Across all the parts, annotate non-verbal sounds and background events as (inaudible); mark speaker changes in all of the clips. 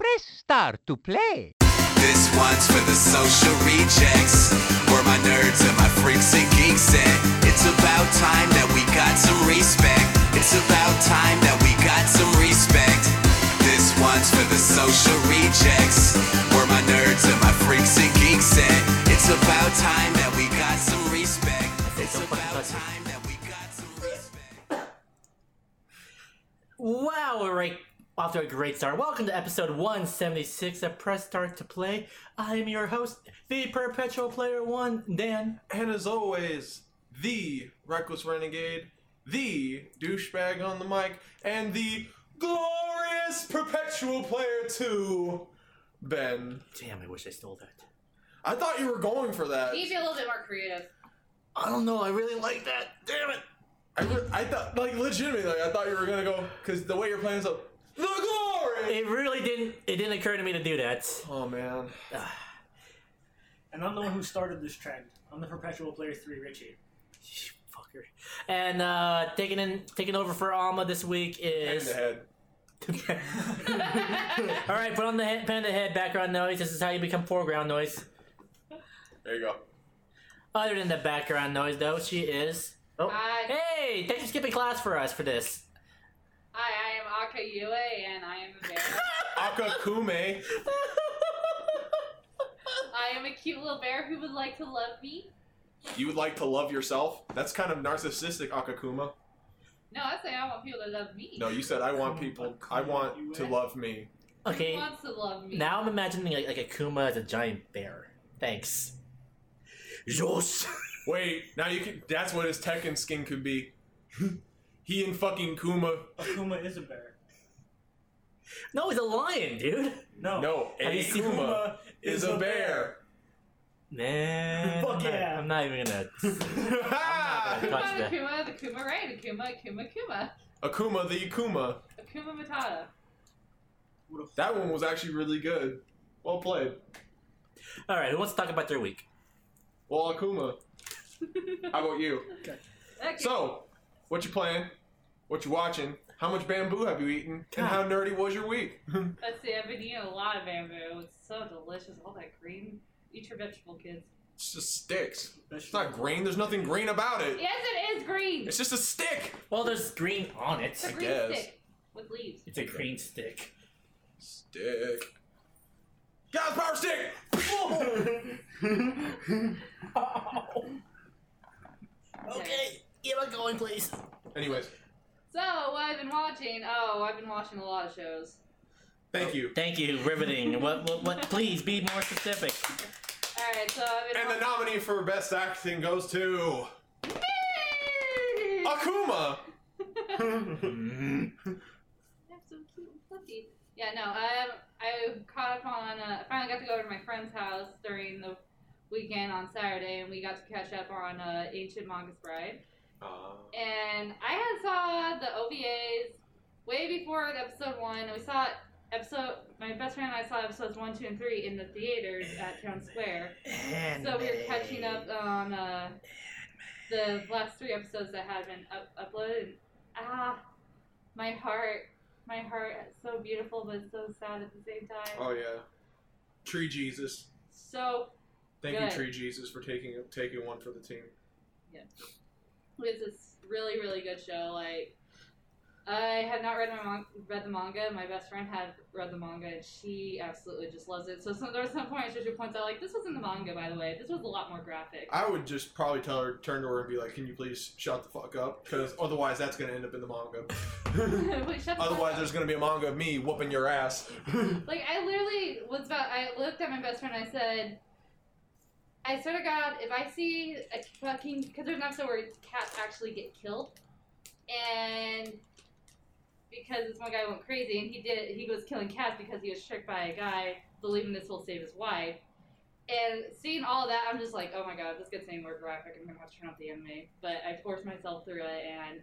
Speaker 1: Let's start to play.
Speaker 2: This one's for the social rejects. We're my nerds and my freaks and geeks, and it's about time that we got some respect. It's about time that we got some respect. This one's for the social rejects. We're my nerds and my freaks and geeks, and it's about time that we got some respect. It's about time that we got some respect.
Speaker 3: Wow, we're right off to a great start. Welcome to episode 176 of Press Start to Play. I am your host, the Perpetual Player One, Dan.
Speaker 4: And as always, the reckless renegade, the douchebag on the mic, and the glorious perpetual player two, Ben.
Speaker 3: Damn, I wish I stole that.
Speaker 4: I thought you were going for that.
Speaker 5: You need to be a little bit more creative.
Speaker 3: I don't know, I really like that. Damn it!
Speaker 4: I, re- I thought, like, legitimately, like, I thought you were gonna go because the way you're playing is up. The glory.
Speaker 3: It really didn't. It didn't occur to me to do that.
Speaker 4: Oh man,
Speaker 6: And I'm the one who started this trend. I'm the perpetual player three Richie.
Speaker 3: You Fucker. And uh, taking in, taking over for Alma this week
Speaker 4: in the
Speaker 3: is.
Speaker 4: head.
Speaker 3: All right, put on the head, panda head background noise. This is how you become foreground noise.
Speaker 4: There you go.
Speaker 3: Other than the background noise, though, she is. Oh.
Speaker 5: I,
Speaker 3: Hey, thanks for skipping class for us for this.
Speaker 5: I, I am Aka Yue, and I am (laughs) a bear.
Speaker 4: Akakume.
Speaker 5: I am a cute little bear who would like to love me.
Speaker 4: You would like to love yourself? That's kind of narcissistic, Akakuma.
Speaker 5: No, I say I want people to love me.
Speaker 4: No, you said I want people. I want to love me.
Speaker 5: Who
Speaker 3: Okay,
Speaker 5: wants to love me?
Speaker 3: now I'm imagining like, like a Kuma as a giant bear. Thanks. Jos.
Speaker 4: (laughs) Wait, now you can. That's what his Tekken skin could be. (laughs) he and fucking Kuma.
Speaker 6: Akuma is a bear.
Speaker 3: No, he's a lion, dude.
Speaker 6: No.
Speaker 4: No,
Speaker 3: Have
Speaker 4: a
Speaker 3: you seen-
Speaker 4: Kuma is a bear.
Speaker 3: (laughs) Man,
Speaker 6: Fuck
Speaker 3: I'm not-
Speaker 6: yeah.
Speaker 3: I'm not even (laughs) gonna.
Speaker 4: Ha!
Speaker 3: touch
Speaker 5: Akuma,
Speaker 3: that.
Speaker 5: Akuma, the Kuma, right? Akuma, Akuma, Akuma.
Speaker 4: Akuma the Akuma.
Speaker 5: Akuma Matata.
Speaker 4: That one was actually really good. Well played.
Speaker 3: All right, who wants to talk about their week?
Speaker 4: Well, Akuma. How about you?
Speaker 5: Okay.
Speaker 4: So, what you playing? What you watching? How much bamboo have you eaten? And how nerdy was your week?
Speaker 5: Let's see, I've been eating a lot of bamboo. It's so delicious. All that green. Eat your vegetable, kids.
Speaker 4: it's just sticks. It's not green. There's nothing green about it.
Speaker 5: Yes, it is green.
Speaker 4: It's just a stick.
Speaker 3: Well, there's green on it.
Speaker 5: It's a
Speaker 4: I
Speaker 5: green
Speaker 4: guess.
Speaker 5: stick with leaves.
Speaker 3: It's a green stick. (laughs)
Speaker 4: Stick. Guys, power stick. Whoa!
Speaker 3: Oh. Okay, get on going, please.
Speaker 4: Anyways,
Speaker 5: So, what I've been watching. Oh, I've been watching a lot of shows.
Speaker 4: thank you.
Speaker 3: Thank you, riveting. what, what, what? Please be more (laughs) specific.
Speaker 5: Alright, so I've been
Speaker 4: And the
Speaker 5: watching.
Speaker 4: nominee for best acting goes to (laughs)
Speaker 5: Yay!
Speaker 4: Akuma.
Speaker 5: They're so cute and fluffy. Yeah, no, I I caught up on. Uh, finally got to go over to my friend's house during the weekend on Saturday, and we got to catch up on uh, Ancient Manga's Bride. And I had saw the OVAs way before the episode one. and We saw it- episode. My best friend and I saw episodes one, two, and three in the theaters at Town Square. So we were catching up on uh, the last three episodes that had been up- uploaded. and, Ah, my heart, my heart, is so beautiful but so sad at the same time.
Speaker 4: oh yeah, Tree Jesus.
Speaker 5: So
Speaker 4: Thank you,
Speaker 5: Good.
Speaker 4: Tree Jesus, for taking taking one for the team.
Speaker 5: it's this really, really good show. Like, I had not read my mon- read the manga. My best friend had read the manga, and she absolutely just loves it. So some, there was some point where she points out, like, this was in the manga, by the way. This was a lot more graphic. (laughs)
Speaker 4: I would just probably tell her, turn to her, and be like, "Can you please shut the fuck up? Because otherwise, that's gonna end up in the manga. (laughs)
Speaker 5: Wait, shut the fuck
Speaker 4: otherwise,
Speaker 5: up.
Speaker 4: there's gonna be a manga of me whooping your ass." (laughs)
Speaker 5: Like I literally was about. I looked at my best friend. and I said, "I swear to God, if I see a fucking because there's an episode where cats actually get killed, and because this one guy went crazy and he did he was killing cats because he was tricked by a guy believing this will save his wife." And seeing all that, I'm just like, oh my god, this gets any more graphic. I'm gonna have to turn off the anime. But I forced myself through it and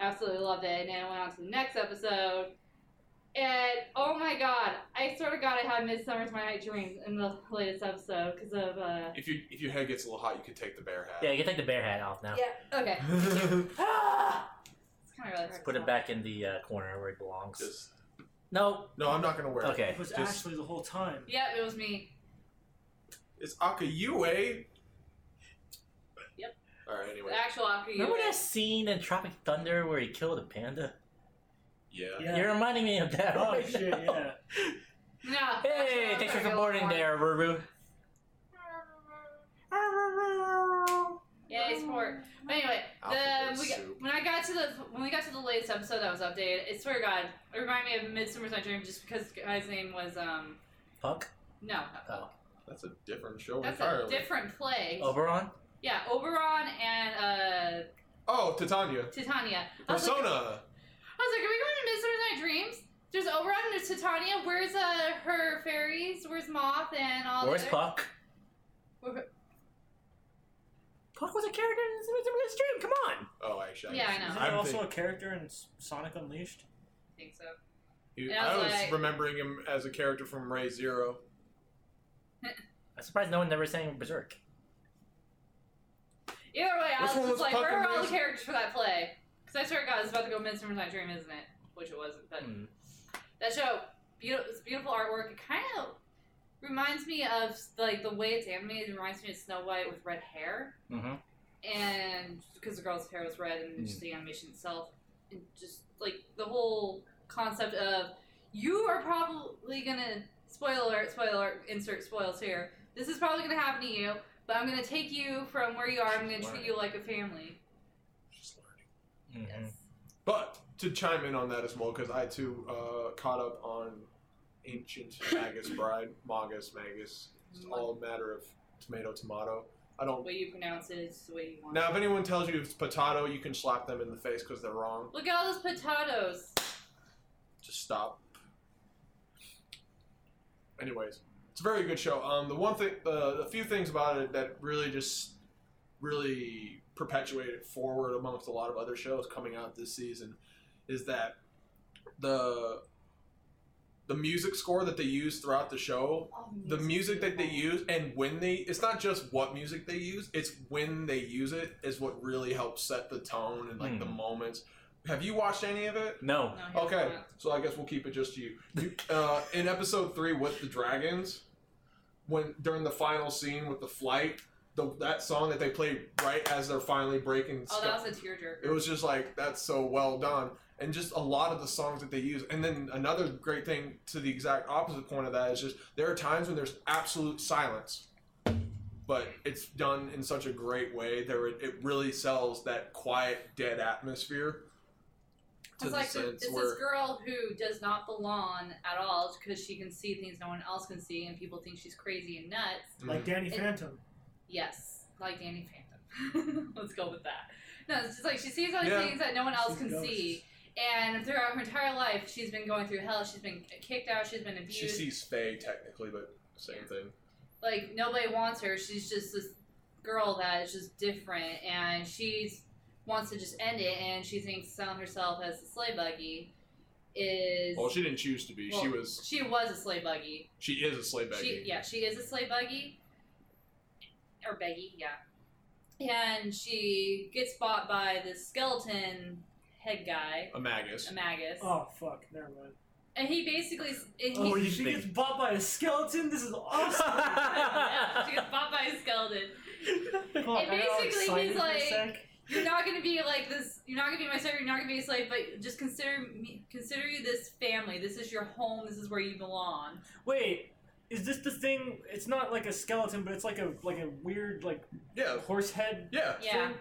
Speaker 5: absolutely loved it. And then I went on to the next episode, and oh my god, I sort of got I had Midsummer's My Night Dreams in the latest episode because of uh.
Speaker 4: if you if your head gets a little hot, you could take the bear hat.
Speaker 3: Yeah, you can take the bear hat off now.
Speaker 5: Yeah. (laughs) Okay. it's kind of really hard.
Speaker 3: Put it back in the uh, corner where it belongs.
Speaker 4: just
Speaker 3: No.
Speaker 4: No, I'm not gonna wear it.
Speaker 3: Okay.
Speaker 6: It was
Speaker 4: Just-
Speaker 6: Ashley the whole time.
Speaker 5: Yep, it was me.
Speaker 4: It's Akayue.
Speaker 5: Yep.
Speaker 4: Alright, anyway.
Speaker 5: The actual Aku.
Speaker 3: Remember that scene in Tropic Thunder where he killed a panda?
Speaker 4: Yeah.
Speaker 6: Yeah.
Speaker 3: You're reminding me of that.
Speaker 6: Oh
Speaker 3: right
Speaker 6: shit!
Speaker 3: now.
Speaker 6: Yeah.
Speaker 5: No.
Speaker 3: (laughs) Hey, thanks for supporting there, Ruru.
Speaker 5: Yeah, it's sport. But anyway,
Speaker 4: Alphabet
Speaker 5: the, we got,
Speaker 4: soup.
Speaker 5: when I got to the when we got to the latest episode that was updated, I swear to God, it reminded me of Midsummer's Night Dream just because the guy's name was um
Speaker 3: Puck?
Speaker 5: no, not
Speaker 3: Oh.
Speaker 4: That's a different show
Speaker 5: that's a
Speaker 4: entirely.
Speaker 5: different play.
Speaker 3: Oberon?
Speaker 5: Yeah, Oberon and
Speaker 4: oh, Titania.
Speaker 5: uh Titania. I was, like,
Speaker 4: Persona.
Speaker 5: I was like, are we going to Midsummer's Night Dreams? There's Oberon and there's Titania. Where's uh her fairies? Where's Moth and all? the
Speaker 3: Where's
Speaker 5: other-
Speaker 3: Puck?
Speaker 5: Where-
Speaker 3: Puck was a character in the stream. Come on.
Speaker 4: oh, actually.
Speaker 5: Yeah, I know.
Speaker 6: Isn't
Speaker 4: I'm
Speaker 6: there also
Speaker 4: thinking-
Speaker 6: a character in S- Sonic Unleashed?
Speaker 5: I think so.
Speaker 4: he-
Speaker 5: Yeah, I
Speaker 4: I
Speaker 5: was
Speaker 4: was
Speaker 5: like-
Speaker 4: remembering him as a character from Ray Zero.
Speaker 3: I'm surprised no one never sang Berserk.
Speaker 5: Either way, I
Speaker 4: Which
Speaker 5: was
Speaker 4: one
Speaker 5: just
Speaker 4: was
Speaker 5: like,
Speaker 4: Puck
Speaker 5: where
Speaker 4: and
Speaker 5: are all the
Speaker 4: Rose?
Speaker 5: characters for that play? Because I swear to God, it's about to go Midsummer's Night Dream, isn't it? Which it wasn't, but
Speaker 3: Hmm.
Speaker 5: that show, beautiful, it's beautiful artwork. It kind of reminds me of like the way it's animated. It reminds me of Snow White with red hair,
Speaker 3: Mm-hmm.
Speaker 5: and because the girl's hair was red, and just the animation itself, and just like the whole concept of you are probably gonna spoiler alert, spoiler alert, insert spoils here. This is probably gonna happen to you, but I'm gonna take you from where you are. I'm gonna treat you like a family.
Speaker 4: Just learning.
Speaker 3: Mm-hmm. Mm.
Speaker 5: Yes.
Speaker 4: But to chime in on that as well, because I too uh, caught up on ancient Magus Bride, Magus, Magus. It's all a matter of tomato, tomato. I
Speaker 5: The
Speaker 4: don't.
Speaker 5: way you pronounce it is the way you want.
Speaker 4: Now, if anyone tells you it's potato, you can slap them in the face because they're wrong.
Speaker 5: Look at all those potatoes.
Speaker 4: just stop. Anyways, it's a very good show. Um, the one thing, uh, the few things about it that really just really perpetuated forward amongst a lot of other shows coming out this season is that the the music score that they use throughout the show the music that they
Speaker 5: Oh,
Speaker 4: use and when they it's not just what music they use it's when they use it is what really helps set the tone and like the
Speaker 3: Hmm.
Speaker 4: moments have you watched any of it
Speaker 3: No.
Speaker 5: (laughs) No, he does
Speaker 4: Okay,
Speaker 5: not.
Speaker 4: so I guess we'll keep it just you. you uh, in episode three with the dragons, when during the final scene with the flight, the, that song that they played right as they're finally breaking.
Speaker 5: Oh,
Speaker 4: sky-
Speaker 5: that was a tearjerker.
Speaker 4: it was just like that's so well done, and just a lot of the songs that they use. And then another great thing to the exact opposite point of that is just there are times when there's absolute silence, but it's done in such a great way that it, it really sells that quiet, dead atmosphere. To
Speaker 5: It's
Speaker 4: the
Speaker 5: like
Speaker 4: sense
Speaker 5: it's
Speaker 4: where
Speaker 5: this girl who does not belong at all because she can see things no one else can see, and people think she's crazy and nuts.
Speaker 4: Mm-hmm.
Speaker 6: Like Danny
Speaker 5: It-
Speaker 6: Phantom.
Speaker 5: Yes, like Danny Phantom. (laughs) Let's go with that. No, it's just like she sees all these
Speaker 4: Yeah.
Speaker 5: things that no one else
Speaker 6: She's
Speaker 5: can
Speaker 6: ghosts.
Speaker 5: see, and throughout her entire life, she's been going through hell. She's been kicked out. She's been abused.
Speaker 4: She sees Faye technically, but same
Speaker 5: Yeah.
Speaker 4: thing.
Speaker 5: like nobody wants her. She's just this girl that is just different, and she's wants to just end it. And she thinks selling herself as a sleigh buggy is
Speaker 4: Well, she didn't choose to be. she
Speaker 5: Well,
Speaker 4: was.
Speaker 5: she was a sleigh buggy.
Speaker 4: She is a slave baggy.
Speaker 5: She yeah, she is a sleigh buggy or beggy, yeah. And she gets bought by this skeleton head guy,
Speaker 4: A magus.
Speaker 5: a magus,
Speaker 6: Oh fuck! Never mind.
Speaker 5: and he basically s- and he,
Speaker 6: Oh,
Speaker 3: you
Speaker 6: she
Speaker 3: think?
Speaker 4: (laughs)
Speaker 6: gets bought by a skeleton.
Speaker 5: (laughs)
Speaker 6: This is awesome.
Speaker 5: yeah, she gets bought by a skeleton.
Speaker 6: Fuck, I got all
Speaker 5: basically, he's
Speaker 6: excited for a
Speaker 5: like-
Speaker 6: sec.
Speaker 5: you're not gonna be like this. You're not gonna be my servant. You're not gonna be a slave. But just consider me. Consider you this family. This is your home. This is where you belong.
Speaker 6: Wait, is this the thing? It's not like a skeleton, but it's like a like a weird like
Speaker 4: Yeah.
Speaker 6: horse head.
Speaker 4: Yeah.
Speaker 5: Yeah.
Speaker 6: Thing?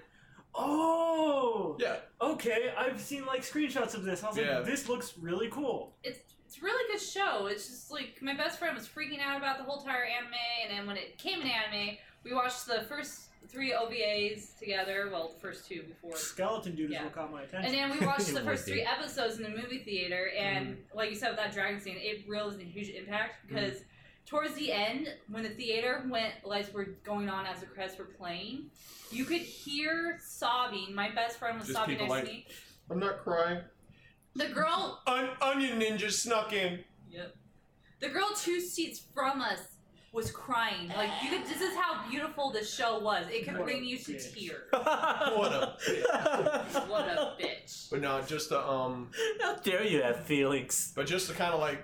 Speaker 6: Oh.
Speaker 4: Yeah.
Speaker 6: Okay, I've seen like screenshots of this. I was
Speaker 4: Yeah.
Speaker 6: like, this looks really cool.
Speaker 5: It's it's a really good show. It's just like my best friend was freaking out about the whole entire anime, and then when it came an anime, we watched the first three OVAs together. Well, the first two before.
Speaker 6: Skeleton dude
Speaker 5: Yeah.
Speaker 6: is what caught my attention.
Speaker 5: And then
Speaker 4: (laughs)
Speaker 5: we watched the
Speaker 3: It
Speaker 5: first
Speaker 3: would be.
Speaker 5: three episodes in the movie theater, and
Speaker 4: Mm-hmm.
Speaker 5: like you said with that dragon scene, it really was a huge impact because towards the end, when the theater went lights were going on as the credits were playing, you could hear sobbing. My best friend was
Speaker 4: Just
Speaker 5: sobbing
Speaker 4: people
Speaker 5: next to
Speaker 4: like-
Speaker 5: me.
Speaker 4: I'm not crying.
Speaker 5: The girl,
Speaker 4: Onion ninja snuck in.
Speaker 5: yep, the girl two seats from us was crying. Like you could, this is how beautiful this show was. It could
Speaker 6: What a
Speaker 5: bring you to
Speaker 6: bitch.
Speaker 5: tears.
Speaker 4: What
Speaker 5: (laughs)
Speaker 4: a
Speaker 3: bitch.
Speaker 5: What a bitch.
Speaker 4: But no, just to um,
Speaker 3: How dare you have feelings?
Speaker 4: but just to kind of like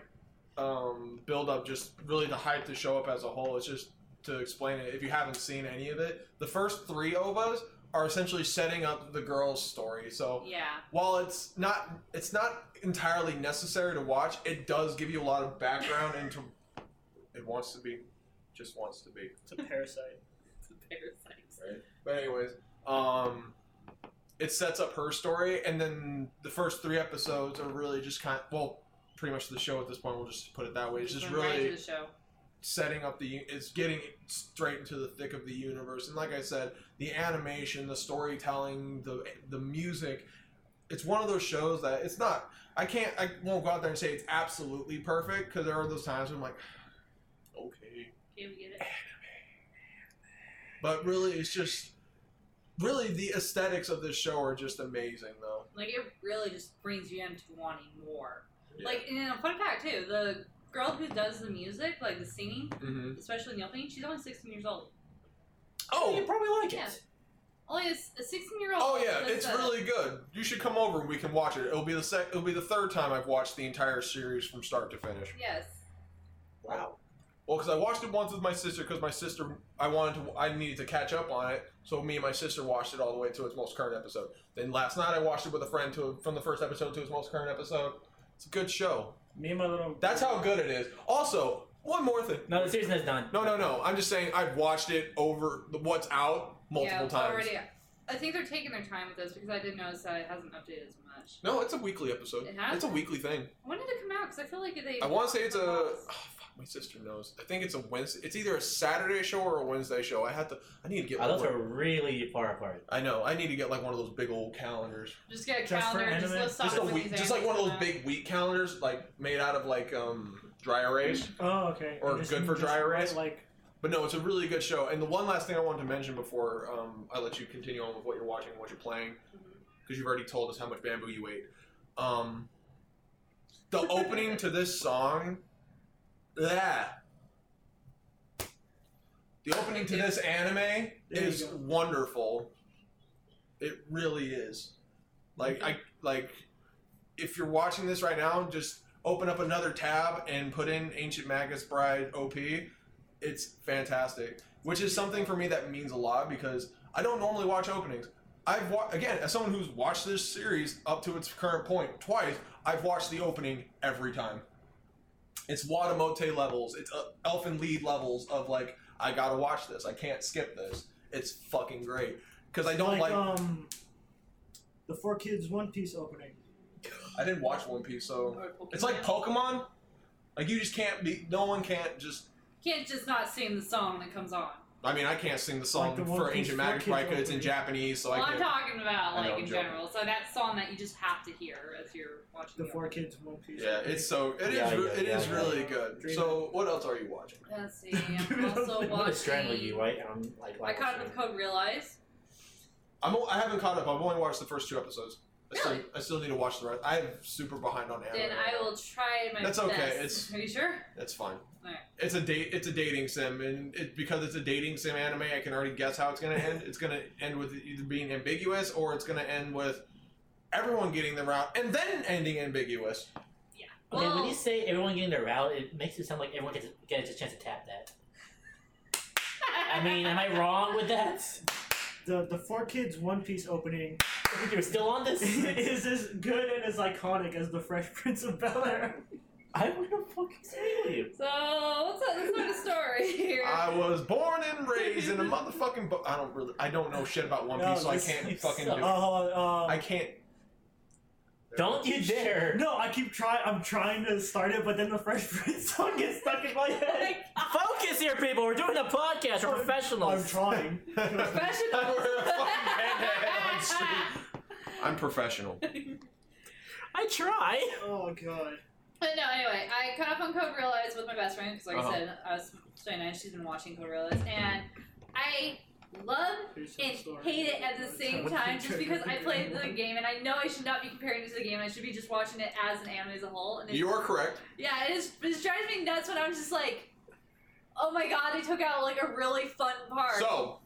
Speaker 4: um build up, just really to hype the show up as a whole. It's just to explain it if you haven't seen any of it. The first three ovas are essentially setting up the girl's story. So
Speaker 5: Yeah.
Speaker 4: while it's not it's not entirely necessary to watch, it does give you a lot of background into it wants to be, just wants to be.
Speaker 6: It's a parasite.
Speaker 5: It's a parasite.
Speaker 4: right? But anyways, um, it sets up her story, and then the first three episodes are really just kind well, pretty much the show at this point. We'll just put it that way. It's just
Speaker 5: Went right to
Speaker 4: really
Speaker 5: the show.
Speaker 4: setting up the. It's getting straight into the thick of the universe, and like I said, the animation, the storytelling, the the music. It's one of those shows that it's not. I can't. I won't go out there and say it's absolutely perfect because there are those times when I'm like, (sighs) okay.
Speaker 5: Okay, we get it.
Speaker 4: But really, it's just really the aesthetics of this show are just amazing, though.
Speaker 5: Like it really just brings you into wanting more.
Speaker 4: Yeah.
Speaker 5: Like and a fun fact too, the girl who does the music, like the singing,
Speaker 4: Mm-hmm.
Speaker 5: especially in the opening, she's only 16 years old.
Speaker 3: You probably like
Speaker 5: Yeah.
Speaker 3: it.
Speaker 5: Only a 16 year old.
Speaker 4: Oh yeah, it's really good. You should come over and we can watch it. It'll be the sec- it'll be the third time I've watched the entire series from start to finish.
Speaker 5: Yes.
Speaker 4: Wow. Well, because I watched it once with my sister, because my sister, I wanted to, I needed to catch up on it, so me and my sister watched it all the way to its most current episode. Then last night I watched it with a friend to from the first episode to its most current episode. It's a good show.
Speaker 6: Me and my little.
Speaker 4: That's how good it is. Also, one more thing.
Speaker 3: No, the season is done.
Speaker 4: No, no, no. I'm just saying I've watched it over the- what's out multiple
Speaker 5: yeah, it's
Speaker 4: times.
Speaker 5: Already, I think they're taking their time with this because I didn't notice that it hasn't updated as much.
Speaker 4: No, it's a weekly episode.
Speaker 5: It has?
Speaker 4: It's a weekly thing.
Speaker 5: When did it come out? Because I feel like they.
Speaker 4: I want to say it's a. Oh, fuck, my sister knows. I think it's a Wednesday. It's either a Saturday show or a Wednesday show. I have to. I need to get.
Speaker 3: Oh,
Speaker 4: One
Speaker 3: those
Speaker 4: of-
Speaker 3: are really far apart.
Speaker 4: I know. I need to get like one of those big old calendars.
Speaker 5: Just get a
Speaker 6: Just for
Speaker 5: calendar. Just
Speaker 6: anime?
Speaker 5: list off
Speaker 4: Just a
Speaker 5: when
Speaker 4: week,
Speaker 5: these
Speaker 4: just like one of those
Speaker 5: animes
Speaker 4: big week calendars, like made out of like um dry erase.
Speaker 6: Oh, okay.
Speaker 4: Or
Speaker 6: And
Speaker 4: good for dry
Speaker 6: write,
Speaker 4: erase?
Speaker 6: Like,
Speaker 4: But no, it's a really good show. And the one last thing I wanted to mention before um, I let you continue on with what you're watching and what you're playing,
Speaker 6: Mm-hmm.
Speaker 4: because you've already told us how much bamboo you ate. Um, the opening to this song, that. The opening to this anime
Speaker 6: There you
Speaker 4: is
Speaker 6: go.
Speaker 4: wonderful. It really is. Like I
Speaker 6: Mm-hmm.
Speaker 4: like if you're watching this right now, just open up another tab and put in Ancient Magus Bride OP. It's fantastic, which is something for me that means a lot because I don't normally watch openings. I've wa- again, as someone who's watched this series up to its current point twice, I've watched the opening every time. It's Wadamote levels, it's uh, Elfin Lead levels of like I gotta watch this, I can't skip this. It's fucking great because I don't
Speaker 6: like,
Speaker 4: like.
Speaker 6: um, the four kids One Piece opening.
Speaker 4: I didn't watch One Piece, so
Speaker 5: Or Pokemon.
Speaker 4: It's like Pokemon. Like you just can't be. No one can't just.
Speaker 5: Can't just not sing the song when it comes on.
Speaker 4: I mean, I can't sing the song
Speaker 6: Like the One
Speaker 4: for
Speaker 6: Piece
Speaker 4: Ancient
Speaker 6: for
Speaker 4: Magic
Speaker 6: kids
Speaker 4: Micah. It's in
Speaker 6: only.
Speaker 4: Japanese, so
Speaker 5: well,
Speaker 4: I
Speaker 5: I'm
Speaker 4: can't.
Speaker 5: talking about
Speaker 4: I know,
Speaker 5: like
Speaker 4: I'm
Speaker 5: in
Speaker 4: joking.
Speaker 5: general. So that song that you just have to hear as you're watching
Speaker 6: The
Speaker 5: the
Speaker 6: four kids One Piece.
Speaker 4: yeah, it's so. It is.
Speaker 3: Yeah,
Speaker 4: re-
Speaker 3: yeah,
Speaker 4: it is
Speaker 3: yeah,
Speaker 4: really
Speaker 6: yeah.
Speaker 4: good.
Speaker 6: Dream
Speaker 4: So, what else are you watching?
Speaker 5: Let's
Speaker 6: (laughs)
Speaker 5: see. I'm also watching.
Speaker 3: What a strangle you, right? Um, like,
Speaker 5: I caught up with Code Realize.
Speaker 4: I'm. o- I haven't caught up. I've only watched the first two episodes. I still,
Speaker 5: Really?
Speaker 4: I still need to watch the rest. I am super behind on anime.
Speaker 5: Then
Speaker 4: right
Speaker 5: I
Speaker 4: now.
Speaker 5: will try my
Speaker 4: That's
Speaker 5: best.
Speaker 4: okay, it's-
Speaker 5: Are you sure?
Speaker 4: That's fine.
Speaker 5: Alright.
Speaker 4: It's a date. It's a dating sim, and it, because it's a dating sim anime, I can already guess how it's gonna end. It's gonna end with either being ambiguous, or it's gonna end with everyone getting the route and then ending ambiguous.
Speaker 3: Okay,
Speaker 5: Well,
Speaker 3: when you say everyone getting their route, it makes it sound like everyone gets, gets a chance to tap that. I mean, am I wrong with that? (laughs)
Speaker 6: The, the four kids One Piece opening (laughs)
Speaker 3: You're still on this?
Speaker 6: is as good and as iconic as the Fresh Prince of Bel Air.
Speaker 3: (laughs) I would have fucking with you.
Speaker 5: So what's up? What's up the story
Speaker 4: (laughs)
Speaker 5: here?
Speaker 4: I was born and raised in a motherfucking. Bo- I don't really. I don't know shit about One Piece,
Speaker 6: No,
Speaker 4: so I
Speaker 6: this-
Speaker 4: can't
Speaker 3: this
Speaker 4: fucking do.
Speaker 6: Oh,
Speaker 4: It.
Speaker 3: sucks.
Speaker 6: um,
Speaker 4: I can't.
Speaker 3: Don't you dare!
Speaker 6: Oh, No, I keep trying. I'm trying to start it, but then the Fresh Prince (laughs) song gets stuck in my head.
Speaker 5: Like,
Speaker 3: Focus here, people. We're doing a podcast. We're
Speaker 6: I'm
Speaker 3: professionals.
Speaker 6: trying.
Speaker 5: Professional.
Speaker 4: I wear a fucking bandana on street. I'm
Speaker 5: (laughs)
Speaker 4: professional.
Speaker 3: I try. (laughs)
Speaker 6: Oh god.
Speaker 5: (laughs) But no, anyway, I caught up on Code Realize with my best friend because, like
Speaker 4: Uh-huh.
Speaker 5: I said, I was staying nice. She's been watching Code Realize, and I love and hate it at the same time just because I played the game and I know I should not be comparing it to the game. I should be just watching it as an anime as a whole. And it's,
Speaker 4: You are correct.
Speaker 5: yeah, it is. It drives me nuts when I'm just like, Oh my god, they took out like a really fun part. (laughs)
Speaker 4: So,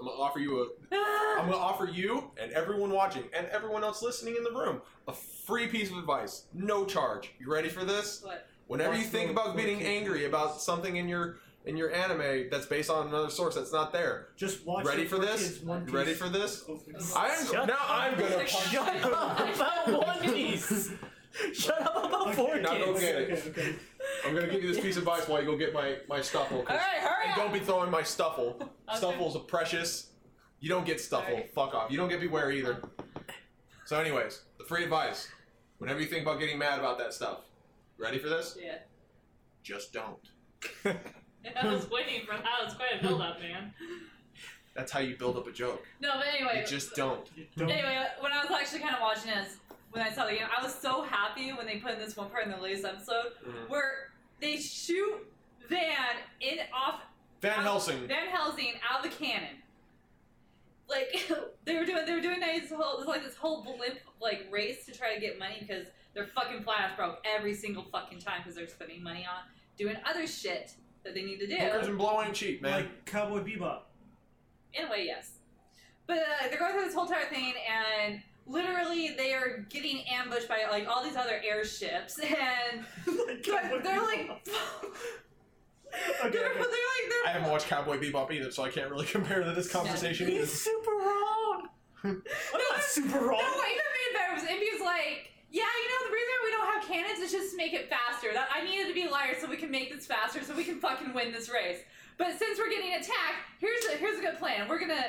Speaker 4: I'm gonna offer you a I'm going to offer you and everyone watching and everyone else listening in the room a free piece of advice, no charge. You ready for this?
Speaker 5: What?
Speaker 4: Whenever you
Speaker 6: Watch
Speaker 4: think
Speaker 6: Room
Speaker 4: about getting
Speaker 6: 14.
Speaker 4: angry about something in your in your anime that's based on another source that's not there,
Speaker 6: Just watch.
Speaker 4: ready
Speaker 6: the
Speaker 4: for
Speaker 6: four
Speaker 4: this?
Speaker 6: kids, One
Speaker 4: You ready
Speaker 6: Piece. Oh,
Speaker 4: for this?
Speaker 6: Open.
Speaker 4: I am,
Speaker 3: Shut
Speaker 4: now
Speaker 3: up.
Speaker 4: I'm gonna punch
Speaker 3: (laughs)
Speaker 4: you.
Speaker 5: (laughs)
Speaker 3: Shut up about One Piece. (laughs) Shut up about four
Speaker 6: Okay,
Speaker 4: now go
Speaker 3: kids.
Speaker 4: get it.
Speaker 6: Okay, okay.
Speaker 4: I'm gonna give you this piece of advice while you go get my my stuffle. 'cause-
Speaker 5: All right, hurry
Speaker 4: and
Speaker 5: up.
Speaker 4: don't be throwing my stuffle.
Speaker 5: (laughs) Okay.
Speaker 4: Stuffle's a precious. You don't get stuffle.
Speaker 5: Sorry.
Speaker 4: Fuck off. You don't get beware either. So, anyways, the free advice. Whenever you think about getting mad about that stuff, ready for this?
Speaker 5: Yeah.
Speaker 4: Just don't.
Speaker 5: (laughs) I was waiting for that. was quite a build up, man.
Speaker 4: That's how you build up a joke.
Speaker 5: No, but anyway.
Speaker 4: You just don't.
Speaker 6: You don't-
Speaker 5: Anyway, when I was actually kind of watching it, when I saw the game, I was so happy when they put in this one part in the latest episode
Speaker 4: Mhm.
Speaker 5: where they shoot Van in off
Speaker 4: Van
Speaker 5: out-
Speaker 4: Helsing.
Speaker 5: Van Helsing out of the cannon. Like (laughs) they were doing, they were doing this whole, this, like this whole blimp like race to try to get money because their fucking flash broke every single fucking time because they're spending money on doing other shit that they need to do.
Speaker 4: Hookers and blow ain't cheap, man.
Speaker 6: Like Cowboy Bebop. (laughs)
Speaker 5: In a way, yes. But uh, they're going through this whole entire thing, and literally they are getting ambushed by like all these other airships, (laughs) and
Speaker 6: Like Cowboy
Speaker 5: but they're like, (laughs)
Speaker 6: Bebop.
Speaker 5: they're,
Speaker 6: okay.
Speaker 5: they're like,
Speaker 4: I
Speaker 5: they're.
Speaker 4: haven't watched Cowboy Bebop either, so I can't really (laughs) compare to this conversation. either.
Speaker 3: He's super wrong.
Speaker 6: I'm not super wrong.
Speaker 5: No, what even made it better was Impy's like, yeah, you know the reason we don't have cannons is just to make it faster. That I needed to be liar so we can make this faster, so we can fucking win this race. But since we're getting attacked, here's a, here's a good plan. We're gonna.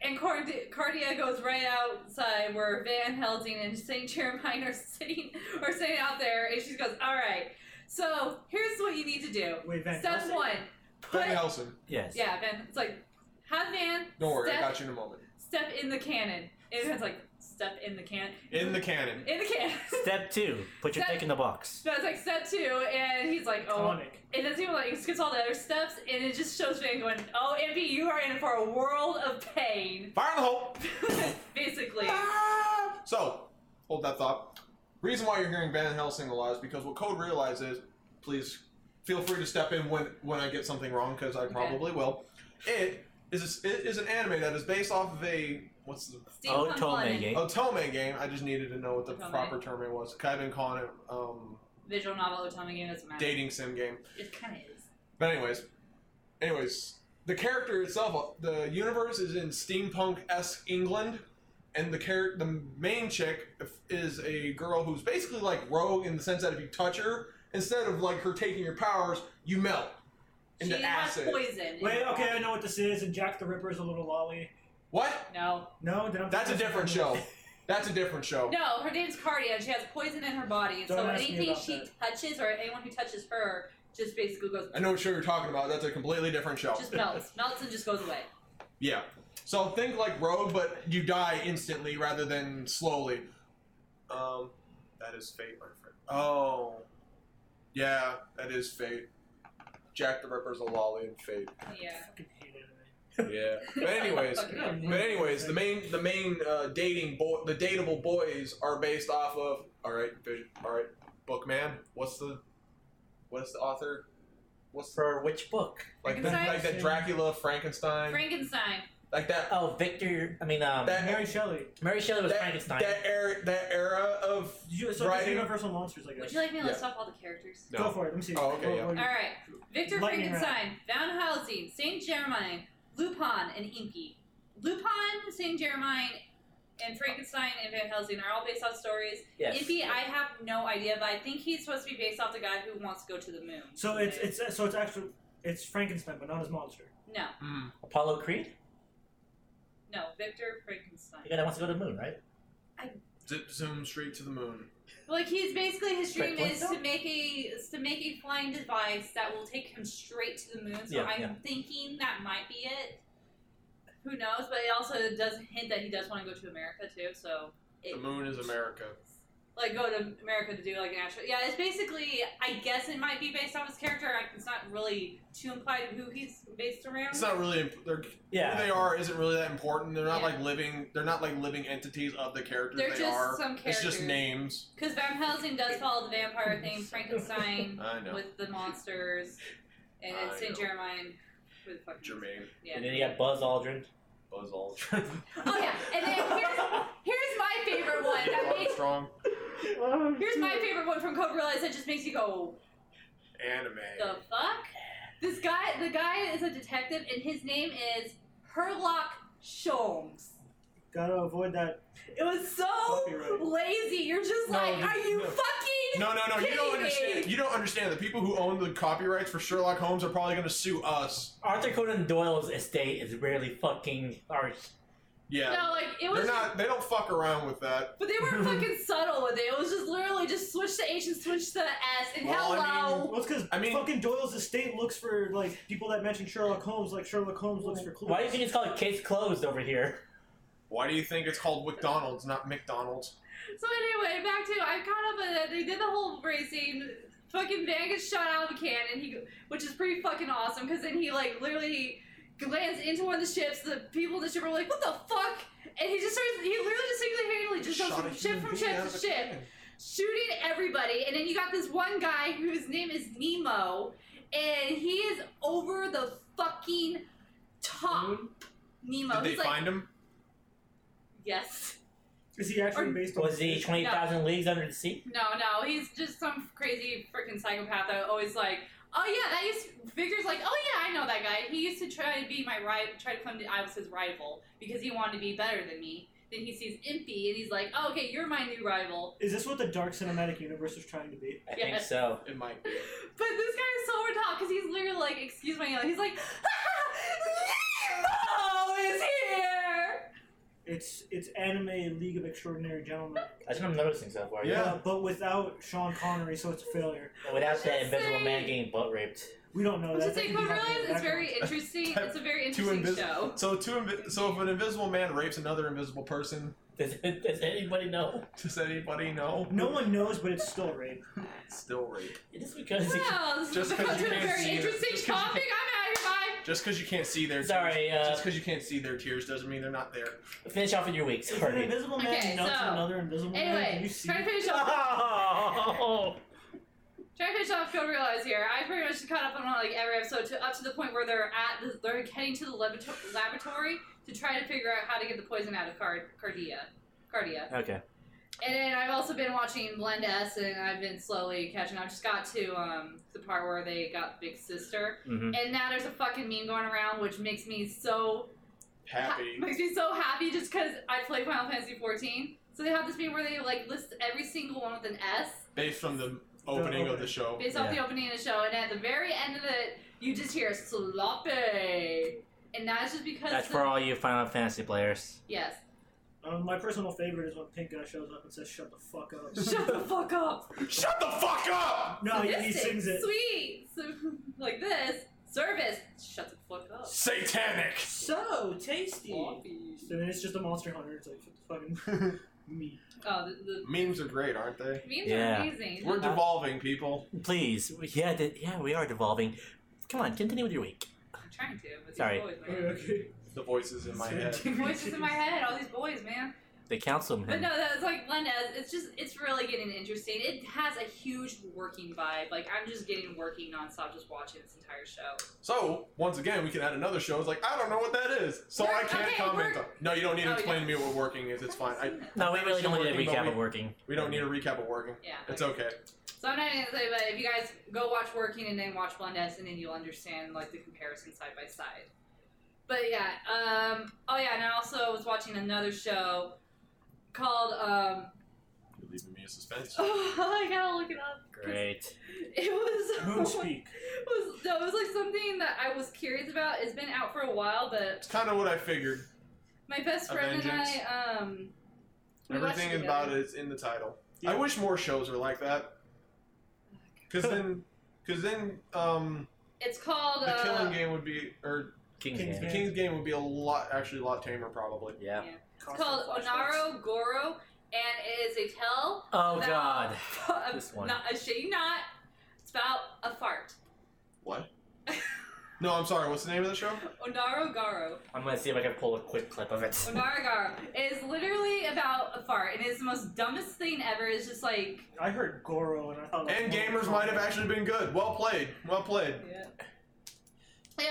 Speaker 5: And Cord- Cardia goes right outside where Van Helsing and St. Jeremiah are (laughs) sitting are sitting out there, and she goes, "All right, so here's what you need to do.
Speaker 6: Wait, Van
Speaker 5: Step
Speaker 6: Helsing?
Speaker 5: one, put
Speaker 4: Van Helsing.
Speaker 3: Yes.
Speaker 5: yeah, Van. It's like have Van
Speaker 4: Don't worry,
Speaker 5: step,
Speaker 4: I got you in a moment.
Speaker 5: step in the cannon. And Van's like step in the cannon.
Speaker 4: In the cannon.
Speaker 5: In the can. (laughs)
Speaker 3: Step two, put your
Speaker 5: Step-
Speaker 3: dick in the box.
Speaker 5: So it's like step two, and he's like, oh.
Speaker 6: Tonic.
Speaker 5: It doesn't even like, he skips all the other steps, and it just shows Van going, oh, Impy, you are in for a world of pain. (laughs)
Speaker 4: Fire in the hole! (laughs)
Speaker 5: Basically.
Speaker 4: So, hold that thought. Reason why you're hearing Van Helsing a lot is because what Code realizes, please feel free to step in when when I get something wrong because I probably will. It is a, it is an anime that is based off of a what's the
Speaker 5: Steve
Speaker 3: Oh,
Speaker 5: Punk
Speaker 3: Tome
Speaker 5: London.
Speaker 3: game.
Speaker 4: Otome game. I just needed to know what the
Speaker 5: Otome.
Speaker 4: proper term it was. 'cause I've been calling it um,
Speaker 5: Visual novel Otome game doesn't matter.
Speaker 4: dating sim game.
Speaker 5: It kind of is.
Speaker 4: But anyways, anyways, the character itself, uh, the universe is in steampunk esque England, and the char- the main chick is a girl who's basically like rogue in the sense that if you touch her, instead of like her taking your powers, you melt into
Speaker 5: she
Speaker 4: acid.
Speaker 5: has poison. in
Speaker 6: Wait,
Speaker 5: her
Speaker 6: okay, I
Speaker 5: body.
Speaker 6: know what this is. And Jack the Ripper is a little lolly.
Speaker 4: What?
Speaker 5: No.
Speaker 6: No, then I'm
Speaker 4: That's a different show. That's a different show.
Speaker 5: No, her name's Cardia, and she has poison in her body, so
Speaker 6: Don't ask me
Speaker 5: anything
Speaker 6: about
Speaker 5: she
Speaker 6: that.
Speaker 5: touches, or anyone who touches her, just basically goes,
Speaker 4: I know what show you're talking about. That's a completely different show.
Speaker 5: just melts. Melts and just goes away.
Speaker 4: Yeah. So think like Rogue, but you die instantly rather than slowly. Um, that is fate, my friend. Oh, yeah, that is fate. Jack the Ripper's a lolly in fate.
Speaker 5: Yeah.
Speaker 6: I fucking hate anime.
Speaker 4: Yeah. But anyways,
Speaker 5: Fucking-
Speaker 4: but anyways, the main the main uh, dating boy the dateable boys are based off of. All right, vision, all right, Bookman. What's the what is the author? What's the,
Speaker 3: For which book?
Speaker 4: like the, like that Dracula Frankenstein
Speaker 5: Frankenstein.
Speaker 4: like that
Speaker 3: Oh, Victor. I mean, um,
Speaker 4: That-
Speaker 6: Mary Shelley.
Speaker 3: Mary Shelley was
Speaker 4: that,
Speaker 3: Frankenstein.
Speaker 4: That era, that era of
Speaker 6: You, it's like
Speaker 4: Right.
Speaker 6: the Universal Monsters, I guess.
Speaker 5: Would you like me to list
Speaker 4: Yeah.
Speaker 5: off all the characters?
Speaker 6: Go for it. Let me see.
Speaker 4: Oh, okay,
Speaker 6: Roll-
Speaker 4: yeah.
Speaker 6: roll your-
Speaker 5: All right. Victor
Speaker 6: Lightning
Speaker 5: Frankenstein, Van Helsing, Saint Germain, Lupin, and Inky. Lupin, Saint Germain, and Frankenstein and Van Helsing are all based off stories.
Speaker 3: yes.
Speaker 5: Impy, I have no idea, but I think he's supposed to be based off the guy who wants to go to the moon.
Speaker 6: So it's it's so it's actually it's Frankenstein, but not his monster.
Speaker 5: no,
Speaker 7: Mm.
Speaker 3: Apollo Creed.
Speaker 5: no, Victor
Speaker 3: The
Speaker 5: Frankenstein.
Speaker 3: guy that wants to go to the moon, right?
Speaker 4: Zip zoom straight to the moon.
Speaker 5: Like he's basically his dream
Speaker 3: Wait, what's
Speaker 5: is
Speaker 3: that?
Speaker 5: to make a is to make a flying device that will take him straight to the moon. So
Speaker 3: Yeah,
Speaker 5: I'm
Speaker 3: yeah.
Speaker 5: thinking that might be it. Who knows? But it also does hint that he does want to go to America too. So it,
Speaker 4: The moon is America.
Speaker 5: like go to America to do like an actual. Yeah, it's basically. I guess it might be based on his character. I- It's not really too implied who he's based around.
Speaker 4: It's not really. imp- They're,
Speaker 3: Yeah.
Speaker 6: (laughs)
Speaker 4: Who they are isn't really that important. They're not
Speaker 5: Yeah.
Speaker 4: like living. They're not like living entities of the characters.
Speaker 5: They're
Speaker 4: they
Speaker 5: just
Speaker 4: are.
Speaker 5: some
Speaker 4: It's
Speaker 5: characters.
Speaker 4: just names. (laughs)
Speaker 5: Because Van Helsing does follow the vampire thing, Frankenstein
Speaker 4: I know.
Speaker 5: with the monsters, and
Speaker 7: I
Speaker 5: it's St.
Speaker 7: know.
Speaker 5: Jeremiah. and- Who the fuck? is-
Speaker 7: Jermaine,
Speaker 5: Yeah.
Speaker 3: And then you got Buzz Aldrin.
Speaker 7: Buzz Aldrin,
Speaker 5: Oh yeah, (laughs) and then here's here's my favorite one.
Speaker 7: Neil
Speaker 5: That makes,
Speaker 7: Armstrong,
Speaker 5: here's my favorite one from Code Realize that just makes you go,
Speaker 7: anime.
Speaker 5: the fuck? This guy, the guy is a detective, and his name is Herlock Sholmes.
Speaker 6: Gotta avoid that.
Speaker 5: It was so
Speaker 6: Copyright.
Speaker 5: lazy. You're just
Speaker 4: No,
Speaker 5: like,
Speaker 4: no,
Speaker 5: are you
Speaker 4: no.
Speaker 5: fucking?
Speaker 4: No, no, no! You don't
Speaker 5: Kidding
Speaker 4: understand.
Speaker 5: me.
Speaker 4: You don't understand. The people who own the copyrights for Sherlock Holmes are probably going to sue us.
Speaker 3: Arthur Conan Doyle's estate is rarely fucking art.
Speaker 4: Yeah,
Speaker 5: No, like it was.
Speaker 4: they're
Speaker 5: just-
Speaker 4: not. They don't fuck around with that.
Speaker 5: But they
Speaker 4: (laughs)
Speaker 5: weren't fucking subtle with it. It was just literally just switch the H and switch the S and
Speaker 4: Well, I
Speaker 5: hello.
Speaker 4: mean-
Speaker 6: Well, it's because
Speaker 4: I mean-
Speaker 6: fucking Doyle's estate looks for like people that mention Sherlock Holmes, like Sherlock Holmes looks for clues.
Speaker 3: Why do you think it's called Case Closed over here?
Speaker 4: Why do you think it's called McDonald's, not McDonald's?
Speaker 5: So anyway, back to I caught up with it. They did the whole racing. Fucking Van gets shot out of a cannon, he, which is pretty fucking awesome. Because then he like literally lands into one of the ships. The people in the ship are like, "What the fuck?" And he just starts. He literally just single-handedly just goes
Speaker 4: Shot a
Speaker 5: from ship
Speaker 4: human
Speaker 5: from
Speaker 4: being
Speaker 5: ship
Speaker 4: out
Speaker 5: to
Speaker 4: of a
Speaker 5: ship,
Speaker 4: cannon.
Speaker 5: shooting everybody. And then you got this one guy whose name is Nemo, and he is over the fucking top. Nemo.
Speaker 4: Did
Speaker 5: He's
Speaker 4: they
Speaker 5: like,
Speaker 4: find him?
Speaker 5: yes.
Speaker 6: Is he actually
Speaker 5: Or-
Speaker 6: based on?
Speaker 3: Was he 20,000 Leagues Under the Sea?
Speaker 5: No, no, he's just some crazy freaking psychopath that always like, oh yeah, that used Victor's like, oh yeah, I know that guy. He used to try to be my rival, try to claim that I was his rival because he wanted to be better than me. Then he sees Impy and he's like, oh, okay, you're my new rival.
Speaker 6: Is this what the dark cinematic universe is trying to be?
Speaker 3: I
Speaker 5: Yeah.
Speaker 3: think so.
Speaker 4: It might be.
Speaker 5: But this guy is so over top because he's literally like, excuse my yelling. He's like, (laughs) Nemo is here.
Speaker 6: It's it's anime League of Extraordinary Gentlemen,
Speaker 3: That's what I'm noticing so far.
Speaker 4: Yeah.
Speaker 6: uh, but without Sean Connery, so it's a failure.
Speaker 3: (laughs) Without that invisible
Speaker 5: Insane.
Speaker 3: man getting butt raped.
Speaker 6: We don't
Speaker 4: Oh,
Speaker 6: know
Speaker 5: Which
Speaker 6: that.
Speaker 5: is like, but really, it's very interesting. It's a very
Speaker 4: Two
Speaker 5: interesting
Speaker 4: invis- (laughs)
Speaker 5: show.
Speaker 4: So two. Invi- so if an invisible man rapes another invisible person, (laughs)
Speaker 3: Does, (laughs) does anybody know?
Speaker 4: does anybody know?
Speaker 6: Oh, No one knows, but it's still rape.
Speaker 4: Still rape.
Speaker 3: Just because.
Speaker 5: Well, (laughs) this
Speaker 4: Just
Speaker 5: is
Speaker 4: 'cause you
Speaker 5: a
Speaker 4: can't
Speaker 5: very
Speaker 4: see it.
Speaker 5: interesting
Speaker 4: Just 'cause you
Speaker 5: topic. I'm out of here. Bye.
Speaker 4: Just because you can't see their
Speaker 3: Sorry,
Speaker 4: tears,
Speaker 3: uh,
Speaker 4: just because you can't see their tears doesn't mean they're not there.
Speaker 3: finish off with your week.
Speaker 6: If an
Speaker 3: (laughs) Sorry.
Speaker 6: invisible man
Speaker 5: Okay,
Speaker 6: nuts
Speaker 5: so-
Speaker 6: another invisible man, can you
Speaker 5: Anyway,
Speaker 6: see?
Speaker 5: trying to
Speaker 6: (laughs)
Speaker 5: finish off.
Speaker 3: Oh!
Speaker 5: Trying to finish off Code Realize here. I pretty much caught up on like every episode to up to the point where they're at the, they're heading to the laboratory, laboratory to try to figure out how to get the poison out of Card Cardia. Cardia.
Speaker 3: Okay.
Speaker 5: And then I've also been watching Blend S and I've been slowly catching up. Just got to um, the part where they got Big Sister.
Speaker 3: hmm
Speaker 5: And now there's a fucking meme going around which makes me so
Speaker 4: Happy.
Speaker 5: Ha- makes me so happy just because I play Final Fantasy 14. So they have this meme where they like list every single one with an S.
Speaker 4: Based on the opening of the
Speaker 6: opening.
Speaker 4: show.
Speaker 5: Based off
Speaker 3: Yeah.
Speaker 5: the opening of the show, and at the very end of it, you just hear sloppy, and that's just because
Speaker 3: That's
Speaker 5: the-
Speaker 3: for all you Final Fantasy players.
Speaker 5: yes,
Speaker 6: Um, my personal favorite is when Pink Guy shows up and says, "Shut the fuck
Speaker 5: (laughs)
Speaker 6: up."
Speaker 5: shut the
Speaker 4: (laughs)
Speaker 5: fuck up.
Speaker 4: Shut the fuck up!
Speaker 6: (laughs) no, he, he
Speaker 5: Sadistic,
Speaker 6: sings it.
Speaker 5: sweet, so, (laughs) like this service. Shut the fuck up.
Speaker 4: Satanic.
Speaker 6: So tasty. And
Speaker 5: Sloppy.
Speaker 6: then it's just a Monster Hunter. It's like fucking
Speaker 4: (laughs)
Speaker 5: (laughs)
Speaker 6: meat.
Speaker 5: Oh, the,
Speaker 4: Memes are great, aren't they?
Speaker 5: the memes
Speaker 3: Yeah.
Speaker 5: are amazing.
Speaker 4: We're devolving, people.
Speaker 3: Please. Yeah, di- yeah, we are devolving. Come on, continue with your week.
Speaker 5: I'm trying to, but these
Speaker 3: Sorry.
Speaker 5: boys, man.
Speaker 6: Okay.
Speaker 4: The voices in my head.
Speaker 5: Voices in my head, all these boys, man.
Speaker 3: The councilman.
Speaker 5: But no, that's like Glenn does. It's just it's really getting interesting. It has a huge working vibe. Like I'm just getting working nonstop just watching this entire show.
Speaker 4: So once again, we can add another show. It's like I don't know what that is, so I
Speaker 5: Work-
Speaker 4: can't
Speaker 5: okay,
Speaker 4: comment.
Speaker 5: work-
Speaker 4: on No, you don't need to
Speaker 5: Oh,
Speaker 4: explain
Speaker 5: yeah.
Speaker 4: to me what working is. It's fine. I,
Speaker 3: No, we really don't need a
Speaker 4: Working, but
Speaker 3: recap
Speaker 4: we-
Speaker 3: of working.
Speaker 4: we don't need a recap of working.
Speaker 5: yeah.
Speaker 4: It's okay.
Speaker 5: So I'm not gonna say, but if you guys go watch Working and then watch Blondes, and then you'll understand like the comparison side by side. But yeah, um, oh yeah, and I also was watching another show called um, (laughs)
Speaker 4: You're leaving me in suspense.
Speaker 5: Oh. I gotta look it up. 'cause
Speaker 3: Great.
Speaker 5: It was (laughs)
Speaker 6: Moon speak.
Speaker 5: It was, no, it was like something that I was curious about. It's been out for a while, but
Speaker 4: It's kind of what I figured.
Speaker 5: My best
Speaker 4: A
Speaker 5: friend
Speaker 4: vengeance.
Speaker 5: and I, um, we watched
Speaker 4: Everything
Speaker 5: together.
Speaker 4: about it's in the title. I
Speaker 6: Yeah.
Speaker 4: wish more shows were like that. Cause then, cause then, um,
Speaker 5: It's called.
Speaker 4: the
Speaker 5: Uh,
Speaker 4: Killing Game would be, or
Speaker 3: King's
Speaker 6: King's
Speaker 3: Man.
Speaker 4: the
Speaker 6: Yeah.
Speaker 4: King's Game would be a lot, actually a lot tamer, probably.
Speaker 3: Yeah.
Speaker 5: It's called Onaro Goro, and it is a tell.
Speaker 3: Oh,
Speaker 5: about-
Speaker 3: God.
Speaker 5: (laughs) a-
Speaker 3: This one.
Speaker 5: Not a shitty knot. It's about a fart.
Speaker 4: What? no, I'm sorry. What's the name of the
Speaker 5: (laughs)
Speaker 4: show?
Speaker 5: Onaro Garo.
Speaker 3: I'm gonna see if I can pull a quick clip of it.
Speaker 5: Onaro Garo. It is literally about a fart, and it is the most dumbest thing ever. It's just like.
Speaker 6: I heard Goro and I thought. like,
Speaker 4: And gamers might have actually been good. Well played. Well played.
Speaker 5: Yeah,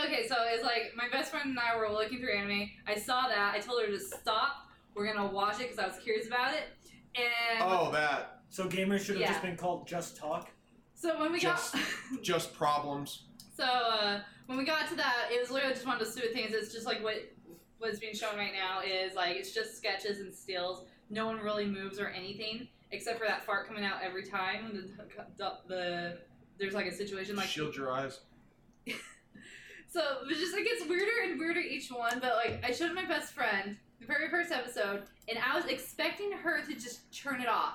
Speaker 5: Okay, so it's like my best friend and I were looking through anime. I saw that. I told her to stop. We're gonna watch it because I was curious about it. And
Speaker 4: Oh, that.
Speaker 6: So gamers should have
Speaker 5: Yeah.
Speaker 6: just been called Just Talk.
Speaker 5: so when we
Speaker 4: Just-
Speaker 5: got
Speaker 4: Just
Speaker 5: (laughs)
Speaker 4: problems.
Speaker 5: so uh, when we got to that, it was literally just one of those stupid things. It's just like what what's being shown right now is like it's just sketches and stills. No one really moves or anything except for that fart coming out every time. The, the, the there's like a situation like
Speaker 4: Shield your eyes.
Speaker 5: So it was just it gets weirder and weirder each one, but like I showed my best friend the very first episode, and I was expecting her to just turn it off.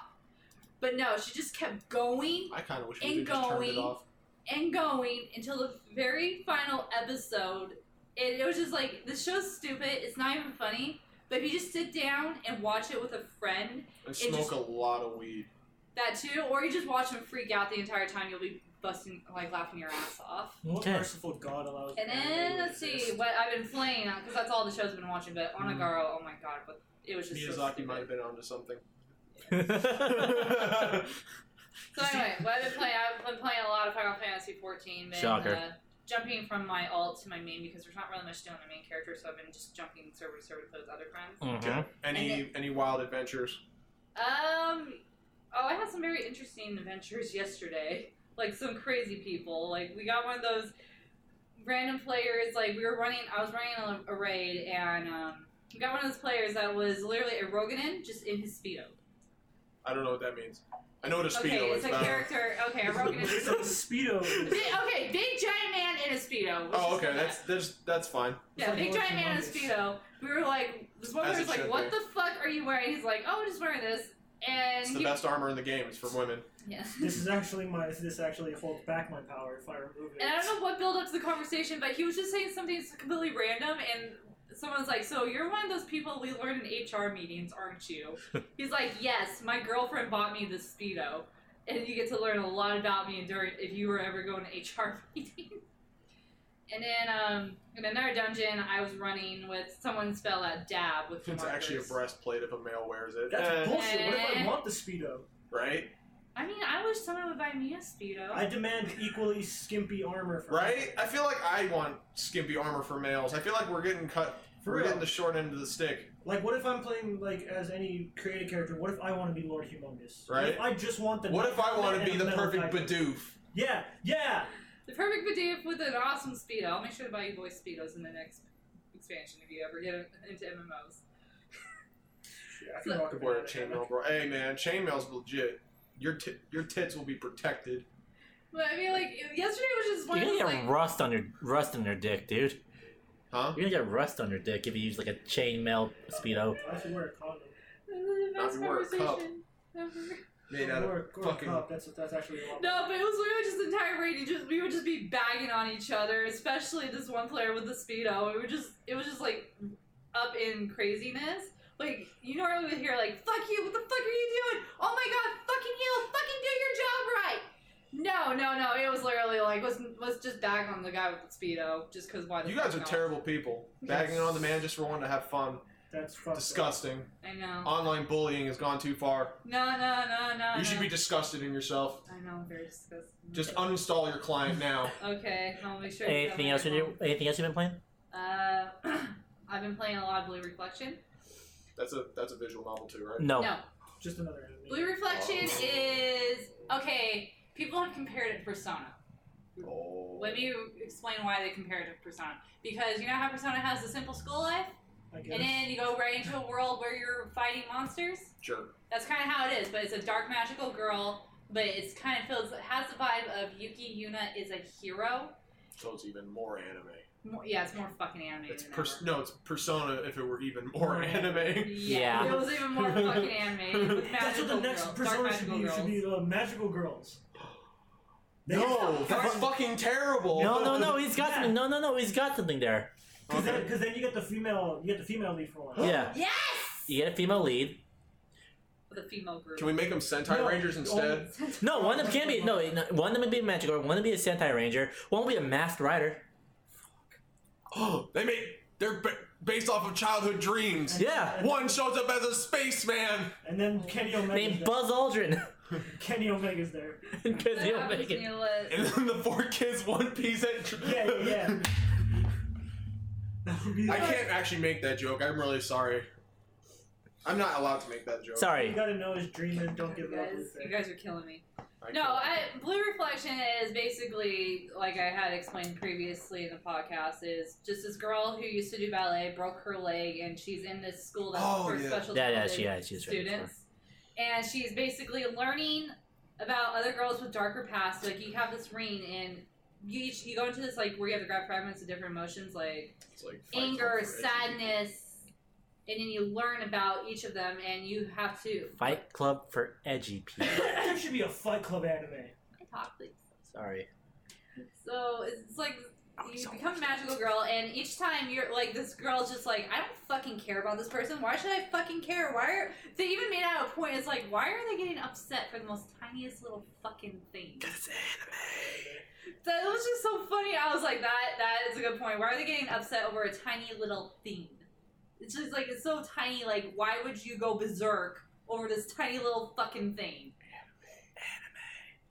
Speaker 5: But no, she just kept going
Speaker 4: I kind of wish
Speaker 5: And
Speaker 4: we could just turn it
Speaker 5: going.
Speaker 4: off.
Speaker 5: and going until the very final episode. And it was just like this show's stupid, it's not even funny. But if you just sit down and watch it with a friend,
Speaker 4: And smoke
Speaker 5: just-
Speaker 4: a lot of weed.
Speaker 5: that too, or you just watch them freak out the entire time, you'll be busting like laughing your ass off.
Speaker 6: What
Speaker 3: Okay.
Speaker 6: merciful God allows?
Speaker 5: And
Speaker 6: anime
Speaker 5: then
Speaker 6: to
Speaker 5: let's see
Speaker 6: exist?
Speaker 5: what I've been playing because that's all the shows I've been watching. But Onagaro, oh my god, but it was just so
Speaker 4: Mm-hmm. Miyazaki
Speaker 5: stupid.
Speaker 4: might have been onto something.
Speaker 3: (laughs)
Speaker 5: So anyway, what I've been playing, I've been playing a lot of Final Fantasy fourteen. Been,
Speaker 3: Shocker.
Speaker 5: Uh, jumping from my alt to my main because there's not really much to do on the main character, so I've been just jumping server to server to play with other friends.
Speaker 3: Mhm.
Speaker 4: any any wild adventures?
Speaker 5: Um, oh, I had some very interesting adventures (laughs) yesterday. Like some crazy people. Like we got one of those random players. Like we were running. I was running a, a raid, and um, we got one of those players that was literally a Roganin just in his speedo.
Speaker 4: I don't know what that means. I know what a speedo
Speaker 5: okay,
Speaker 4: is.
Speaker 5: it's a
Speaker 4: but I don't-
Speaker 5: character. Okay, a
Speaker 6: (laughs)
Speaker 5: Roganin. is
Speaker 6: So Speedo.
Speaker 5: (laughs) Big, okay, big giant man in a speedo. which
Speaker 4: Oh,
Speaker 5: is
Speaker 4: okay.
Speaker 5: not
Speaker 4: That's
Speaker 5: bad.
Speaker 4: that's that's fine.
Speaker 5: yeah,
Speaker 6: It's
Speaker 5: big
Speaker 6: like
Speaker 5: giant man in a
Speaker 6: humongous.
Speaker 5: speedo. We were like, this one
Speaker 4: As
Speaker 5: was
Speaker 4: it should
Speaker 5: like, "What
Speaker 4: be.
Speaker 5: the fuck are you wearing?" He's like, "Oh, I'm just wearing this." And
Speaker 4: It's the
Speaker 5: he,
Speaker 4: best armor in the game. It's for women.
Speaker 5: yeah.
Speaker 6: This is actually my. This actually holds back my power if I remove it.
Speaker 5: And I don't know what built up to the conversation, but he was just saying something completely random, and someone's like, "So you're one of those people we learn in HR meetings,
Speaker 4: (laughs)
Speaker 5: aren't you?" He's like, "Yes, my girlfriend bought me this speedo." And you get to learn a lot about me and during if you were ever going to (laughs) HR meeting. And then um, in another dungeon, I was running with someone spelled out dab with two
Speaker 4: It's actually a
Speaker 5: markers.
Speaker 4: breastplate if a male wears it.
Speaker 6: That's
Speaker 4: Eh,
Speaker 6: bullshit. What if
Speaker 5: Eh.
Speaker 6: I want the Speedo?
Speaker 4: right?
Speaker 5: I mean, I wish someone would buy me a speedo.
Speaker 6: I demand equally skimpy armor. For
Speaker 4: Right? I feel like I want skimpy armor for males. I feel like we're getting cut.
Speaker 6: For
Speaker 4: we're
Speaker 6: real.
Speaker 4: getting the short end of the stick.
Speaker 6: Like, what if I'm playing like as any creative character? What if I want to be Lord Humongous? What if I just want the.
Speaker 4: What if I want to be the
Speaker 6: metal
Speaker 4: perfect
Speaker 6: guy?
Speaker 4: Bidoof?
Speaker 6: Yeah, yeah.
Speaker 5: The perfect Bidoof with an awesome speedo. I'll make sure to buy you boys speedos in the next expansion if you ever get into MMOs.
Speaker 6: Shit, I can
Speaker 4: I
Speaker 6: rock a
Speaker 4: could wear a
Speaker 6: banana hammock.
Speaker 4: chainmail, bro. Hey, man, chainmail's legit. Your t- your tits will be protected.
Speaker 5: But I mean, like yesterday was just
Speaker 3: You're
Speaker 5: one of
Speaker 3: gonna
Speaker 5: those,
Speaker 3: get
Speaker 5: like
Speaker 3: rust on your rust on your dick, dude.
Speaker 4: Huh?
Speaker 3: You're gonna get rust on your dick if you use like a chainmail speedo.
Speaker 6: I should wear a condom.
Speaker 5: this is the
Speaker 4: Not
Speaker 5: best
Speaker 4: to wear a cup.
Speaker 5: conversation. ever.
Speaker 4: Made
Speaker 6: Or-
Speaker 4: out of
Speaker 6: or, or
Speaker 4: fucking-
Speaker 6: a cup. That's that's actually a lot.
Speaker 5: No, but it was literally just the entire raid. You just we would just be bagging on each other, especially this one player with the speedo. We were just it was just like up in craziness. Like you normally would hear like "fuck you," what the fuck are you doing? Oh my god, fucking you, fucking do your job right. No, no, no. It was literally like let's let's just bag on the guy with the speedo just because why? The
Speaker 4: You
Speaker 5: fuck
Speaker 4: guys are
Speaker 5: not?
Speaker 4: terrible people. Bagging on the man just for wanting to have fun.
Speaker 6: That's fucked. up.
Speaker 4: Disgusting.
Speaker 5: I know.
Speaker 4: Online bullying has gone too far.
Speaker 5: No, no, no, no.
Speaker 4: You should
Speaker 5: no.
Speaker 4: be disgusted in yourself.
Speaker 5: I know. I'm very disgusting.
Speaker 4: Just uninstall your client now.
Speaker 5: okay. I'll make sure. to tell
Speaker 3: Anything
Speaker 5: my
Speaker 3: else you
Speaker 5: mom.
Speaker 3: do? Anything else you've been playing?
Speaker 5: Uh, (clears throat) I've been playing a lot of Blue Reflection.
Speaker 4: That's a that's a visual novel too, right?
Speaker 3: No.
Speaker 5: No,
Speaker 6: Just another anime.
Speaker 5: Blue Reflection
Speaker 4: Oh.
Speaker 5: is okay. People have compared it to Persona.
Speaker 4: Oh.
Speaker 5: Let me explain why they compared it to Persona. Because you know how Persona has the simple school life,
Speaker 6: I guess.
Speaker 5: and then you go right into a world where you're fighting monsters.
Speaker 4: Sure.
Speaker 5: That's kind of how it is. But it's a dark magical girl. But it's kind of feels has the vibe of Yuki Yuna is a hero.
Speaker 4: So it's even more anime.
Speaker 5: More, yeah, it's more fucking anime.
Speaker 4: It's
Speaker 5: than
Speaker 4: pers-
Speaker 5: ever.
Speaker 6: (laughs)
Speaker 4: no, it's Persona. If it were even more
Speaker 5: (laughs)
Speaker 4: anime. (laughs)
Speaker 5: Yeah,
Speaker 3: Yeah.
Speaker 5: it was even
Speaker 6: (laughs)
Speaker 5: more fucking anime. with
Speaker 6: That's what the
Speaker 5: magical
Speaker 6: next
Speaker 5: girls, dark
Speaker 6: persona should
Speaker 5: magical
Speaker 6: be.
Speaker 5: girls.
Speaker 6: Should be the magical girls.
Speaker 4: No, that's
Speaker 6: because
Speaker 4: fucking terrible.
Speaker 3: No, no,
Speaker 4: (laughs)
Speaker 3: no. He's got
Speaker 6: Yeah.
Speaker 3: something. No, no, no. He's got something there.
Speaker 6: then,
Speaker 4: Okay.
Speaker 6: 'cause then you get the female. You get the female lead for one. (gasps)
Speaker 3: Yeah.
Speaker 5: Yes.
Speaker 3: You get a female lead.
Speaker 5: With a female group.
Speaker 4: Can we make them Sentai
Speaker 6: No,
Speaker 4: Rangers
Speaker 6: oh,
Speaker 4: instead?
Speaker 3: No, one of them can be no. no, One of them would be a Manticore. One would be a Sentai Ranger. One would be a Masked Rider.
Speaker 4: Oh, (gasps) they made they're ba- based off of childhood dreams.
Speaker 3: Yeah.
Speaker 4: One shows up as a spaceman.
Speaker 6: (laughs) And then Kenny Omega's
Speaker 3: Named
Speaker 6: there.
Speaker 3: Buzz Aldrin. (laughs)
Speaker 6: Kenny Omega's there.
Speaker 3: Because
Speaker 5: That
Speaker 3: he'll make
Speaker 5: happens when
Speaker 3: it.
Speaker 5: you let-
Speaker 4: And then the four kids, One Piece. At-
Speaker 3: (laughs)
Speaker 6: Yeah, yeah, yeah.
Speaker 4: I can't actually make that joke. I'm really sorry. I'm not allowed to make that joke.
Speaker 6: All you
Speaker 3: Sorry.
Speaker 6: gotta know is dream and don't
Speaker 5: You
Speaker 6: give up.
Speaker 5: guys, you guys are killing me.
Speaker 4: I
Speaker 5: No,
Speaker 4: can't.
Speaker 5: I, blue reflection is basically like I had explained previously in the podcast. Is just this girl who used to do ballet broke her leg, and she's in this school that's
Speaker 4: Oh,
Speaker 5: for
Speaker 4: yeah.
Speaker 5: special
Speaker 3: Yeah, yeah,
Speaker 5: talented
Speaker 3: she, yeah, she's right.
Speaker 5: students, and she's basically learning about other girls with darker past. Like you have this ring, and you each, you go into this like where you have to grab fragments of different emotions, like
Speaker 4: It's like Fight
Speaker 5: anger,
Speaker 4: Club for Asian people.
Speaker 5: sadness, and then you learn about each of them, and you have to
Speaker 3: Fight Club for edgy people.
Speaker 6: (laughs) there should be a Fight Club anime.
Speaker 5: talk, please.
Speaker 3: Sorry.
Speaker 5: So it's like you become a magical girl, and each time you're like, this girl's just like, I don't fucking care about this person. Why should I fucking care? Why are they even made out a point? It's like, why are they getting upset for the most tiniest little fucking
Speaker 3: (laughs)
Speaker 5: thing? That was just so funny. I was like, that that is a good point. Why are they getting upset over a tiny little thing? It's just like it's so tiny. Like, why would you go berserk over this tiny little fucking thing?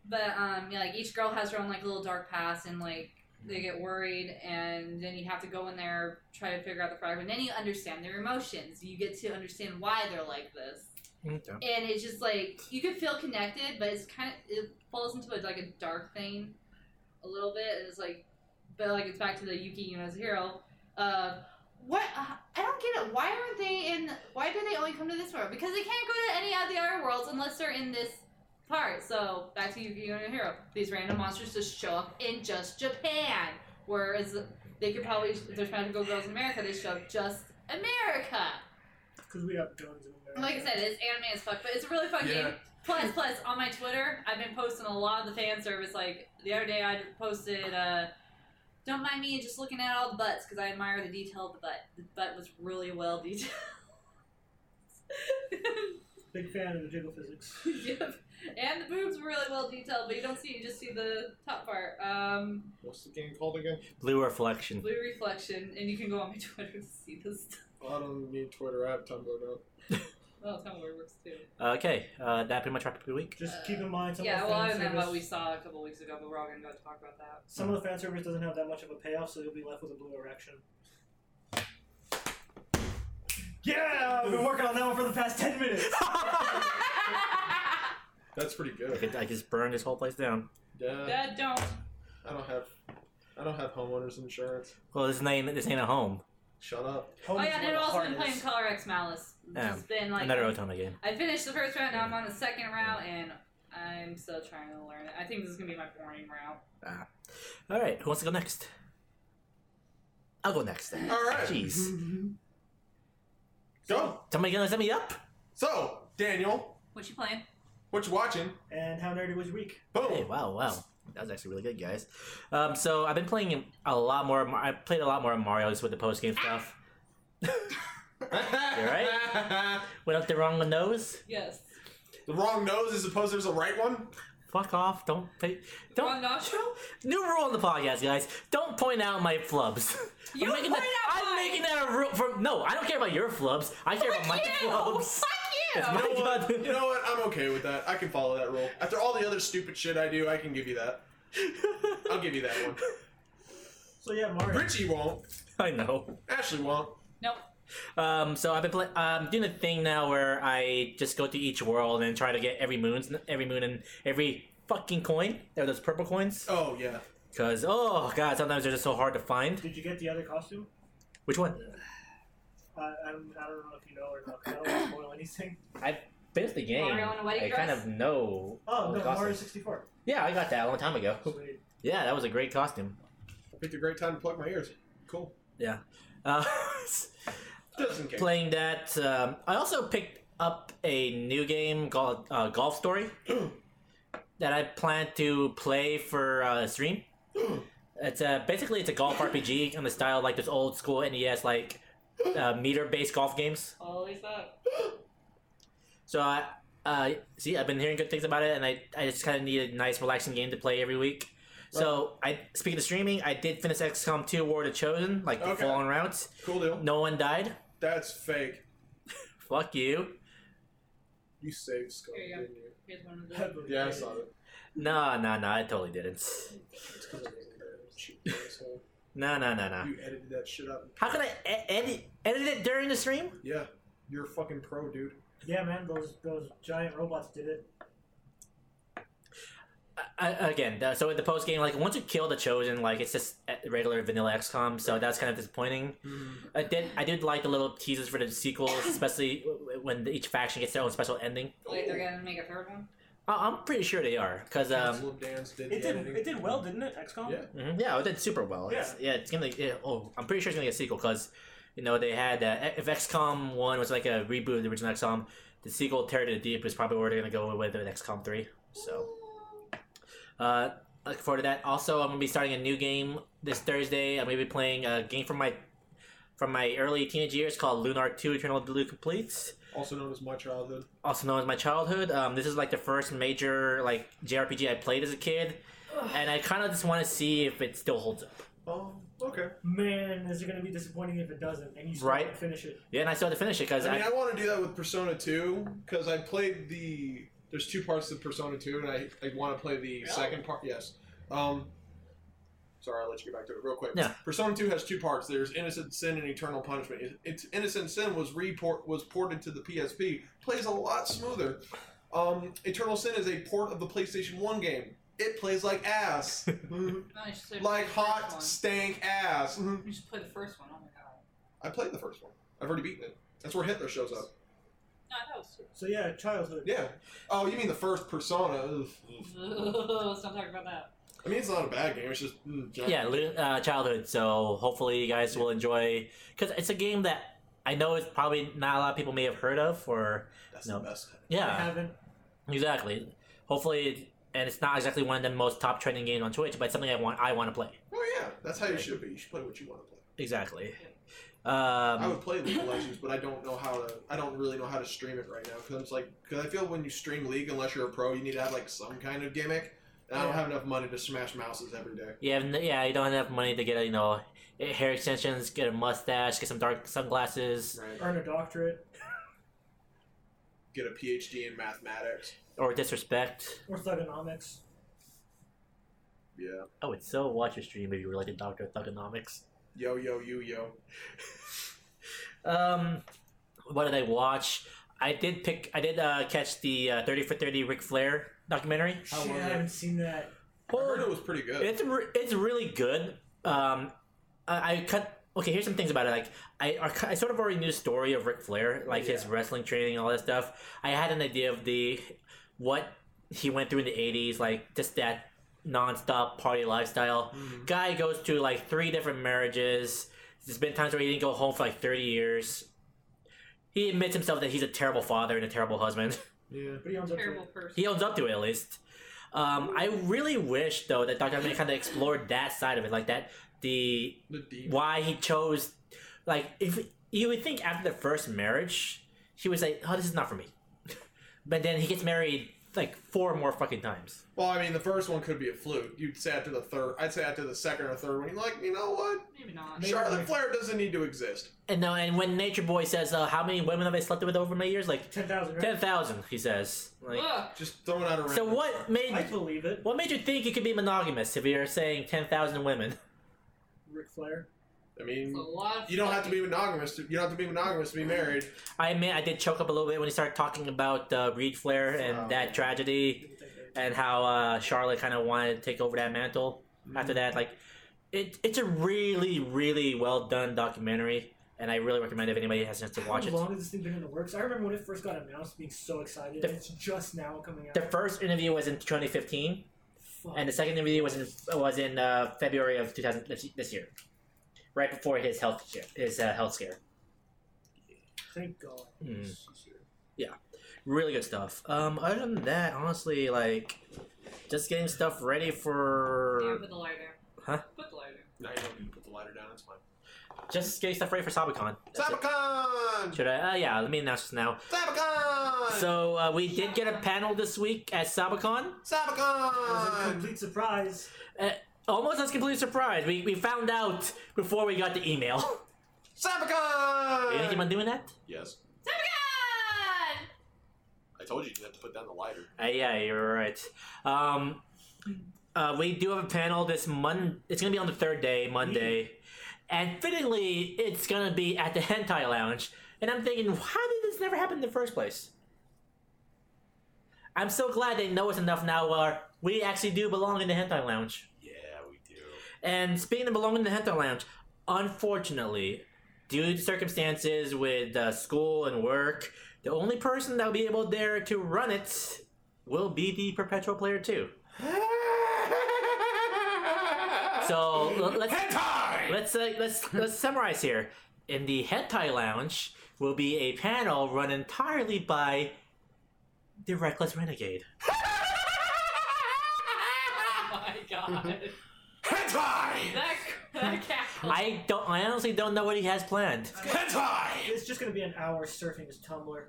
Speaker 5: But um, yeah, like each girl has her own like little dark past, and like they get worried, and then you have to go in there try to figure out the fragment. Then you understand their emotions. You get to understand why they're like this,
Speaker 3: Okay.
Speaker 5: and it's just like you can feel connected, but it's kind of it falls into a, like a dark thing, a little bit, and it's like, but like it's back to the Yuki you know, as a hero. Uh, what I don't get it. Why aren't they in? Why do they only come to this world? Because they can't go to any of the other worlds unless they're in this part. So back to Yu-Gi-Oh! and your Hero. These random monsters just show up in just Japan, whereas they could probably there's magical girls in America. They show up just America.
Speaker 6: Because we have guns in America.
Speaker 5: Like I said, it's anime as fuck, but it's a really fun
Speaker 4: Yeah.
Speaker 5: game. Plus, plus on my Twitter, I've been posting a lot of the fan service. Like the other day, I posted. Uh, don't mind me just looking at all the butts because I admire the detail of the butt. The butt was really well detailed. (laughs)
Speaker 6: Big fan of the jiggle physics.
Speaker 5: yep. And the boobs were really well detailed, but you don't see, you just see the top part. Um,
Speaker 4: What's the game called again?
Speaker 3: Blue
Speaker 6: Hmm.
Speaker 3: Reflection.
Speaker 5: blue reflection, and you can go on my (laughs) Twitter to see this stuff.
Speaker 4: Oh, I don't need Twitter. I have Tumblr now.
Speaker 5: Well, Tumblr works too.
Speaker 3: Okay, uh, that pretty much wrapped up the week.
Speaker 6: Just keep in mind some
Speaker 5: yeah,
Speaker 6: of
Speaker 5: well,
Speaker 6: the
Speaker 5: other
Speaker 6: fan
Speaker 5: than
Speaker 6: service,
Speaker 5: what we saw a couple weeks ago, but we're all going to go talk about that.
Speaker 6: some
Speaker 4: Mm.
Speaker 6: of the fan service doesn't have that much of a payoff, so you'll be left with a blue erection. Yeah, I've been
Speaker 3: (laughs)
Speaker 6: working on that one for the past ten (laughs) minutes.
Speaker 4: Oh, That's pretty
Speaker 3: I
Speaker 4: good.
Speaker 3: could, I could just burn this whole place down.
Speaker 6: Uh,
Speaker 4: Yeah,
Speaker 5: Dad, don't.
Speaker 4: I don't have, I don't have homeowners insurance.
Speaker 3: Well, this ain't this ain't a home.
Speaker 4: Shut up.
Speaker 5: Oh,
Speaker 6: Home is
Speaker 5: yeah, and
Speaker 6: where
Speaker 5: I've
Speaker 6: the
Speaker 5: also
Speaker 6: heart
Speaker 5: been
Speaker 6: is.
Speaker 5: playing Color X Malice. It's
Speaker 3: Yeah.
Speaker 5: just been like.
Speaker 3: Another Otome game.
Speaker 5: I finished the first round, now I'm on the second round, and I'm still trying to learn it. I think this is going to be my boring round.
Speaker 3: Ah. All right, who wants to go next? I'll go next. Then.
Speaker 4: All right.
Speaker 3: Jeez,
Speaker 4: Go.
Speaker 3: somebody gonna set me up?
Speaker 4: So, Daniel,
Speaker 5: What you playing?
Speaker 4: what you watching?
Speaker 6: And how nerdy was your week?
Speaker 4: Boom.
Speaker 3: Hey, wow, wow. That was actually really good, guys. Um, so I've been playing a lot more. I played a lot more of Mario's with the post game stuff.
Speaker 5: Ah.
Speaker 3: right? Went up the wrong nose.
Speaker 5: Yes.
Speaker 4: (laughs) The wrong nose is supposed there's a right one.
Speaker 3: Fuck off! Don't pay,
Speaker 5: Wrong
Speaker 3: don't.
Speaker 5: nostril?
Speaker 3: (laughs) New rule on the podcast, guys. Don't point out my flubs.
Speaker 5: You
Speaker 3: making
Speaker 5: point
Speaker 3: that,
Speaker 5: out
Speaker 3: I'm
Speaker 5: mine.
Speaker 3: making that a rule. For no, I don't care about your flubs. I care about my
Speaker 5: you!
Speaker 3: flubs. (laughs)
Speaker 5: Fuck you!
Speaker 3: It's my-
Speaker 4: You know what?
Speaker 3: God. (laughs)
Speaker 4: You know what? I'm okay with that. I can follow that rule. After all the other stupid shit I do, I can give you that. I'll give you that one.
Speaker 6: So yeah, Mario.
Speaker 4: Richie won't.
Speaker 3: I know.
Speaker 4: Ashley won't.
Speaker 5: Nope.
Speaker 3: Um, so I've been play- um, doing a thing now where I just go to each world and try to get every moon's every moon and every fucking coin. They're those purple coins.
Speaker 4: Oh yeah.
Speaker 3: Cause oh god, sometimes they're just so hard to find.
Speaker 6: Did you get the other costume?
Speaker 3: Which one?
Speaker 6: I, I, I don't know if you know or not. 'cause I
Speaker 4: (coughs)
Speaker 6: don't want to spoil anything.
Speaker 3: Finished the game.
Speaker 5: Mario in a wedding
Speaker 3: I kind
Speaker 5: dress?
Speaker 3: of know.
Speaker 6: Oh
Speaker 3: the
Speaker 6: no,
Speaker 3: costume.
Speaker 6: Mario sixty four.
Speaker 3: Yeah, I got that a long time ago.
Speaker 6: Sweet.
Speaker 3: Yeah, that was a great costume.
Speaker 4: I picked a great time to plug my ears. Cool.
Speaker 3: Uh, (laughs)
Speaker 4: Just in case.
Speaker 3: playing that. Um, I also picked up a new game called uh, Golf Story (clears throat) that I plan to play for uh, stream. (clears throat) It's a, basically it's a golf (laughs) RPG in the style like this old school NES like uh, meter based golf games.
Speaker 5: Holy fuck.
Speaker 3: So I uh, see I've been hearing good things about it, and I, I just kind of need a nice relaxing game to play every week. So I speaking of streaming, I did finish XCOM 2: War of the Chosen, like the
Speaker 4: Okay.
Speaker 3: full on routes.
Speaker 4: Cool deal.
Speaker 3: No one died.
Speaker 4: That's fake.
Speaker 3: Fuck you.
Speaker 4: You saved Scott,
Speaker 5: Here you go.
Speaker 4: didn't you?
Speaker 5: Here's one of the.
Speaker 6: Heaven.
Speaker 4: Yeah, I saw it.
Speaker 3: No, no, no. I totally didn't.
Speaker 4: It's 'cause I wasn't there. Cheap asshole.
Speaker 3: No, no, no, no.
Speaker 4: You edited that shit up.
Speaker 3: How can I e- edit edit it during the stream?
Speaker 4: Yeah, you're a fucking pro, dude.
Speaker 6: Yeah, man, those those giant robots did it.
Speaker 3: I, Uh, again, th- so in the post game, like once you kill the chosen, like it's just uh, regular vanilla XCOM, so that's kind of disappointing. I did I did like the little teasers for the sequels, especially w- w- when each faction gets their own special ending.
Speaker 5: Like they're gonna make a third one.
Speaker 3: I, Oh, I'm pretty sure they are, because um,
Speaker 4: Council of Dan's did
Speaker 8: It
Speaker 4: the
Speaker 8: did.
Speaker 4: editing.
Speaker 8: It did well, didn't it? XCOM.
Speaker 4: Yeah.
Speaker 3: mhm, yeah, it did super well. It's, yeah, it's gonna. yeah, oh, I'm pretty sure it's gonna get a sequel because you know they had uh, if XCOM one was like a reboot of the original XCOM, the sequel Terror to the Deep is probably where they're gonna go with with XCOM three. So. Uh, look forward to that. Also, I'm gonna be starting a new game this Thursday. I'm gonna be playing a game from my from my early teenage years called Lunar Two: Eternal Blue Completes,
Speaker 4: Also known as My Childhood.
Speaker 3: also known as my childhood. Um, this is like the first major like JRPG I played as a kid, and I kind of just want to see if it still holds up.
Speaker 4: Oh, okay.
Speaker 6: Man, is it going to be disappointing if it doesn't? And you still
Speaker 3: Right.
Speaker 6: don't finish it.
Speaker 3: Yeah, and I still have to finish it because
Speaker 4: I mean,
Speaker 3: I,
Speaker 4: I want to do that with Persona 2 because I played the. There's two parts to Persona 2, and I, I want to play the second part. Yes. Um, sorry, I'll let you get back to it real quick.
Speaker 3: Yeah.
Speaker 4: Persona 2 has two parts. There's Innocent Sin and Eternal Punishment. It- It's Innocent Sin was report was ported to the PSP. Plays a lot smoother. Um, Eternal Sin is a port of the PlayStation 1 game. It plays like ass. Mm-hmm.
Speaker 5: No, you should play
Speaker 4: like
Speaker 5: the first
Speaker 4: hot,
Speaker 5: one.
Speaker 4: stank ass. Mm-hmm.
Speaker 5: You should play the first one. Oh my god.
Speaker 4: I played the first one. I've already beaten it. That's where Hitler shows up.
Speaker 5: No, that was two.
Speaker 6: So yeah, childhood.
Speaker 4: Yeah. Oh, you mean the first Persona? Ugh.
Speaker 5: Let's not talk about that.
Speaker 4: I mean, it's not a bad game. It's just mm, junk.
Speaker 3: yeah, Lu- uh, childhood. So hopefully you guys will enjoy because it's a game that I know is probably not a lot of people may have heard of or
Speaker 4: That's
Speaker 3: No.
Speaker 4: the best.
Speaker 6: I
Speaker 3: yeah.
Speaker 6: haven't.
Speaker 3: Exactly. Hopefully, it, and it's not exactly one of the most top trending games on Twitch, but it's something I want I want to play.
Speaker 4: Oh yeah, that's how you should be. You should play what you want to play.
Speaker 3: Exactly.
Speaker 4: I
Speaker 3: Um,
Speaker 4: would play League of Legends, but I don't know how to. I don't really know how to stream it right now because I'm just like because I feel when you stream League, unless you're a pro, you need to have like some kind of gimmick. And I don't have enough money to smash mouses every day.
Speaker 3: yeah, n- yeah. You don't have money to get you know hair extensions, get a mustache, get some dark sunglasses,
Speaker 4: Right.
Speaker 6: Earn a doctorate
Speaker 4: Get a PhD in mathematics.
Speaker 3: or disrespect.
Speaker 6: or thugonomics.
Speaker 4: Yeah.
Speaker 3: I would Oh, so watch your stream if you were like a doctor of thugonomics.
Speaker 4: Yo yo you yo.
Speaker 3: Um, what did I watch? I did pick. I did uh, catch the uh, Thirty for Thirty Ric Flair documentary.
Speaker 4: How
Speaker 6: Shit,
Speaker 4: long
Speaker 6: I
Speaker 4: is it?
Speaker 6: haven't seen that.
Speaker 4: I heard it was pretty good.
Speaker 3: It's re- it's really good. Um, I, I cut. Okay, here's some things about it. Like I, I cu- I sort of already knew the story of Ric Flair, like his wrestling training and all that stuff. I had an idea of the what he went through in the '80s, like just that nonstop party lifestyle.
Speaker 4: Mm-hmm.
Speaker 3: Guy goes to like three different marriages. There's been times where he didn't go home for like 30 years. He admits himself that he's a terrible father and a terrible husband. (laughs)
Speaker 4: yeah.
Speaker 6: But he owns up to it.
Speaker 5: Terrible person.
Speaker 3: He owns up to it at least. Um, I really wish though that Dr. Mann kind of explored that side of it, like that the
Speaker 4: The demon.
Speaker 3: why he chose, like if you would think after the first marriage he was like, oh, this is not for me, (laughs) but then he gets married like four more fucking times.
Speaker 4: Well, I mean, the first one could be a fluke. You'd say after the third, I'd say after the second or third one, you're like, you know what?
Speaker 5: Maybe not.
Speaker 4: Charlotte Flair doesn't need to exist.
Speaker 3: And no, and when Nature Boy says, uh, how many women have I slept with over my years? Like
Speaker 6: 10,000, right?
Speaker 3: ten thousand, he says. Like,
Speaker 5: Ugh.
Speaker 4: Just throwing out a random.
Speaker 3: so what made
Speaker 6: I believe it.
Speaker 3: what made you think you could be monogamous if you're saying ten thousand women?
Speaker 6: Ric Flair.
Speaker 4: I
Speaker 5: It's a
Speaker 4: mean,
Speaker 5: lot of
Speaker 4: you don't have to
Speaker 5: fucking-
Speaker 4: be monogamous. To, you don't have to be monogamous to be married.
Speaker 3: I admit I did choke up a little bit when he started talking about uh, Reed Flair and
Speaker 4: Oh,
Speaker 3: that
Speaker 4: yeah.
Speaker 3: tragedy and how uh, Charlotte kind of wanted to take over that mantle after that. Like, it, it's a really, really well done documentary, and I really recommend if anybody has a chance to watch
Speaker 6: How
Speaker 3: it.
Speaker 6: long has this thing been in the works? I remember when it first got announced, being so excited.
Speaker 3: The-
Speaker 6: and it's just now coming out.
Speaker 3: The first interview was in 2015,
Speaker 6: Fuck.
Speaker 3: and the second interview was in was in uh, February of 2000 this- this year, right before his health scare, his uh, health scare.
Speaker 6: Thank God.
Speaker 3: Mm. really good stuff. Um, other than that, honestly, like just getting stuff ready
Speaker 5: Yeah,
Speaker 3: for
Speaker 5: put the lighter.
Speaker 3: Huh?
Speaker 5: Put the lighter.
Speaker 4: No, you don't need to put the lighter down. It's fine.
Speaker 3: just getting stuff ready for Sabacon. That's it.
Speaker 4: Sabacon!
Speaker 3: Should I? Uh, yeah, let me announce this now.
Speaker 4: Sabacon!
Speaker 3: So uh, we did get a panel this week at Sabacon. Uh,
Speaker 6: It was a
Speaker 4: Sabacon!
Speaker 6: complete surprise.
Speaker 3: Almost as completely surprised. We, we found out before we got the email. you gonna keep
Speaker 4: Sabacon!
Speaker 3: on doing that?
Speaker 4: Yes.
Speaker 5: Sabacon!
Speaker 3: (laughs)
Speaker 4: I told you you didn't have to put down the lighter.
Speaker 3: Uh, yeah, you're right. Um, uh, we do have a panel this Mon. It's gonna be on the third day,
Speaker 4: Mm-hmm.
Speaker 3: Monday, and fittingly, it's gonna be at the Hentai Lounge. And I'm thinking, how did this never happen in the first place? I'm so glad they know us enough now where we actually do belong in the Hentai Lounge.
Speaker 4: Yeah, we do.
Speaker 3: And speaking of belonging to Hentai Lounge, unfortunately, due to circumstances with uh, school and work, the only person that will be able there to run it will be the perpetual player too. So l- let's
Speaker 4: Hentai!
Speaker 3: let's uh, let's let's summarize here. In the Hentai Lounge will be a panel run entirely by the Reckless Renegade.
Speaker 5: Oh my
Speaker 9: (laughs)
Speaker 5: god.
Speaker 4: Hentai!
Speaker 5: that, that cat.
Speaker 3: I don't. I honestly don't know what he has planned.
Speaker 4: Hentai!
Speaker 6: It's just gonna be an hour surfing his Tumblr.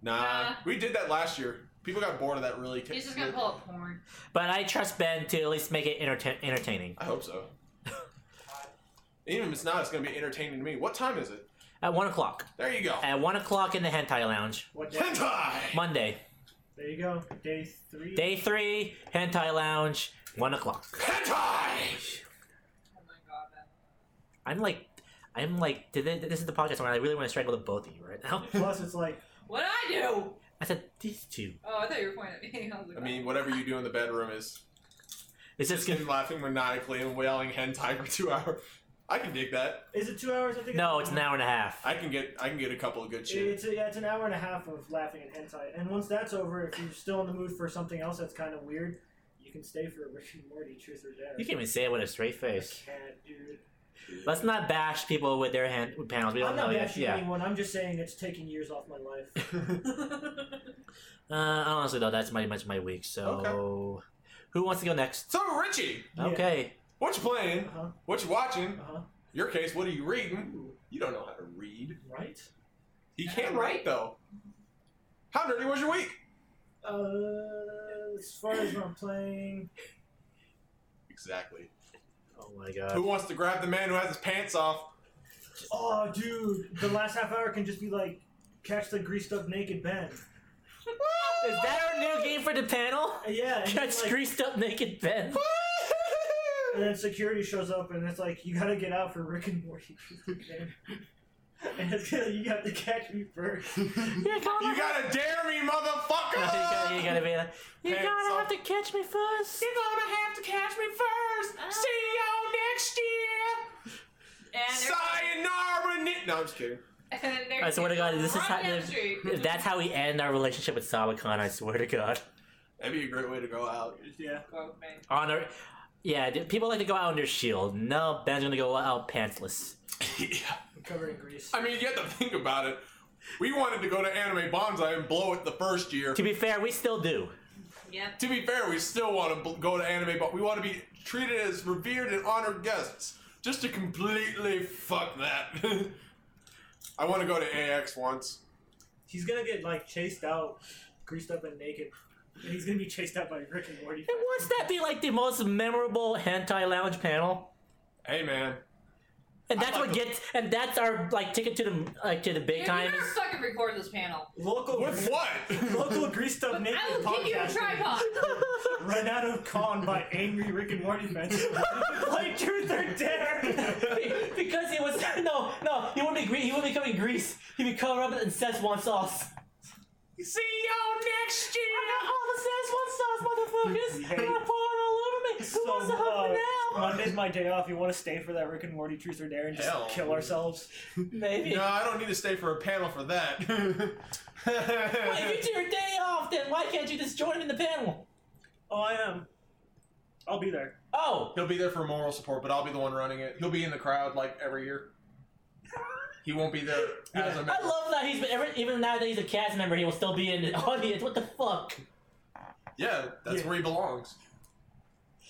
Speaker 4: Nah,
Speaker 9: Nah.
Speaker 4: we did that last year. People got bored of that really. quick.
Speaker 9: He's just gonna pull up porn.
Speaker 3: But I trust Ben to at least make it entertain entertaining.
Speaker 4: I hope so. Even if it's not, it's gonna be entertaining to me. What time is it?
Speaker 3: At one o'clock.
Speaker 4: There you go.
Speaker 3: At one o'clock in the Hentai Lounge,
Speaker 6: What day?
Speaker 3: (laughs)
Speaker 4: Hentai!
Speaker 3: Monday,
Speaker 6: There you go. Day three.
Speaker 3: day three, Hentai Lounge, one o'clock.
Speaker 4: Hentai!
Speaker 9: Oh my god.
Speaker 3: I'm like, I'm like, did they- this is the podcast where I really want to strangle the both of you right now.
Speaker 6: (laughs)
Speaker 3: (laughs)
Speaker 6: Plus, it's like
Speaker 5: What I do?
Speaker 3: I said these two.
Speaker 9: Oh, I thought you were pointing at me. (laughs) I, was like,
Speaker 4: I mean, whatever you do in the bedroom is
Speaker 3: It's just
Speaker 4: just
Speaker 3: gonna.
Speaker 4: him laughing maniacally and wailing hentai for two hours. I can dig that.
Speaker 6: Is it two hours? I think.
Speaker 3: No, it's an hour and a half.
Speaker 4: I can get I can get a couple of good shit.
Speaker 6: It's a, yeah, it's an hour and a half of laughing at hentai, and once that's over, if you're still in the mood for something else that's kind of weird, you can stay for Rick and Morty, Truth or Dare.
Speaker 3: You can't even say it with a straight
Speaker 6: I
Speaker 3: face.
Speaker 6: can't, dude.
Speaker 3: Let's not bash people with their hand with panels. We
Speaker 6: I'm
Speaker 3: don't know
Speaker 6: not
Speaker 3: yet.
Speaker 6: bashing
Speaker 3: Yeah.
Speaker 6: anyone. I'm just saying it's taking years off
Speaker 3: (laughs)
Speaker 6: my life.
Speaker 3: Uh, honestly though, that's my much my week. So, who wants to go next?
Speaker 4: so Richie,
Speaker 6: Yeah.
Speaker 3: Okay.
Speaker 4: what you
Speaker 6: Uh
Speaker 4: playing?
Speaker 6: huh.
Speaker 4: What you watching?
Speaker 6: Uh huh.
Speaker 4: Your case, what are you reading? You don't know how to read.
Speaker 6: Right.
Speaker 4: He can write though. How nerdy was your week?
Speaker 6: Uh, as far as what I'm playing,
Speaker 4: Exactly.
Speaker 3: Oh my god.
Speaker 4: Who wants to grab the man who has his pants off?
Speaker 6: oh, dude, the last half hour can just be like catch the greased up naked Ben.
Speaker 3: (laughs) Is that our new game for the
Speaker 6: (laughs)
Speaker 3: panel?
Speaker 6: Uh, Yeah. and
Speaker 3: Catch
Speaker 6: like-
Speaker 3: greased up naked Ben. (laughs)
Speaker 6: And then security shows up and it's like, you gotta get out for Rick and Morty. (laughs) and it's gonna, you have to catch me first.
Speaker 3: Yeah, come on.
Speaker 4: You gotta dare me, motherfucker!
Speaker 3: Uh-huh. (laughs) you gotta, you gotta be like, you
Speaker 4: Pants
Speaker 3: gotta have
Speaker 4: off.
Speaker 3: to catch me first.
Speaker 4: You're gonna have to catch me first.
Speaker 3: Uh-huh.
Speaker 4: See you next year.
Speaker 5: And there's-
Speaker 4: Sayonara. Ni- no, I'm just kidding.
Speaker 9: and (laughs) there's
Speaker 3: I swear to God,
Speaker 9: people
Speaker 3: this is
Speaker 9: right
Speaker 3: how-
Speaker 9: down the
Speaker 3: this-
Speaker 9: street.
Speaker 3: If that's how we end our relationship with Sabacon, I swear to God.
Speaker 4: That'd be a great way to go out. (laughs)
Speaker 6: Yeah.
Speaker 9: Go, Oh, man.
Speaker 3: On our, yeah, d- people like to go out under shield. No, Ben's gonna go out pantsless.
Speaker 6: I'm covered in grease.
Speaker 4: I mean, you have to think about it. We wanted to go to Anime Bonsai and blow it the first year.
Speaker 3: To be fair, we still do.
Speaker 9: Yep.
Speaker 4: To be fair, we still want to bl- go to Anime Bonsai. We want to be treated as revered and honored guests. Just to completely fuck that. (laughs) I want to go to AX once.
Speaker 6: He's gonna get like chased out, greased up and naked. And he's gonna be chased out by Rick and Morty.
Speaker 3: And what's that be like the most memorable hentai lounge panel?
Speaker 4: Hey, man.
Speaker 3: And
Speaker 4: I
Speaker 3: that's
Speaker 4: like
Speaker 3: what
Speaker 4: the-
Speaker 3: gets, and that's our like ticket to the like to the big
Speaker 9: Dude,
Speaker 3: time.
Speaker 9: You better fucking record this panel.
Speaker 6: Local
Speaker 4: With
Speaker 6: greased,
Speaker 4: what?
Speaker 6: local greased up naked
Speaker 9: I will give you a
Speaker 3: (laughs)
Speaker 6: podcast
Speaker 9: tripod.
Speaker 6: run out of con by angry Rick and Morty fans. (laughs) Play truth or
Speaker 9: (laughs)
Speaker 6: dare.
Speaker 3: because he was no, no, he wouldn't be Greece. He wouldn't become in Greece. He'd be covered up in Szechuan sauce.
Speaker 4: (laughs) See you next year.
Speaker 3: all the Szechuan sauce, motherfuckers!
Speaker 6: Hey.
Speaker 3: They're pouring all over me. Who
Speaker 6: So,
Speaker 3: wants to hug me
Speaker 6: uh,
Speaker 3: now?
Speaker 6: Monday's my day off. You want to stay for that Rick and Morty truth or dare and just
Speaker 4: Hell.
Speaker 6: kill ourselves?
Speaker 3: Maybe.
Speaker 4: No, I don't need to stay for a panel for that. (laughs)
Speaker 3: Well, if
Speaker 4: I
Speaker 3: it's your day off, then why can't you just join in the panel?
Speaker 6: Oh, I am. I'll be there.
Speaker 3: Oh,
Speaker 4: He'll be there for moral support, but I'll be the one running it. He'll be in the crowd like every year. He won't be there as a
Speaker 3: I
Speaker 4: member.
Speaker 3: love that he's been every, even now that he's a cast member, he will still be in the (laughs) audience. What the fuck?
Speaker 4: Yeah, that's
Speaker 6: Yeah.
Speaker 4: where he belongs.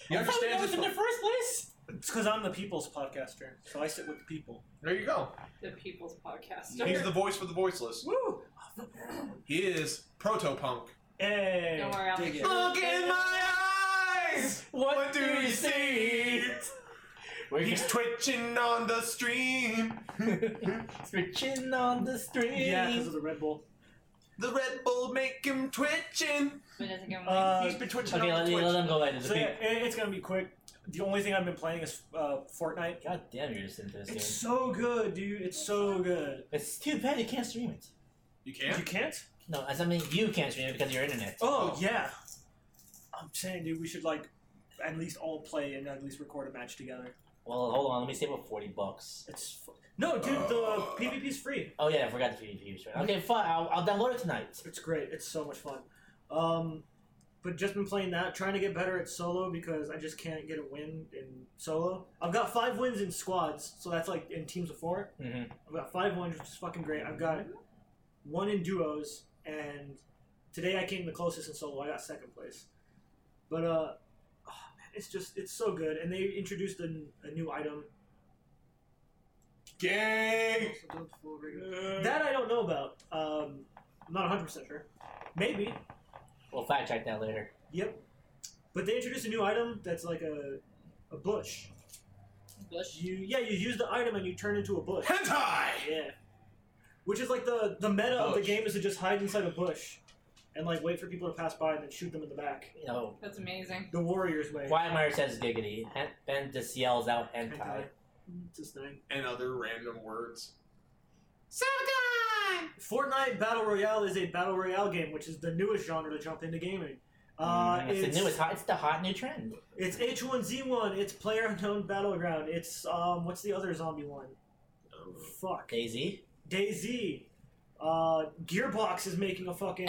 Speaker 4: He
Speaker 3: That's how we know
Speaker 4: understands
Speaker 3: it's
Speaker 4: his
Speaker 3: in the first place.
Speaker 6: It's because I'm the people's podcaster, so I sit with the people.
Speaker 4: There you go.
Speaker 9: The People's Podcaster.
Speaker 4: He's the voice for the voiceless.
Speaker 6: Woo!
Speaker 4: He is proto punk.
Speaker 6: Hey!
Speaker 9: Don't worry, I'll
Speaker 6: dig
Speaker 9: make
Speaker 6: it.
Speaker 9: sure.
Speaker 4: Look in my eyes.
Speaker 3: What,
Speaker 4: What do you see? He's twitching on the stream.
Speaker 3: Switching on the stream.
Speaker 6: Yeah, because of the Red Bull.
Speaker 4: The Red Bull make him twitching.
Speaker 9: But it doesn't get
Speaker 6: Uh,
Speaker 4: He's been twitching
Speaker 3: Okay,
Speaker 4: on
Speaker 3: let, let
Speaker 4: Twitch.
Speaker 3: them go ahead and
Speaker 6: So yeah, it, it's gonna be quick. The only thing I've been playing is uh, Fortnite.
Speaker 3: God damn, you're just into this
Speaker 6: It's
Speaker 3: game.
Speaker 6: so good, dude. It's so good.
Speaker 3: It's too bad you can't stream it.
Speaker 4: You can't?
Speaker 6: You can't?
Speaker 3: No, as I mean, you can't stream it because of your internet.
Speaker 6: Oh yeah. I'm saying, dude, we should like at least all play and at least record a match together.
Speaker 3: Well, hold on, let me save up 40 bucks.
Speaker 6: It's fu- no, dude. The PvP's free.
Speaker 3: Oh, yeah, I forgot the PvP was right. Okay, fine, I'll, I'll download it tonight.
Speaker 6: It's great. It's so much fun. Um, but just been playing that, trying to get better at solo because I just can't get a win in solo. I've got five wins in squads, so that's like in teams of four.
Speaker 3: hmm
Speaker 6: I've got five ones, which is fucking great. I've got one in duos, and today I came the closest in solo. I got second place. But, uh, oh, man, it's just, it's so good. And they introduced a, a new item.
Speaker 4: Gay.
Speaker 6: Also built for regular- That I don't know about. Um, I'm not 100% sure. Maybe.
Speaker 3: We'll fact check that later.
Speaker 6: Yep. But they introduced a new item that's like a, a bush.
Speaker 9: bush.
Speaker 6: You Yeah, you use the item and you turn into a bush.
Speaker 4: Hentai!
Speaker 6: Yeah. Which is like the the meta of the
Speaker 4: Bush.
Speaker 6: game is to just hide inside a bush and like wait for people to pass by and then shoot them in the back.
Speaker 3: You know,
Speaker 9: That's amazing.
Speaker 6: The warrior's way.
Speaker 3: Weimar says giggity, and Ben just yells out hentai.
Speaker 6: Hentai. It's his name.
Speaker 4: And other random words.
Speaker 6: Fortnite Battle Royale is a battle royale game, which is the newest genre to jump into gaming. Uh,
Speaker 3: Mm,
Speaker 6: it's,
Speaker 3: it's, the newest hot, it's the hot new trend.
Speaker 6: It's H1Z1. It's Player Unknown Battleground. It's um, what's the other zombie one? Fuck.
Speaker 3: Daisy?
Speaker 6: DayZ, uh, Gearbox is making
Speaker 3: (coughs)
Speaker 6: a fucking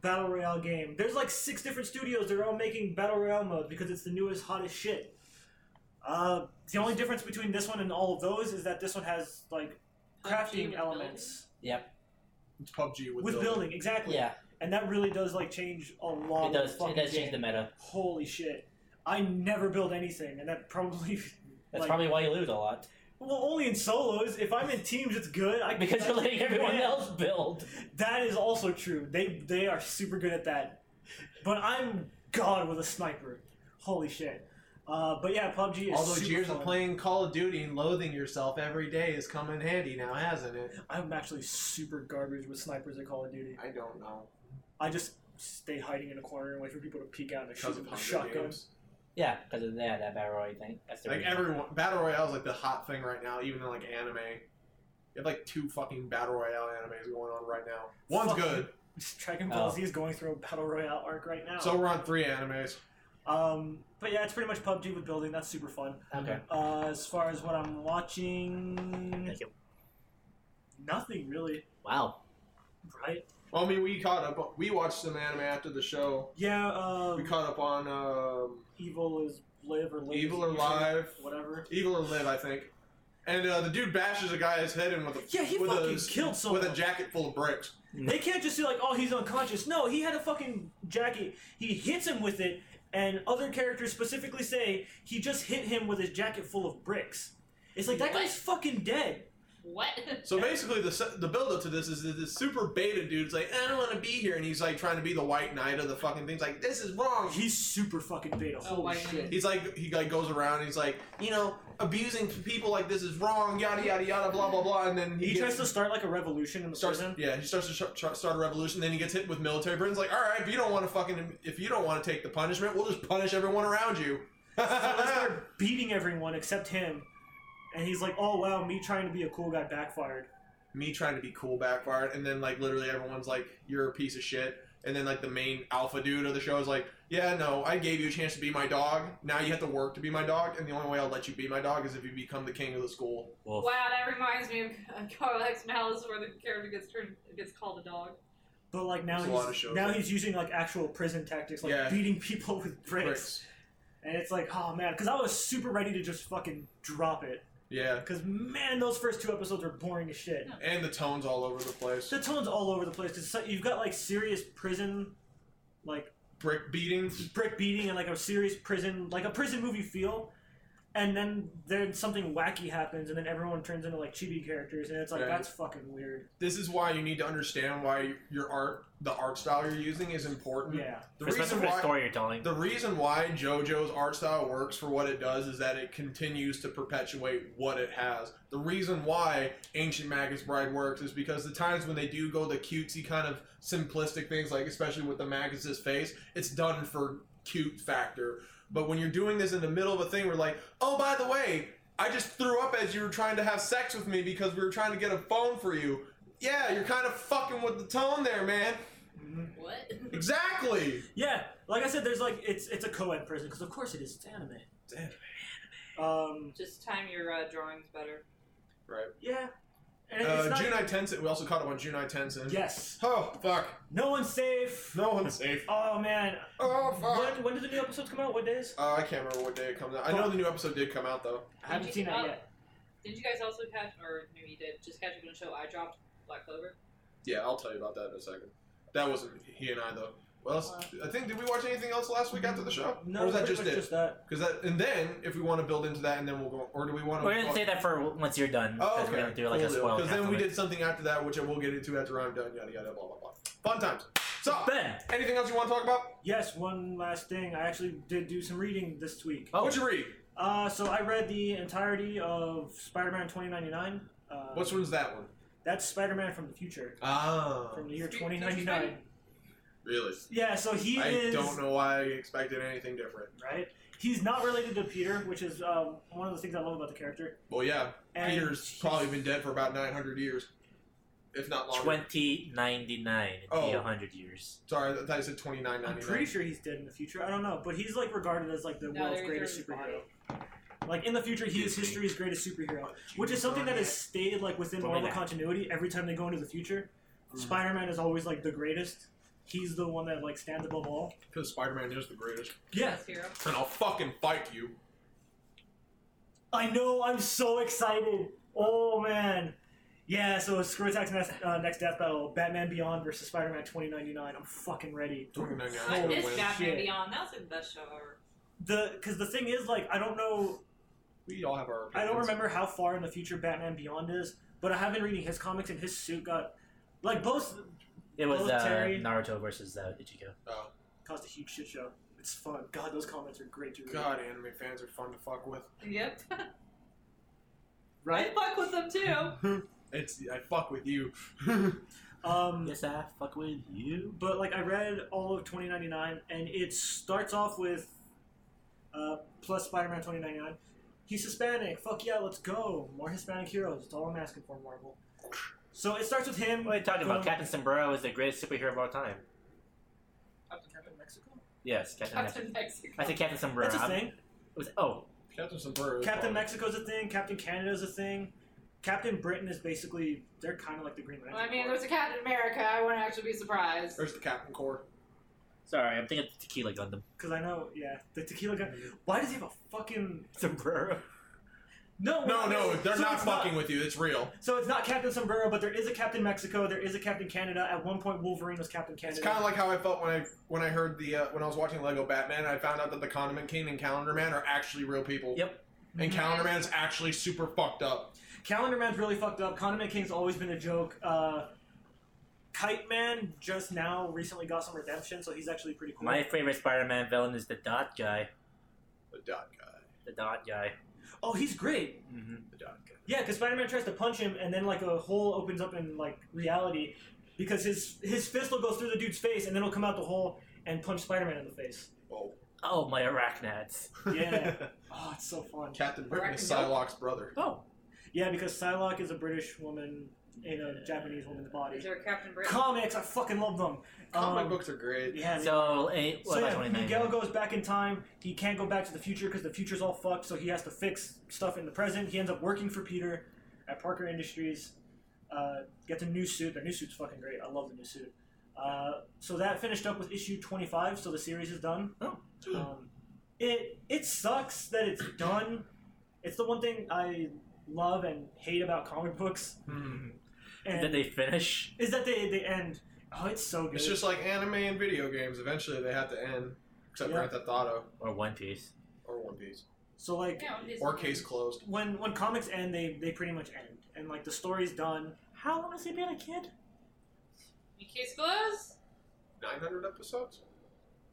Speaker 6: battle royale game. There's like six different studios that are all making battle royale mode because it's the newest, hottest shit. Uh, the only difference between this one and all of those is that this one has like
Speaker 9: PUBG
Speaker 6: crafting
Speaker 9: with
Speaker 6: elements
Speaker 4: It's PUBG with,
Speaker 6: with building, exactly.
Speaker 3: Yeah,
Speaker 6: And that really does like change a lot.
Speaker 4: Um,
Speaker 3: it does,
Speaker 6: Of the
Speaker 3: it
Speaker 6: fucking
Speaker 3: does change the
Speaker 6: game.
Speaker 3: meta.
Speaker 6: Holy shit! I never build anything, and that probably.
Speaker 3: That's
Speaker 6: like-
Speaker 3: probably why you lose a lot.
Speaker 6: Well, only in solos. If I'm in teams, it's good. I
Speaker 3: Because you're letting everyone
Speaker 6: Yeah.
Speaker 3: else build.
Speaker 6: That is also true. They they are super good at that. But I'm god with a sniper. Holy shit. Uh, but yeah, PUBG is
Speaker 4: All those
Speaker 6: super
Speaker 4: years
Speaker 6: fun.
Speaker 4: of playing Call of Duty and loathing yourself every day has come in handy now, hasn't it?
Speaker 6: I'm actually super garbage with snipers at Call of Duty.
Speaker 4: I don't know.
Speaker 6: I just stay hiding in a corner and wait for people to peek out and shoot
Speaker 4: Because of
Speaker 6: them with
Speaker 4: Hunger
Speaker 6: shotguns.
Speaker 4: Games.
Speaker 3: Yeah, because of that, that battle royale thing. That's the
Speaker 4: Like
Speaker 3: reason.
Speaker 4: everyone, battle royale is like the hot thing right now. Even in like anime, you have like two fucking battle royale animes going on right now. One's
Speaker 6: Fuck.
Speaker 4: good,
Speaker 6: Dragon
Speaker 3: Oh.
Speaker 6: Ball Z is going through a battle royale arc right now.
Speaker 4: so we're on three animes.
Speaker 6: um, but yeah, it's pretty much PUBG with building. That's super fun.
Speaker 3: Okay.
Speaker 6: Uh, as far as what I'm watching,
Speaker 3: Thank you.
Speaker 6: nothing really.
Speaker 3: Wow.
Speaker 6: Right?
Speaker 4: Well, I mean, we caught up. We watched some anime after the show.
Speaker 6: Yeah. Um,
Speaker 4: We caught up on um,
Speaker 6: evil is live or live
Speaker 4: Evil or
Speaker 6: is
Speaker 4: Live,
Speaker 6: whatever.
Speaker 4: Evil and Live, I think. And uh, the dude bashes a guy's head in with a
Speaker 6: Yeah, he
Speaker 4: with
Speaker 6: fucking
Speaker 4: a,
Speaker 6: killed someone.
Speaker 4: with a jacket full of bricks.
Speaker 6: They can't just say like, "Oh, he's unconscious." No, he had a fucking jacket. He hits him with it, and other characters specifically say he just hit him with his jacket full of bricks. It's like that
Speaker 9: What?
Speaker 6: guy's fucking dead.
Speaker 9: What? (laughs)
Speaker 4: So basically, the se- the build up to this is that this super beta dude's like, I don't want to be here, and he's like trying to be the white knight of the fucking things. Like, this is wrong.
Speaker 6: He's super fucking beta.
Speaker 9: Oh,
Speaker 6: Holy
Speaker 9: why
Speaker 6: shit!
Speaker 4: He's like, he like goes around. And he's like, you know, abusing people like this is wrong. Yada yada yada. Blah blah blah. And then he,
Speaker 6: He tries
Speaker 4: gets,
Speaker 6: to start like a revolution in the
Speaker 4: starts. (laughs)
Speaker 6: prison.
Speaker 4: Yeah, he starts to sh- tr- start a revolution. Then he gets hit with military. Britain's like, all right, if you don't want to fucking, if you don't want to take the punishment, we'll just punish everyone around you.
Speaker 6: So they start beating everyone except him, and he's like, "Oh wow, me trying to be a cool guy backfired."
Speaker 4: (laughs) me trying to be cool backfired, and then like literally everyone's like, "You're a piece of shit," and then like the main alpha dude of the show is like, "Yeah, no, I gave you a chance to be my dog. Now you have to work to be my dog, and the only way I'll let you be my dog is if you become the king of the school."
Speaker 3: Wolf.
Speaker 9: Wow, that reminds me of (laughs) Carl X Malice, where the character gets turned gets called a dog.
Speaker 6: But like now
Speaker 4: There's a lot of
Speaker 6: he's
Speaker 4: shows
Speaker 6: now
Speaker 4: like-
Speaker 6: he's using like actual prison tactics, like
Speaker 4: Yeah.
Speaker 6: beating (laughs) people with bricks.
Speaker 4: Bricks.
Speaker 6: and it's like, oh man, because I was super ready to just fucking drop it.
Speaker 4: Yeah,
Speaker 6: Because man, those first two episodes are boring as shit.
Speaker 4: and the tones all over the place.
Speaker 6: The tone's all over the place because you've got like serious prison, like
Speaker 4: Brick beatings.
Speaker 6: brick beating and like a serious prison, like a prison movie feel. and then then something wacky happens, and then everyone turns into like chibi characters, and it's like
Speaker 4: Right.
Speaker 6: that's fucking weird.
Speaker 4: This is why you need to understand why your art, the art style you're using, is important.
Speaker 6: Yeah,
Speaker 4: The
Speaker 3: Especially
Speaker 4: reason
Speaker 3: for the
Speaker 4: why
Speaker 3: story you're telling.
Speaker 4: The reason why JoJo's art style works for what it does is that it continues to perpetuate what it has. The reason why Ancient Magus Bride works is because the times when they do go the cutesy kind of simplistic things, like especially with the Magus's face, it's done for cute factor. But when you're doing this in the middle of a thing, we're like, oh, by the way, I just threw up as you were trying to have sex with me because we were trying to get a phone for you. Yeah, you're kind of fucking with the tone there, man.
Speaker 9: What?
Speaker 4: Exactly.
Speaker 6: yeah. Like I said, there's like it's it's a co-ed prison because of course it is. It's anime.
Speaker 4: It's anime.
Speaker 6: Um,
Speaker 9: (laughs) Just time your uh, drawings better.
Speaker 6: yeah. And it's
Speaker 4: Uh,
Speaker 6: not-
Speaker 4: Junai Tensei. We also caught it on Junai Tensei.
Speaker 6: Yes.
Speaker 4: Oh fuck.
Speaker 6: No one's safe.
Speaker 4: No one's safe.
Speaker 6: Oh man.
Speaker 4: Oh fuck.
Speaker 6: When, when do the new episodes come out? What days?
Speaker 4: Uh, I can't remember what day it comes out. I know the new episode did come out though.
Speaker 6: I haven't
Speaker 9: Did
Speaker 6: seen
Speaker 9: you-
Speaker 6: that
Speaker 9: oh.
Speaker 6: yet.
Speaker 9: Didn't you guys also catch, or maybe you did, just catch a good show I dropped, Black Clover?
Speaker 4: Yeah, I'll tell you about that in a second. That wasn't he and I though. Well, else? I think did we watch anything else last week after the show?
Speaker 6: No,
Speaker 4: or was that
Speaker 6: pretty
Speaker 4: just
Speaker 6: much
Speaker 4: it?
Speaker 6: just that.
Speaker 4: Because that, and then if we want to build into that, and then we'll go, or do we want to?
Speaker 3: We're gonna say that for once you're done.
Speaker 4: Oh,
Speaker 3: 'cause
Speaker 4: okay.
Speaker 3: We're gonna do like a spoil.
Speaker 4: Because then we did something after that, which I will get into after I'm done. Yada yada blah blah blah. Fun times. So,
Speaker 3: Ben.
Speaker 4: anything else you want to talk about?
Speaker 6: Yes, one last thing. I actually did do some reading this week.
Speaker 3: Oh.
Speaker 4: What'd you read?
Speaker 6: Uh, so I read the entirety of Spider-Man 2099. Uh,
Speaker 4: Which one's that one?
Speaker 6: That's Spider-Man from the future,
Speaker 4: Ah,
Speaker 6: from the year
Speaker 9: Future
Speaker 6: 2099.
Speaker 9: Spider?
Speaker 4: really?
Speaker 6: Yeah, so he
Speaker 4: I
Speaker 6: is.
Speaker 4: don't know why I expected anything different.
Speaker 6: Right? He's not related to Peter, which is um, one of the things I love about the character.
Speaker 4: Well, yeah,
Speaker 6: And
Speaker 4: Peter's
Speaker 6: he's-
Speaker 4: probably been dead for about 900 years, if not longer.
Speaker 3: Twenty ninety nine.
Speaker 4: Oh.
Speaker 3: Be hundred years.
Speaker 4: Sorry, I thought you said 29.99.
Speaker 6: I'm pretty sure he's dead in the future. I don't know, but he's like regarded as like the
Speaker 9: No,
Speaker 6: world's
Speaker 9: they're
Speaker 6: greatest
Speaker 9: doing his
Speaker 6: superhero. Like in the future, he is history's greatest superhero, which is something that is stated like within
Speaker 3: Don't do
Speaker 6: Marvel
Speaker 3: that.
Speaker 6: continuity. Every time they go into the future,
Speaker 4: Mm.
Speaker 6: Spider-Man is always like the greatest. He's the one that like stands above all.
Speaker 4: Because Spider-Man is the greatest.
Speaker 6: Yeah,
Speaker 9: Best hero.
Speaker 4: And I'll fucking fight you.
Speaker 6: I know. I'm so excited. Oh man. Yeah, so Screw Attack's next, uh, next death battle, Batman Beyond versus Spider-Man 2099. I'm fucking ready.
Speaker 4: 29.99
Speaker 9: I
Speaker 4: will
Speaker 9: missed
Speaker 4: win.
Speaker 6: Oh,
Speaker 9: Batman
Speaker 6: shit.
Speaker 9: Beyond. That was the best show ever.
Speaker 6: The because the thing is, like, I don't know
Speaker 4: We all have our
Speaker 6: I
Speaker 4: opinions.
Speaker 6: don't remember how far in the future Batman Beyond is, but I have been reading his comics, and his suit got like both
Speaker 3: It was uh,
Speaker 6: Military.
Speaker 3: Naruto versus uh, Ichigo.
Speaker 6: caused a huge shit show. It's fun. God, those comments are great to read.
Speaker 4: God, anime fans are fun to fuck with.
Speaker 9: Yep. (laughs) I
Speaker 6: Right?
Speaker 9: fuck with them too.
Speaker 4: It's I fuck with you. (laughs)
Speaker 6: Um,
Speaker 3: Yes, I fuck with you.
Speaker 6: but like I read all of 2099, and it starts off with uh, plus Spider-Man 2099. He's Hispanic. Fuck yeah, let's go. More Hispanic heroes. That's all I'm asking for, Marvel. So it starts with him.
Speaker 3: What are you talking about?
Speaker 6: going-
Speaker 3: Captain Sombrero is the greatest superhero of all time.
Speaker 6: Captain Mexico.
Speaker 3: Yes, Captain.
Speaker 9: Captain
Speaker 3: America.
Speaker 9: Mexico.
Speaker 3: I said Captain Sombrero.
Speaker 6: That's a
Speaker 3: I'm-
Speaker 6: thing.
Speaker 3: it was- oh,
Speaker 4: Captain Sombrero. is
Speaker 6: Captain
Speaker 4: fun.
Speaker 6: Mexico's a thing. Captain Canada's a thing. Captain Britain is basically they're kind of like the Green Lantern.
Speaker 9: I mean,
Speaker 6: Corps.
Speaker 9: there's a Captain America. I wouldn't actually be surprised.
Speaker 4: There's the Captain Core.
Speaker 3: sorry. I'm thinking of Tequila Gundam.
Speaker 6: Cause I know, yeah, the tequila guy. Why does he have a fucking
Speaker 3: Sombrero.
Speaker 6: no?
Speaker 4: No,
Speaker 6: (laughs)
Speaker 4: no, they're
Speaker 6: so
Speaker 4: not
Speaker 6: it's
Speaker 4: fucking with you. It's real.
Speaker 6: so it's not Captain Sombrero, but there is a Captain Mexico. There is a Captain Canada. At one point, Wolverine was Captain Canada.
Speaker 4: It's kind of like how I felt when I when I heard the uh, when I was watching Lego Batman. I found out that the Condiment King and Calendar Man are actually real people.
Speaker 3: Yep.
Speaker 4: And
Speaker 6: Mm-hmm.
Speaker 4: Calendar Man is actually super fucked up.
Speaker 6: Calendar Man's really fucked up. Condiment King's always been a joke. Uh, Kite Man just now recently got some redemption, so he's actually pretty cool.
Speaker 3: My favorite Spider-Man villain is the Dot guy.
Speaker 4: The dot guy.
Speaker 3: The Dot guy.
Speaker 6: oh, he's great.
Speaker 3: hmm
Speaker 4: The dot guy.
Speaker 6: Yeah, because Spider-Man tries to punch him, and then like a hole opens up in like reality, because his his fist will go through the dude's face, and then it'll come out the hole and punch Spider-Man in the face.
Speaker 4: Well,
Speaker 3: Oh, my arachnads.
Speaker 6: Yeah. oh, it's so fun.
Speaker 4: (laughs) Captain Britain is
Speaker 9: Arachnodope.
Speaker 4: Psylocke's brother.
Speaker 3: Oh,
Speaker 6: Yeah, because Psylocke is a British woman in a Japanese woman's
Speaker 9: Is
Speaker 6: body.
Speaker 9: there a Captain Britain?
Speaker 6: Comics, I fucking love them.
Speaker 4: Comic
Speaker 6: Um,
Speaker 4: books are great.
Speaker 6: Yeah.
Speaker 3: so eh, what
Speaker 6: so
Speaker 3: about
Speaker 6: yeah,
Speaker 3: 29?
Speaker 6: Miguel goes back in time. He can't go back to the future because the future's all fucked. So he has to fix stuff in the present. He ends up working for Peter at Parker Industries. Uh, gets a new suit. Their new suit's fucking great. I love the new suit. Uh, so that finished up with issue 25. So the series is done.
Speaker 3: Oh.
Speaker 6: Um, it it sucks that it's done. It's the one thing I love and hate about comic books.
Speaker 4: Hmm.
Speaker 6: And
Speaker 3: Did they finish?
Speaker 6: is that they, they end. Oh, it's so good.
Speaker 4: It's just like anime and video games. Eventually, they have to end. Except
Speaker 6: Yeah.
Speaker 4: Grand Theft Auto
Speaker 3: Or One Piece?
Speaker 4: or One Piece.
Speaker 6: So like
Speaker 9: Yeah, I'm just-
Speaker 4: Or case closed.
Speaker 6: when when comics end, they they pretty much end, and like the story's done. How long has he been a kid?
Speaker 9: Case closed.
Speaker 7: 900 episodes?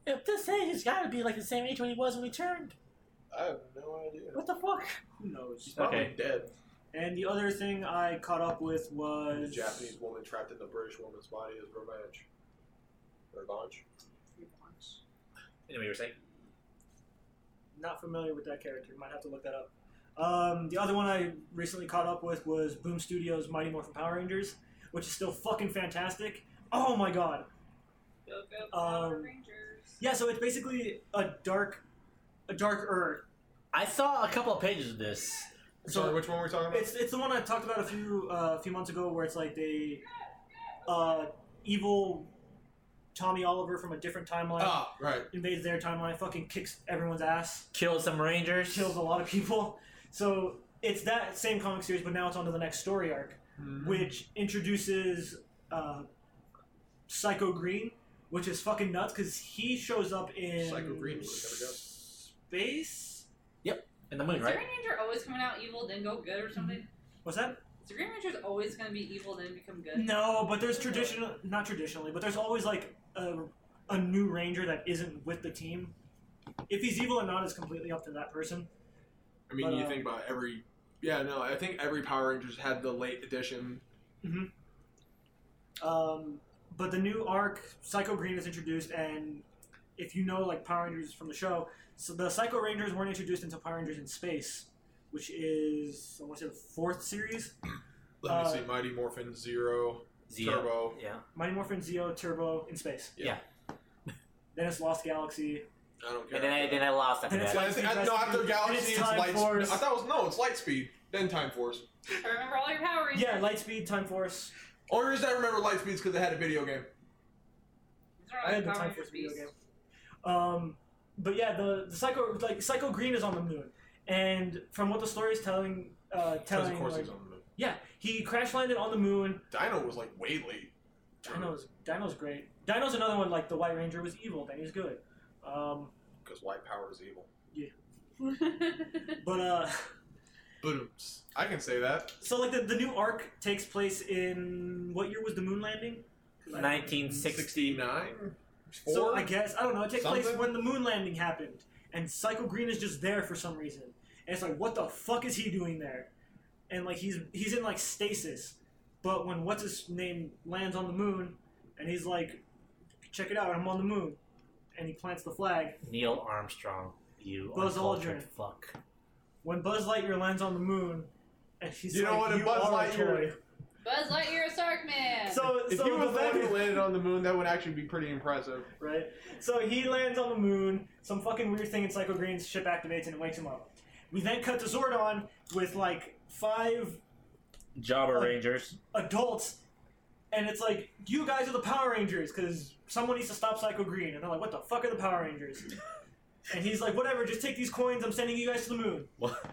Speaker 3: If this age, he's got to be like the same age when he was when he turned.
Speaker 4: I have no idea.
Speaker 6: What the fuck? Who knows?
Speaker 4: Probably
Speaker 3: Okay.
Speaker 4: dead.
Speaker 6: And the other thing I caught up with was
Speaker 7: The Japanese woman trapped in the British woman's body is revenge. Revenge?
Speaker 3: Anyway, you were saying?
Speaker 6: Not familiar with that character. Might have to look that up. Um, the other one I recently caught up with was Boom Studios' Mighty Morphin Power Rangers, which is still fucking fantastic. Oh my god!
Speaker 9: Go go
Speaker 6: Power
Speaker 9: Power
Speaker 6: Um,
Speaker 9: Rangers.
Speaker 6: Yeah, so it's basically a dark, a dark Earth.
Speaker 3: I saw a couple of pages of this.
Speaker 6: So-
Speaker 4: Sorry, which one were we talking about?
Speaker 6: It's it's the one I talked about a few uh, a few months ago, where it's like they, uh, evil Tommy Oliver from a different timeline
Speaker 4: Ah, right.
Speaker 6: invades their timeline, fucking kicks everyone's ass,
Speaker 3: Killed some rangers.
Speaker 6: kills a lot of people. So it's that same comic series, but now it's on to the next story arc,
Speaker 4: Mm-hmm.
Speaker 6: which introduces uh, Psycho Green, which is fucking nuts because he shows up in
Speaker 4: Psycho Green, we're gonna go.
Speaker 6: space.
Speaker 3: in the moon,
Speaker 9: Is the
Speaker 3: right?
Speaker 9: Green Ranger always coming out evil then go good or something?
Speaker 6: What's that?
Speaker 9: Is the Green Ranger's always gonna be evil then become good?
Speaker 6: No, but there's traditional, not traditionally, but there's always like a, a new ranger that isn't with the team. If he's evil or not is completely up to that person.
Speaker 4: I mean,
Speaker 6: But,
Speaker 4: you
Speaker 6: uh,
Speaker 4: think about every. Yeah, no, I think every Power Rangers had the late edition.
Speaker 6: Um, but the new arc, Psycho Green is introduced, and if you know like Power Rangers from the show, so the Psycho Rangers weren't introduced until Power Rangers in Space, which is I want to say the fourth series.
Speaker 4: Let
Speaker 6: Uh,
Speaker 4: me see, Mighty Morphin Zero,
Speaker 3: Zia.
Speaker 4: Turbo.
Speaker 3: Yeah.
Speaker 6: Mighty Morphin Zeo Turbo in Space.
Speaker 4: Yeah.
Speaker 6: Then it's Lost Galaxy.
Speaker 4: I don't care.
Speaker 3: And then I, then I lost after
Speaker 6: And it's
Speaker 3: that.
Speaker 4: Yeah, I think- I- no, after
Speaker 6: And it's
Speaker 4: Galaxy, it's,
Speaker 6: Time
Speaker 4: Light.
Speaker 6: Force.
Speaker 4: I thought it was no, it's Light Speed, then Time Force.
Speaker 9: I remember all your Power Rangers.
Speaker 6: Yeah, Lightspeed, Time Force.
Speaker 4: Only reason I remember Light Speed is because it had a video game.
Speaker 9: These are all
Speaker 6: I had the
Speaker 9: your Power
Speaker 6: time for
Speaker 9: Rangers
Speaker 6: this video game.
Speaker 9: beasts.
Speaker 6: Um, but yeah, the, the psycho like Psycho Green is on the moon, and from what the story is telling, uh,
Speaker 4: Because
Speaker 6: telling
Speaker 4: of course
Speaker 6: like-
Speaker 4: he's on the moon.
Speaker 6: yeah, he crash landed on the moon.
Speaker 4: Dino was like way late.
Speaker 6: Dino's Dino's great. Dino's another one like the White Ranger was evil, then he's good. Um,
Speaker 7: Because white power is evil.
Speaker 9: (laughs)
Speaker 6: but uh, (laughs)
Speaker 4: Boom. I can say that.
Speaker 6: so like the, the new arc takes place in what year was the moon landing? 'Cause I-
Speaker 3: 1960.
Speaker 4: Nine. Four.
Speaker 6: So I guess I don't know. It takes place
Speaker 4: Something?
Speaker 6: when the moon landing happened, and Psycho Green is just there for some reason. And it's like, what the fuck is he doing there? And like he's he's in like stasis, but when what's his name lands on the moon, and he's like, check it out, I'm on the moon, and he plants the flag.
Speaker 3: Neil Armstrong. You
Speaker 6: Buzz
Speaker 3: uncultured
Speaker 6: Aldrin.
Speaker 3: fuck.
Speaker 6: When Buzz Lightyear lands on the moon, and she's
Speaker 4: You know
Speaker 6: like,
Speaker 4: what, if
Speaker 6: you
Speaker 4: Buzz
Speaker 6: are a
Speaker 4: Lightyear-
Speaker 6: toy."
Speaker 9: Buzz Lightyear, Sark Man.
Speaker 6: So
Speaker 4: if
Speaker 6: so
Speaker 4: he
Speaker 6: the
Speaker 4: was the one
Speaker 6: fact-
Speaker 4: who landed on the moon, that would actually be pretty impressive.
Speaker 6: right? So he lands on the moon. Some fucking weird thing in Psycho Green's ship activates and it wakes him up. We then cut to Zordon with like five
Speaker 3: Jabba
Speaker 6: Uh,
Speaker 3: Rangers.
Speaker 6: adults, and it's like, you guys are the Power Rangers because someone needs to stop Psycho Green. And they're like, what the fuck are the Power Rangers? and he's like, whatever, just take these coins. I'm sending you guys to the moon.
Speaker 3: What?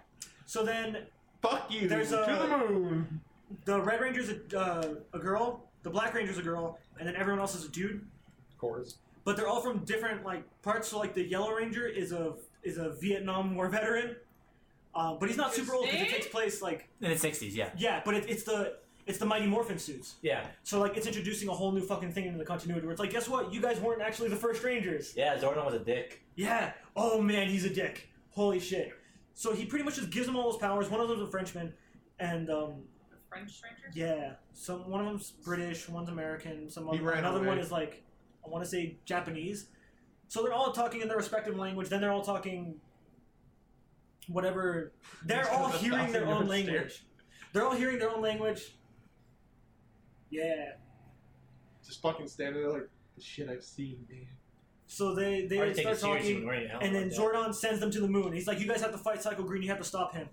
Speaker 6: So then
Speaker 4: Fuck you.
Speaker 6: There's a-
Speaker 4: to the moon.
Speaker 6: the Red Ranger's a, uh, a girl, the Black Ranger's a girl, and then everyone else is a dude.
Speaker 4: Of course.
Speaker 6: but they're all from different like parts. So like the Yellow Ranger is a is a Vietnam War veteran, uh, but he's not super old because it
Speaker 9: Interesting.
Speaker 6: takes place like
Speaker 3: In the 60s, yeah.
Speaker 6: yeah, but it, it's the it's the Mighty Morphin suits.
Speaker 3: Yeah.
Speaker 6: So like it's introducing a whole new fucking thing into the continuity where it's like guess what you guys weren't actually the first Rangers.
Speaker 3: Yeah, Zordon was a dick.
Speaker 6: Yeah. Oh man, he's a dick. Holy shit. So he pretty much just gives them all his powers. One of them's a Frenchman, and um,
Speaker 9: the French Ranger.
Speaker 6: yeah, some one of them's British, one's American, some
Speaker 4: He
Speaker 6: other,
Speaker 4: ran
Speaker 6: another
Speaker 4: away.
Speaker 6: one is like I want to say Japanese. So they're all talking in their respective language. Then they're all talking whatever. They're
Speaker 4: He's
Speaker 6: all
Speaker 4: got a
Speaker 6: hearing
Speaker 4: thousand
Speaker 6: their own
Speaker 4: yard stare.
Speaker 6: language. They're all hearing their own language. Yeah.
Speaker 4: Just fucking standing there like the shit I've seen, man.
Speaker 6: So they they
Speaker 3: Hard to take
Speaker 6: start
Speaker 3: it seriously
Speaker 6: talking,
Speaker 3: when we're in hell
Speaker 6: and
Speaker 3: like
Speaker 6: then
Speaker 3: that.
Speaker 6: Zordon sends them to the moon. He's like, "You guys have to fight Psycho Green. You have to stop him."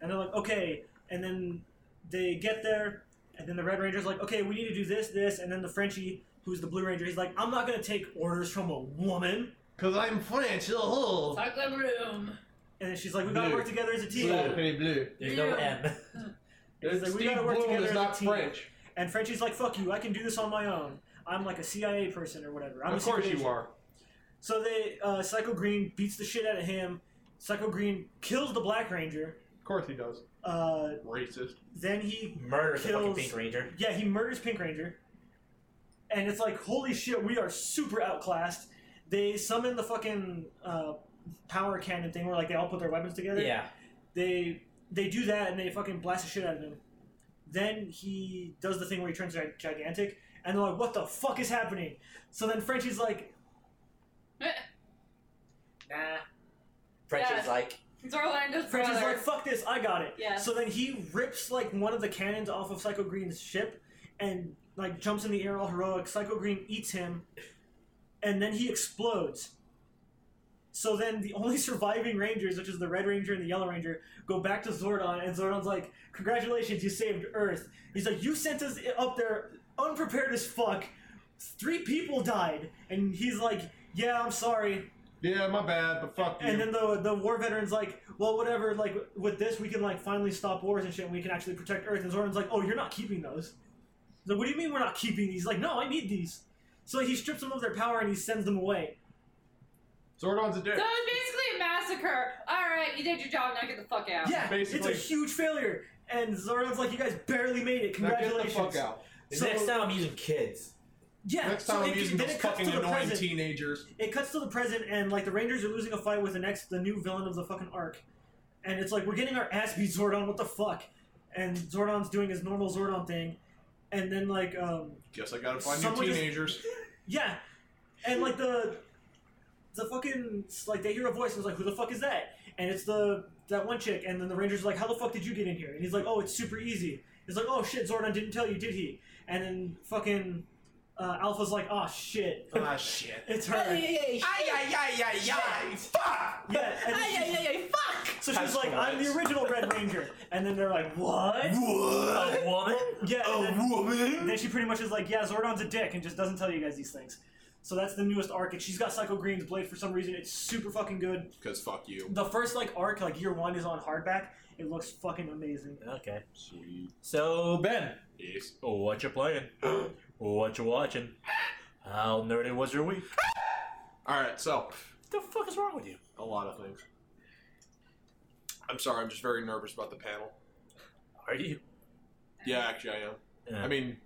Speaker 6: And they're like, "Okay." And then they get there, and then the Red Ranger's like, "Okay, we need to do this, this." And then the Frenchie, who's the Blue Ranger, he's like, "I'm not gonna take orders from a woman."
Speaker 4: Cause I'm French. Oh.
Speaker 9: Sark the room.
Speaker 6: And then she's like, "We gotta
Speaker 4: Blue.
Speaker 6: work together as a team."
Speaker 4: blue.
Speaker 3: There's no
Speaker 9: Yeah.
Speaker 3: M.
Speaker 6: It's like, we
Speaker 4: Steve
Speaker 6: gotta work
Speaker 4: Bloom
Speaker 6: together
Speaker 4: is
Speaker 6: as a
Speaker 4: not
Speaker 6: team.
Speaker 4: French.
Speaker 6: And Frenchie's like, "Fuck you! I can do this on my own. I'm like a CIA person or whatever." I'm a
Speaker 4: of course
Speaker 6: secret
Speaker 4: you
Speaker 6: agent."
Speaker 4: are.
Speaker 6: So they uh, Psycho Green beats the shit out of him, Psycho Green kills the Black Ranger.
Speaker 4: Of course he does.
Speaker 6: Uh,
Speaker 4: Racist.
Speaker 6: then he,
Speaker 3: Murder the fucking
Speaker 6: Kills-
Speaker 3: Pink Ranger.
Speaker 6: yeah, he murders Pink Ranger. And it's like, holy shit, we are super outclassed. They summon the fucking uh, power cannon thing where like they all put their weapons together.
Speaker 3: Yeah.
Speaker 6: They they do that and they fucking blast the shit out of him. Then he does the thing where he turns gi- gigantic, and they're like, "What the fuck is happening?" So then Frenchie's like,
Speaker 3: Nah. French
Speaker 5: Yeah.
Speaker 3: is like,
Speaker 5: Orlando's
Speaker 6: French is
Speaker 5: brother.
Speaker 6: like, fuck this, I got it.
Speaker 5: Yeah.
Speaker 6: So then he rips like one of the cannons off of Psycho Green's ship and like jumps in the air all heroic. Psycho Green eats him and then he explodes. So then the (laughs) only surviving Rangers, which is the Red Ranger and the Yellow Ranger, go back to Zordon and Zordon's like, Congratulations, you saved Earth. He's like, You sent us up there unprepared as fuck. Three people died. And he's like, Yeah, I'm sorry.
Speaker 4: Yeah, my bad, but fuck you.
Speaker 6: And then the the war veterans like, well, whatever. Like with this, we can like finally stop wars and shit. and We can actually protect Earth. And Zoran's like, oh, you're not keeping those. He's like, what do you mean we're not keeping these? Like, no, I need these. So he strips them of their power and he sends them away.
Speaker 4: Zordon's a
Speaker 5: So
Speaker 4: dick.
Speaker 5: it was basically a massacre. All right, you did your job. Now get the fuck out.
Speaker 6: Yeah,
Speaker 4: Basically-
Speaker 6: it's a huge failure. And Zoran's like, you guys barely made it.
Speaker 4: Now get
Speaker 6: Congratulations.
Speaker 4: the fuck out.
Speaker 3: the
Speaker 6: So-
Speaker 3: next time I'm using kids.
Speaker 6: Yeah.
Speaker 4: Next
Speaker 6: so
Speaker 4: time
Speaker 6: it-
Speaker 4: I'm using
Speaker 6: then
Speaker 4: those
Speaker 6: it cuts
Speaker 4: fucking
Speaker 6: to the
Speaker 4: annoying
Speaker 6: present.
Speaker 4: teenagers.
Speaker 6: it cuts to the present and like the Rangers are losing a fight with the next the new villain of the fucking arc. And it's like we're getting our ass beat (laughs) Zordon, what the fuck? And Zordon's doing his normal Zordon thing. And then like um
Speaker 4: Guess I gotta find
Speaker 6: Someone
Speaker 4: new
Speaker 6: just-
Speaker 4: teenagers.
Speaker 6: (laughs) yeah. And like the the fucking like they hear a voice and it's like, Who the fuck is that? And it's the that one chick and then the Rangers are like, How the fuck did you get in here? And he's like, Oh, it's super easy. It's like, Oh shit, Zordon didn't tell you, did he? And then fucking uh, Alpha's like, Oh
Speaker 4: (laughs)
Speaker 6: shit.
Speaker 4: ah, shit.
Speaker 6: It's her.
Speaker 4: Ay, ay, ay, ay, ay, fuck!
Speaker 6: Yeah, and then she's- So she's like, I'm the original Red Ranger. And then they're like, what?
Speaker 3: A
Speaker 4: What?
Speaker 3: woman?
Speaker 6: Yeah,
Speaker 4: A
Speaker 6: and then, and
Speaker 4: woman?
Speaker 6: then she pretty much is like, yeah, Zordon's a dick and just doesn't tell you guys these things. So that's the newest arc, and she's got Psycho Green's blade for some reason. It's super fucking good.
Speaker 4: Because fuck you.
Speaker 6: The first like arc, like year one, is on hardback. It looks fucking amazing.
Speaker 3: Okay.
Speaker 4: Sweet.
Speaker 3: So, Ben.
Speaker 4: Yes.
Speaker 3: Oh, What you playing? (gasps) what you watching? How nerdy was your week?
Speaker 4: Alright, so,
Speaker 3: What the fuck is wrong with you?
Speaker 4: a lot of things. I'm sorry, I'm just very nervous about the panel.
Speaker 3: Are you?
Speaker 4: Yeah, actually, I am.
Speaker 3: Yeah.
Speaker 4: I mean,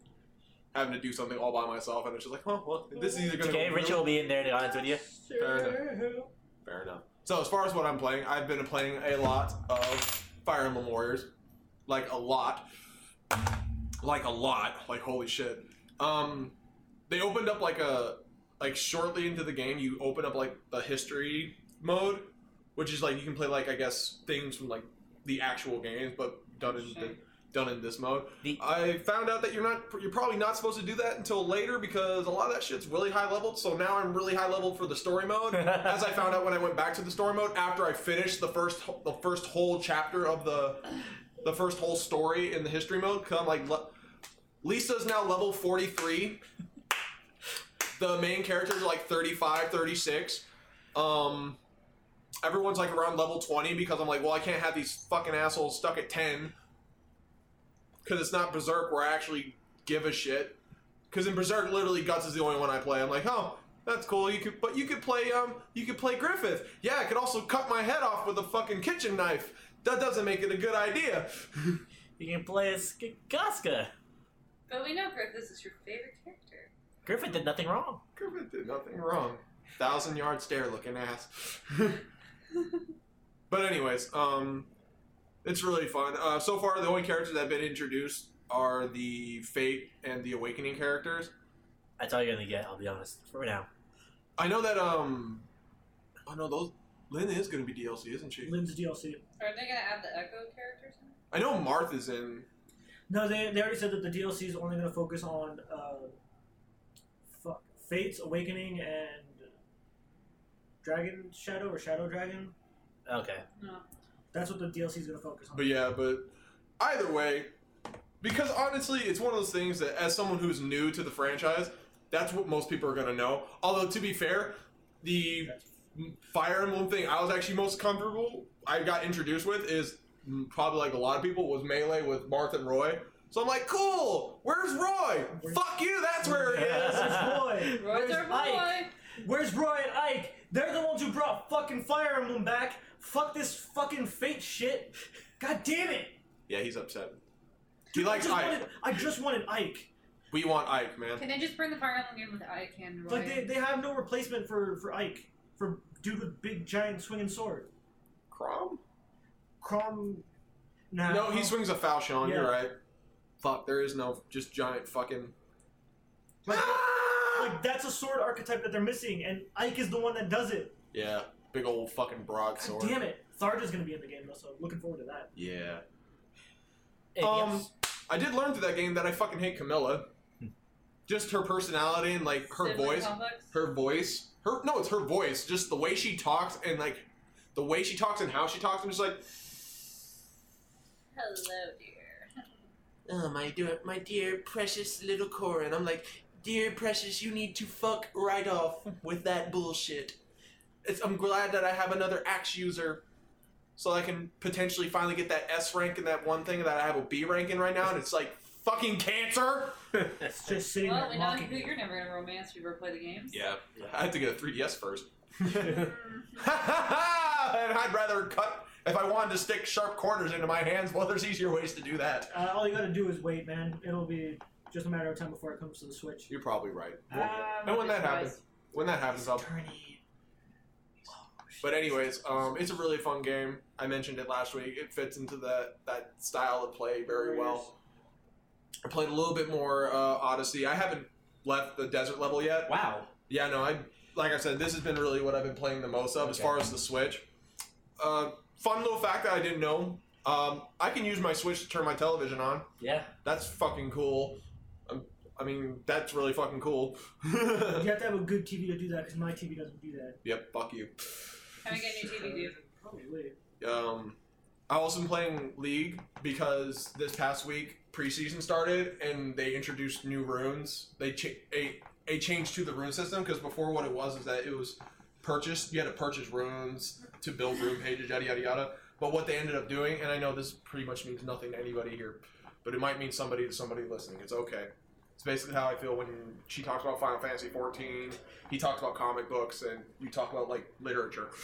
Speaker 4: having to do something all by myself, and it's just like, oh, well, this is either
Speaker 3: It's
Speaker 4: going to
Speaker 3: okay,
Speaker 4: go
Speaker 3: Rachel will
Speaker 4: really-
Speaker 3: be in there in the audience with you.
Speaker 4: Fair enough. So as far as what I'm playing, I've been playing a lot of Fire Emblem Warriors, like a lot, like a lot, like holy shit. Um, they opened up like a like shortly into the game, you open up like the history mode, which is like you can play like I guess things from like the actual games, but done in done in this mode.
Speaker 3: The- (laughs)
Speaker 4: I found out that you're not you're probably not supposed to do that until later because a lot of that shit's really high level. So now I'm really high level for the
Speaker 3: (laughs)
Speaker 4: story mode. as I found out when I went back to the story mode after I finished the first the first whole chapter of the the first whole story in the history mode. Cause I'm like le- Lisa's now level 43. the main characters are like 35, 36. Um everyone's like around level 20 because I'm like, well, I can't have these fucking assholes stuck at 10 because it's not Berserk where I actually give a shit. Because in Berserk, literally Guts is the only one I play. I'm like, oh, that's cool. You could, but you could play, um, you could play Griffith. Yeah, I could also cut my head off with a fucking kitchen knife. That doesn't make it a good idea.
Speaker 3: You can play as G- Guska.
Speaker 5: But we know Griff, this is your favorite character.
Speaker 3: Griffin did nothing wrong.
Speaker 4: Griffith did nothing wrong. Thousand yard stare looking ass. (laughs) but anyways, um, it's really fun. Uh, so far, the only characters that have been introduced are the Fate and the Awakening characters.
Speaker 3: That's all you're gonna get, I'll be honest. For now.
Speaker 4: I know that um, I know those. Lynn is going to be DLC, isn't she?
Speaker 6: Lynn's DLC.
Speaker 5: Are they gonna add the Echo characters? In?
Speaker 4: I know Martha's in.
Speaker 6: No, they, they already said that the DLC is only going to focus on uh, fuck Fates, Awakening, and Dragon Shadow or Shadow Dragon.
Speaker 3: Okay.
Speaker 6: That's what the DLC is going to focus on.
Speaker 4: But yeah, but either way, because honestly, it's one of those things that as someone who's new to the franchise, that's what most people are going to know. Although to be fair, the Fire Emblem thing I was actually most comfortable I got introduced with is mm, probably like a lot of people was Melee with Martha and Roy. So I'm like, cool. Where's Roy?
Speaker 6: Where's-
Speaker 4: Fuck you. That's where he is.
Speaker 5: Roy's
Speaker 6: Where's Roy?
Speaker 9: (laughs)
Speaker 6: Where's
Speaker 5: our
Speaker 6: Ike?
Speaker 5: boy.
Speaker 6: Where's Roy and Ike? They're the ones who brought fucking Fire Emblem back. Fuck this fucking fate shit. God damn it.
Speaker 4: Yeah, he's upset. He likes
Speaker 6: I just
Speaker 4: Ike.
Speaker 6: wanted, I just wanted Ike.
Speaker 4: We want Ike, man.
Speaker 9: Can they just bring the fire emblem game with Ike and Roy?
Speaker 6: Like they, they have no replacement for for Ike, for dude with big giant swinging sword.
Speaker 4: Crom?
Speaker 6: Crom. Nah,
Speaker 4: No, he
Speaker 6: Crom-
Speaker 4: swings a falchion. on
Speaker 6: Yeah.
Speaker 4: You're right. Fuck, there is no just giant fucking.
Speaker 6: Like-
Speaker 4: Ah!
Speaker 6: Like that's a sword archetype that they're missing, and Ike is the one that does it.
Speaker 4: yeah, big old fucking
Speaker 6: God
Speaker 4: broadsword.
Speaker 6: damn it! Sarge is gonna be in the game though, so looking forward to that.
Speaker 4: Yeah.
Speaker 3: Anything
Speaker 4: Um,
Speaker 3: else?
Speaker 4: I did learn through that game that I fucking hate Camilla.
Speaker 6: Hmm.
Speaker 4: Just her personality and like her
Speaker 9: Sibling
Speaker 4: voice.
Speaker 9: Complex?
Speaker 4: Her voice. Her no, it's her voice. Just the way she talks and like the way she talks and how she talks. I'm just like,
Speaker 9: Hello, dear.
Speaker 2: Oh, my dear, my dear, precious little Corin. I'm like, dear, precious, you need to fuck right off with that bullshit.
Speaker 4: it's, I'm glad that I have another axe user, so I can potentially finally get that S rank in that one thing that I have a B rank in right now, and it's like fucking cancer.
Speaker 6: It's just sitting
Speaker 9: Well,
Speaker 6: there
Speaker 9: we know
Speaker 6: mocking
Speaker 9: who
Speaker 6: me.
Speaker 9: you're never gonna romance. You ever play the games?
Speaker 4: (laughs) Yeah, I had to get a 3DS (laughs) first.
Speaker 6: That's
Speaker 9: Mm.
Speaker 4: and I'd rather cut if I wanted to stick sharp corners into my hands. Well, there's easier ways to do that.
Speaker 6: Uh, all you gotta do is wait, man. It'll be just a matter of time before it comes to the Switch.
Speaker 4: You're probably right.
Speaker 9: Um,
Speaker 4: And when that
Speaker 9: surprised.
Speaker 4: happens, when that happens, I'll. But anyways, um, it's a really fun game. I mentioned it last week. It fits into that that style of play very well. I played a little bit more uh, Odyssey. I haven't left the desert level yet.
Speaker 3: Wow.
Speaker 4: Yeah, no, I like I said, this has been really what I've been playing the most of as
Speaker 3: Okay.
Speaker 4: far as the Switch. Uh, fun little fact that I didn't know: um, I can use my Switch to turn my television on.
Speaker 3: Yeah. (laughs)
Speaker 4: That's fucking cool. Um, I mean, that's really fucking cool. (laughs)
Speaker 6: You have to have a good TV to do that, because my TV doesn't do that.
Speaker 4: yep, fuck you.
Speaker 9: Can we get new
Speaker 4: (laughs)
Speaker 9: TV, dude?
Speaker 6: Probably.
Speaker 4: Um, I also been playing League because this past week preseason started and they introduced new runes. They cha- a a change to the rune system because before what it was is that it was purchased. You had to purchase runes to build rune pages, yada yada yada. But what they ended up doing, and I know this pretty much means nothing to anybody here, but it might mean somebody to somebody listening. It's okay. It's basically how I feel when she talks about Final Fantasy 14, he talks about comic books, and you talk about like literature. (laughs)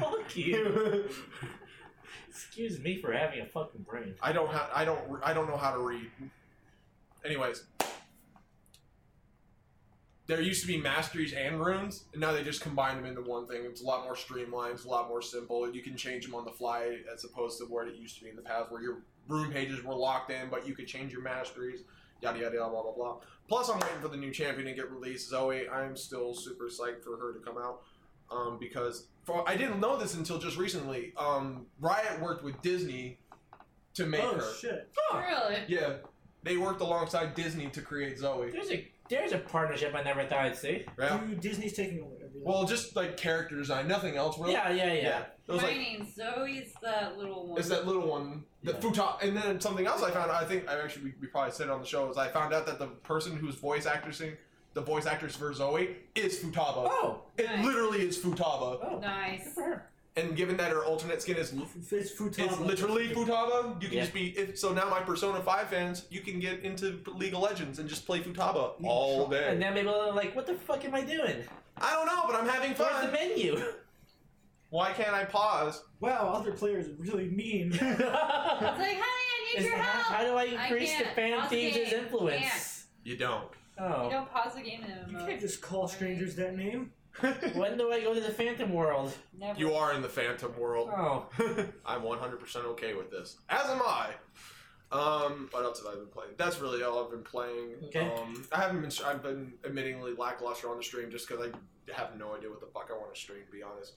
Speaker 3: Fuck you. Excuse me for having a fucking brain.
Speaker 4: I don't ha- I don't I don't know how to read. Anyways, there used to be masteries and runes, and now they just combine them into one thing. It's a lot more streamlined, it's a lot more simple. You can change them on the fly as opposed to where it used to be in the past, where your rune pages were locked in, but you could change your masteries. Yada yada yada blah blah blah. Plus, I'm waiting for the new champion to get released. Zoe, I'm still super psyched for her to come out um, because for, I didn't know this until just recently. Um, Riot worked with Disney to make
Speaker 6: oh
Speaker 4: her.
Speaker 6: shit!
Speaker 4: Ah!
Speaker 9: Really?
Speaker 4: Yeah, they worked alongside Disney to create Zoe.
Speaker 3: There's a there's a partnership I never thought I'd see.
Speaker 4: Yeah.
Speaker 6: Dude, Disney's taking over everything.
Speaker 4: Well, just like character design, nothing else really.
Speaker 3: Yeah, yeah, yeah.
Speaker 4: It was like
Speaker 9: Training. Zoe's that little one.
Speaker 4: it's that little one, the
Speaker 3: Yeah.
Speaker 4: futon, and then something else I found. I think I actually we, we probably said it on the show is I found out that the person who's voice actressing the voice actress for Zoe is Futaba.
Speaker 3: Oh,
Speaker 4: It
Speaker 9: Nice.
Speaker 4: literally is Futaba,
Speaker 3: oh,
Speaker 9: Nice.
Speaker 3: good for her.
Speaker 4: and given that her alternate skin is l-
Speaker 6: F- it's Futaba.
Speaker 4: It's literally Futaba. You can
Speaker 3: Yeah.
Speaker 4: just be if, so now my Persona Five fans. You can get into League of Legends and just play Futaba
Speaker 6: You
Speaker 4: all
Speaker 6: try-
Speaker 4: day.
Speaker 3: And then maybe I'm like, what the fuck am I doing?
Speaker 4: I don't know, but I'm having
Speaker 3: Where's the
Speaker 4: fun.
Speaker 3: menu?
Speaker 4: Why can't I pause?
Speaker 6: Wow, other players are really
Speaker 4: (laughs)
Speaker 6: mean.
Speaker 9: It's like, honey, I need
Speaker 3: Is-
Speaker 9: your help.
Speaker 3: how do I
Speaker 9: I
Speaker 3: increase the
Speaker 9: can't.
Speaker 3: fan
Speaker 9: Pause
Speaker 3: thieves'
Speaker 9: game.
Speaker 3: influence?
Speaker 4: You don't.
Speaker 9: You
Speaker 3: Oh,
Speaker 9: don't pause the game in a
Speaker 6: You
Speaker 9: moment.
Speaker 6: can't just call strangers that name.
Speaker 3: when do I go to the Phantom World?
Speaker 9: Never.
Speaker 4: you are in the Phantom world.
Speaker 3: Oh,
Speaker 4: I'm 100% okay with this. As am I. Um, what else have I been playing? That's really all I've been playing.
Speaker 3: Okay.
Speaker 4: Um, I haven't been. I've been admittingly lackluster on the stream just because I have no idea what the fuck I want to stream. To be honest.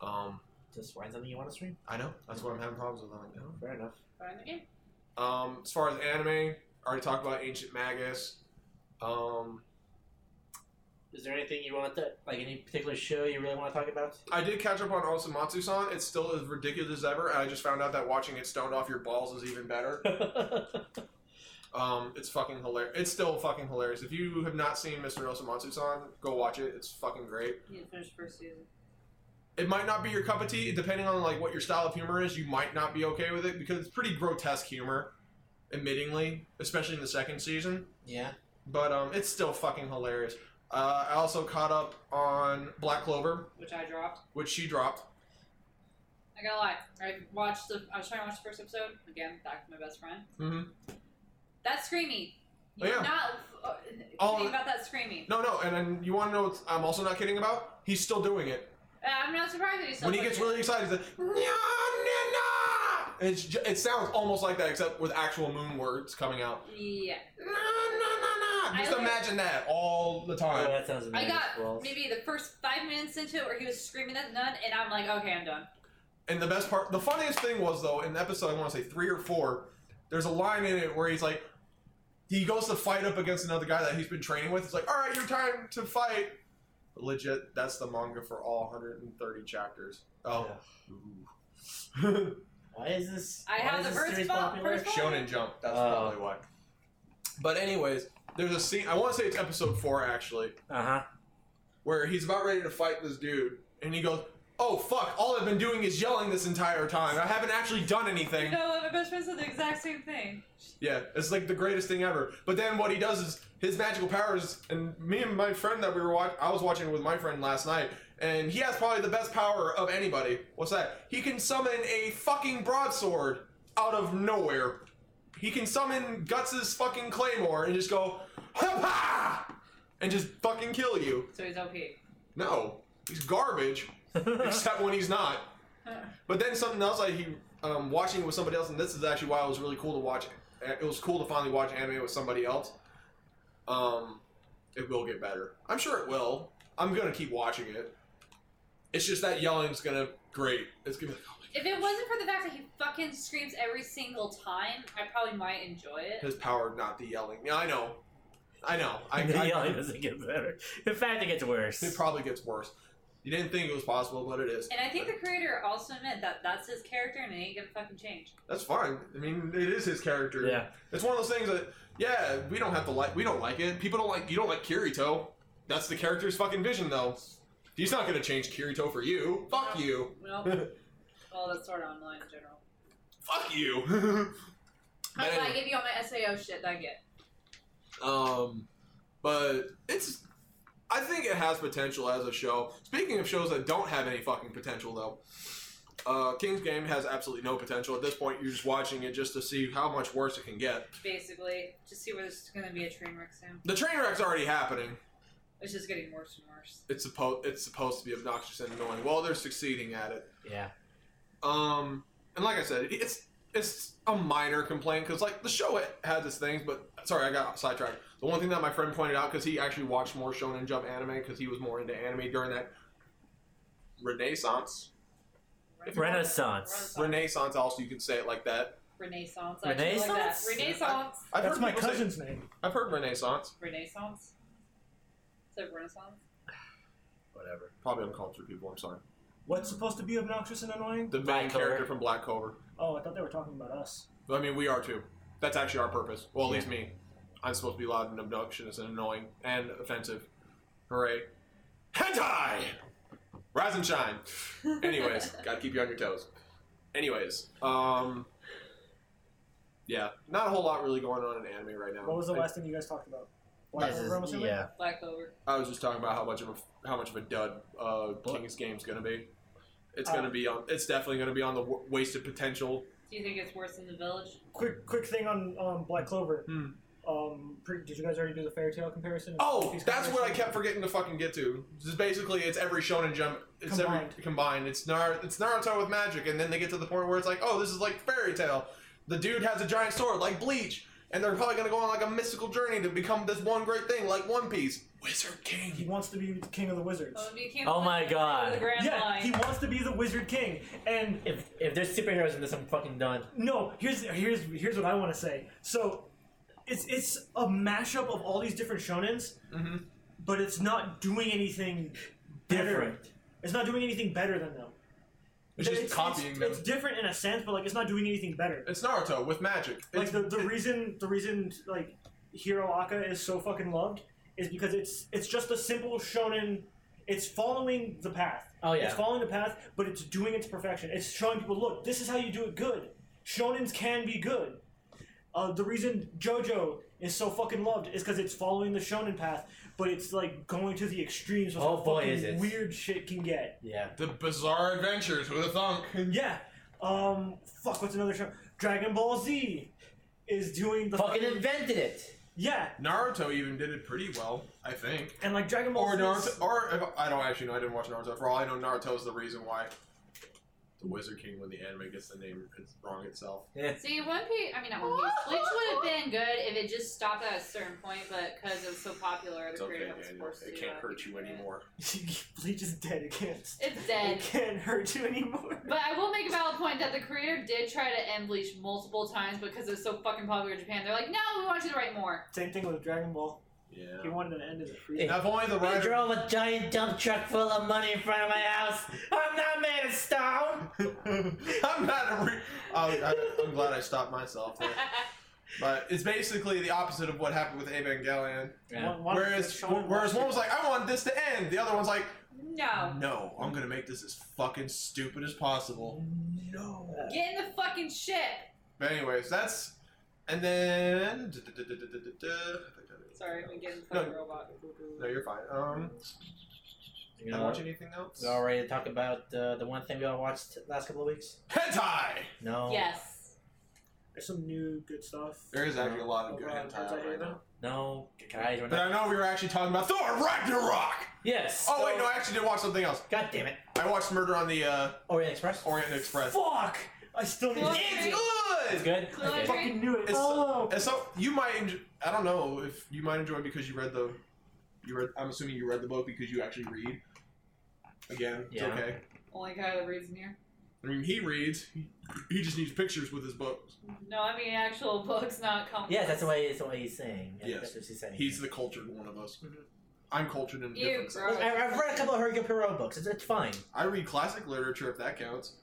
Speaker 4: Um,
Speaker 3: (laughs) just find something you want to stream.
Speaker 4: I know that's what I'm having problems with. I'm like, no.
Speaker 3: Fair enough.
Speaker 9: Find the game.
Speaker 4: Um, as far as anime, I already talked about Ancient Magus. Um,
Speaker 3: Is there anything you want to like? Any particular show you really want to talk (laughs) about?
Speaker 4: I did catch up on Osamatsu-san. It's still as ridiculous as ever. and I just found out that watching it stoned off your balls is even better.
Speaker 3: Oh,
Speaker 4: Um, it's fucking hilarious. It's still fucking hilarious. If you have not seen Mr. Osamatsu-san, go watch it. It's fucking great.
Speaker 9: You didn't finish first season.
Speaker 4: It might not be your cup of tea, depending on like what your style of humor is. You might not be okay with it because it's pretty grotesque humor, admittingly, especially in the second season.
Speaker 3: yeah.
Speaker 4: But um, it's still fucking hilarious. Uh, I also caught up on Black Clover,
Speaker 9: Which I dropped.
Speaker 4: which she dropped.
Speaker 5: I gotta lie. I watched the. I was trying to watch the first episode again. Back to my best friend.
Speaker 4: Mhm.
Speaker 5: That screamy.
Speaker 4: Oh,
Speaker 5: You're
Speaker 4: yeah.
Speaker 5: not uh,
Speaker 4: All-
Speaker 5: kidding about that screamy.
Speaker 4: No, no, and then you want to know what I'm also not kidding about? He's still doing it.
Speaker 5: Uh, I'm not surprised that he's so
Speaker 4: when he
Speaker 5: good
Speaker 4: gets
Speaker 5: at it.
Speaker 4: really excited, he's like, "Nya, nya, nya." And it's ju- it sounds almost like that, except with actual moon words coming out.
Speaker 5: Yeah.
Speaker 4: "Nya, nya, nya, nya."
Speaker 5: I
Speaker 4: Just
Speaker 5: like-
Speaker 4: imagine that all the
Speaker 3: Oh,
Speaker 4: time.
Speaker 3: that sounds
Speaker 5: I
Speaker 3: amazing.
Speaker 5: got
Speaker 3: Well,
Speaker 5: maybe the first five minutes into it where he was screaming at the nun, and I'm like, okay, I'm done.
Speaker 4: And the best part, the funniest thing was though, in episode I want to say three or four, there's a line in it where he's like, he goes to fight up against another guy that he's been training with. It's like, all right, your time to fight. Legit, that's the manga for all 130 chapters. Oh, (laughs) Ooh.
Speaker 3: Why is this? why
Speaker 5: I have
Speaker 3: is
Speaker 5: the
Speaker 3: this
Speaker 5: first
Speaker 3: series
Speaker 5: bo-
Speaker 3: popular?
Speaker 5: first-
Speaker 4: Shonen Jump. That's
Speaker 3: Oh.
Speaker 4: probably why. But anyways, there's a scene. I want to say it's episode four actually,
Speaker 3: Uh (laughs) huh.
Speaker 4: where he's about ready to fight this dude, and he goes, "Oh fuck! All I've been doing is yelling this entire time. I haven't actually done anything."
Speaker 5: (laughs) No, my best friend said the exact same thing.
Speaker 4: Yeah, it's like the greatest thing ever. But then what he does is his magical powers, and me and my friend that we were watch- I was watching with my friend last night, and he has probably the best power of anybody. What's that? He can summon a fucking broadsword out of nowhere. He can summon Guts' fucking claymore and just go, ha and just fucking kill you.
Speaker 5: So he's OP.
Speaker 4: No, he's garbage, except when he's not. But then something else I he um, watching it with somebody else, and this is actually why it was really cool to watch. eh, It was cool to finally watch anime with somebody else. Um, it will get better. I'm sure it will. I'm gonna keep watching it. It's just that yelling's gonna great. It's gonna be like, oh my
Speaker 5: If it wasn't for the fact that he fucking screams every single time, I probably might enjoy it.
Speaker 4: (laughs) god, his power, not the yelling. Yeah, I know, I know.
Speaker 3: (laughs)
Speaker 4: I,
Speaker 3: the
Speaker 4: I-
Speaker 3: yelling doesn't get better. In fact, it gets worse.
Speaker 4: It probably gets worse. You didn't think it was possible, but it is.
Speaker 5: And I think the creator also meant that that's his character and it ain't gonna fucking change.
Speaker 4: That's fine. I mean, it is his character.
Speaker 3: Yeah.
Speaker 4: It's one of those things that yeah, we don't have to like we don't like it. People don't like you don't like Kirito. That's the character's fucking vision though. He's not gonna change Kirito for you. Fuck you.
Speaker 5: Well, well that's sort of online in general.
Speaker 4: Fuck you. (laughs) But
Speaker 5: That's why I
Speaker 4: anyway,
Speaker 5: give you all my SAO shit that I get.
Speaker 4: um but it's I think it has potential as a show. Speaking of shows that don't have any fucking potential though. Uh, King's Game has absolutely no potential. At this point, you're just watching it just to see how much worse it can get.
Speaker 5: basically. Just see where this is going to be a train wreck soon.
Speaker 4: The train wreck's already happening.
Speaker 5: It's just getting worse and worse.
Speaker 4: it's supposed it's supposed to be obnoxious and annoying. Well, they're succeeding at it.
Speaker 3: Yeah.
Speaker 4: Um, and like I said, it's it's a minor complaint because like the show it had its things, but sorry, I got sidetracked. The one thing that my friend pointed out because he actually watched more Shonen Jump anime because he was more into anime during that Renaissance.
Speaker 3: Renaissance.
Speaker 4: Renaissance, also you can say it like that.
Speaker 5: Renaissance. I actually
Speaker 3: Renaissance?
Speaker 5: Like that. Renaissance.
Speaker 4: I've
Speaker 6: That's
Speaker 4: heard
Speaker 6: my
Speaker 4: people say-
Speaker 6: cousin's name.
Speaker 4: I've heard Renaissance.
Speaker 5: Renaissance. Is that Renaissance?
Speaker 3: Whatever.
Speaker 4: Probably uncultured people. I'm sorry.
Speaker 6: What's supposed to be obnoxious and annoying?
Speaker 4: The main
Speaker 3: Black Clover.
Speaker 4: character from Black Clover.
Speaker 6: Oh, I thought they were talking about us.
Speaker 4: I mean, we are too. That's actually our purpose. Well, at least me. I'm supposed to be loud and obnoxious and annoying and offensive. Hooray. Hentai! Rise and shine. Anyways, gotta keep you on your toes. Anyways, um. Yeah, not a whole lot really going on in anime right now.
Speaker 6: What was the
Speaker 4: I-
Speaker 6: last thing you guys talked about? Black
Speaker 3: This
Speaker 6: Clover, I'm
Speaker 3: is,
Speaker 6: assuming?
Speaker 3: yeah.
Speaker 5: (laughs) Black Clover.
Speaker 4: I was just talking about how much of a how much of a dud uh,
Speaker 3: What?
Speaker 4: King's Game's gonna be. It's
Speaker 6: Uh,
Speaker 4: gonna be on. It's definitely gonna be on the w- wasted potential.
Speaker 5: Do you think it's worse than the village?
Speaker 6: Quick, quick thing on um, Black Clover.
Speaker 4: Hmm.
Speaker 6: Um, pre- did you guys already do the fairy tale comparison?
Speaker 4: Oh,
Speaker 6: Piece
Speaker 4: that's what I
Speaker 6: comparison?
Speaker 4: kept forgetting to fucking get to. Just basically, it's every Shonen Jump. It's every
Speaker 6: Combined.
Speaker 4: combined. It's Nar- It's Naruto with magic, and then they get to the point where it's like, oh, this is like fairy tale. The dude has a giant sword like Bleach, and they're probably gonna go on like a mystical journey to become this one great thing like One Piece. Wizard
Speaker 6: He
Speaker 4: King.
Speaker 6: wants to be the king of the wizards.
Speaker 5: Oh, you can't
Speaker 3: Oh my
Speaker 5: look at
Speaker 3: God.
Speaker 5: The grand
Speaker 6: yeah,
Speaker 5: line.
Speaker 6: he wants to be the wizard king. And
Speaker 3: If if there's superheroes in this, I'm fucking done.
Speaker 6: no, here's here's here's what I want to say. So, it's it's a mashup of all these different shonens,
Speaker 4: Mhm.
Speaker 6: but it's not doing anything better.
Speaker 3: Different.
Speaker 6: It's not doing anything better than them.
Speaker 4: It's just
Speaker 6: it's,
Speaker 4: copying
Speaker 6: it's,
Speaker 4: them.
Speaker 6: It's different in a sense, but like it's not doing anything better.
Speaker 4: It's Naruto with magic.
Speaker 6: Like
Speaker 4: It's,
Speaker 6: the, the reason the reason like Hiro Aka is so fucking loved is because it's it's just a simple shonen. It's following the path.
Speaker 3: Oh, yeah.
Speaker 6: It's following the path, but it's doing it to perfection. It's showing people, look, this is how you do it good. Shonens can be good. Uh, the reason JoJo is so fucking loved is because it's following the shonen path, but it's like going to the extremes. With
Speaker 3: Oh,
Speaker 6: how
Speaker 3: boy,
Speaker 6: fucking
Speaker 3: is it.
Speaker 6: weird shit can get.
Speaker 3: Yeah.
Speaker 4: The bizarre adventures with a thunk.
Speaker 6: Yeah. Um. Fuck. What's another show? Dragon Ball Z is doing the
Speaker 3: Fucking invented it.
Speaker 6: yeah,
Speaker 4: Naruto even did it pretty well, I think.
Speaker 6: and like Dragon Ball
Speaker 4: Or
Speaker 6: Z.
Speaker 4: Naruto, or I don't actually know. I didn't watch Naruto. For all I know, Naruto is the reason why the Wizard King, when the anime gets the name it's wrong itself.
Speaker 9: See, One Piece, I mean,
Speaker 5: (laughs)
Speaker 9: not One Piece, Bleach would have been good if it just stopped at a certain point, but because it was so popular,
Speaker 4: It's
Speaker 9: the
Speaker 4: okay,
Speaker 9: creator was
Speaker 4: Daniel.
Speaker 9: forced to uh,
Speaker 4: It
Speaker 9: do
Speaker 4: can't
Speaker 9: that.
Speaker 4: hurt you anymore.
Speaker 6: (laughs) Bleach is dead. It can't.
Speaker 9: It's
Speaker 6: It
Speaker 9: dead.
Speaker 6: can't hurt you anymore.
Speaker 9: But I will make a valid point that the creator did try to end Bleach multiple times because it was so fucking popular in Japan. They're like, no, we want you to write more.
Speaker 6: Same thing with Dragon Ball. He
Speaker 4: Yeah.
Speaker 6: wanted to end as a free.
Speaker 3: Hey.
Speaker 4: Now, if only the
Speaker 3: I
Speaker 4: writer.
Speaker 3: drove a giant dump truck full of money in front of my house. I'm not made of stone.
Speaker 4: (laughs) I'm not. A re- I, I, I'm glad I stopped myself. (laughs) There. But it's basically the opposite of what happened with Evangelion.
Speaker 3: Yeah.
Speaker 6: One- one
Speaker 4: Whereas,
Speaker 6: shonen
Speaker 4: whereas one was like, "I want this to end," the other one's like,
Speaker 9: (laughs) no.
Speaker 4: "No, I'm gonna make this as fucking stupid as possible."
Speaker 6: No.
Speaker 9: Get in the fucking ship.
Speaker 4: But anyways, that's and then. da-da-da-da-da-da.
Speaker 9: Sorry, we get in the fucking
Speaker 4: No.
Speaker 9: robot.
Speaker 4: No, you're fine. Um,
Speaker 3: You
Speaker 4: did
Speaker 3: know
Speaker 4: I watch
Speaker 3: what?
Speaker 4: anything else?
Speaker 3: We all ready to talk about uh, the one thing we all watched last couple of weeks?
Speaker 4: Hentai.
Speaker 3: No.
Speaker 9: Yes.
Speaker 6: There's some new good stuff. Oh,
Speaker 4: There is actually a lot of good
Speaker 6: Overall,
Speaker 4: hentai
Speaker 6: does that
Speaker 4: out right
Speaker 6: even-
Speaker 4: now.
Speaker 3: No. Can I?
Speaker 4: But I know we were actually talking about Thor Ragnarok.
Speaker 3: Yes.
Speaker 4: Oh wait, no, I actually did watch something else.
Speaker 3: God damn it.
Speaker 4: I watched Murder on the uh,
Speaker 3: Orient Express.
Speaker 4: Orient Express.
Speaker 6: Fuck! I still need.
Speaker 9: Fuck.
Speaker 4: It's
Speaker 3: It's
Speaker 4: good.
Speaker 3: good.
Speaker 9: Clearly
Speaker 6: I
Speaker 3: Okay.
Speaker 6: fucking knew it.
Speaker 4: It's-
Speaker 6: oh.
Speaker 4: And so you might, enjoy, I don't know if you might enjoy it because you read the, you read. I'm assuming you read the book because you actually read. Again, it's
Speaker 3: Yeah.
Speaker 4: okay.
Speaker 9: Only guy that reads in here.
Speaker 4: I mean, he reads. He, he just needs pictures with his books.
Speaker 9: No, I mean actual books, not comics.
Speaker 3: Yes, that's the way. That's what he's saying. Yeah,
Speaker 4: Yes.
Speaker 3: That's what she's saying.
Speaker 4: He's the cultured one of us. I'm cultured in a
Speaker 9: Mm-hmm. Ew,
Speaker 4: different sense.
Speaker 9: gross.
Speaker 3: I, I've read a couple of Hercule Poirot books. It's, it's fine.
Speaker 4: I read classic literature if that counts.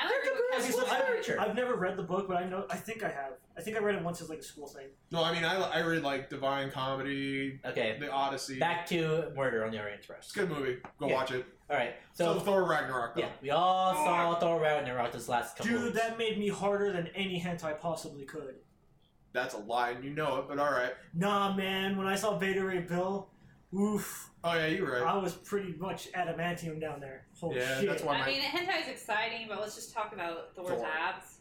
Speaker 9: I don't
Speaker 3: Hercule
Speaker 9: think
Speaker 3: Poirot's
Speaker 9: it's
Speaker 6: so
Speaker 3: good
Speaker 9: classic
Speaker 6: I've-
Speaker 3: literature.
Speaker 6: I've never read the book, but I know. I think I have. I think I read it once as like a school thing.
Speaker 4: No, I mean I, I read like Divine Comedy,
Speaker 3: Okay.
Speaker 4: The Odyssey.
Speaker 3: Back to Murder on the Orient
Speaker 4: It's
Speaker 3: Express.
Speaker 4: a good movie. Go
Speaker 3: Yeah.
Speaker 4: watch it.
Speaker 3: All right.
Speaker 4: So,
Speaker 3: So,
Speaker 4: Thor Ragnarok. Though.
Speaker 3: yeah, we all saw Thor Ragnarok this last couple.
Speaker 6: Dude,
Speaker 3: weeks.
Speaker 6: that made me harder than any hentai possibly could.
Speaker 4: That's a lie, and you know it. But all right.
Speaker 6: Nah, man. When I saw Beta Ray Bill, oof,
Speaker 4: Oh yeah, you're right.
Speaker 6: I was pretty much adamantium down there. Holy
Speaker 4: yeah,
Speaker 6: shit.
Speaker 4: that's why
Speaker 9: I
Speaker 4: my.
Speaker 9: mean, hentai is exciting, but let's just talk about Thor's
Speaker 4: Thor.
Speaker 9: abs.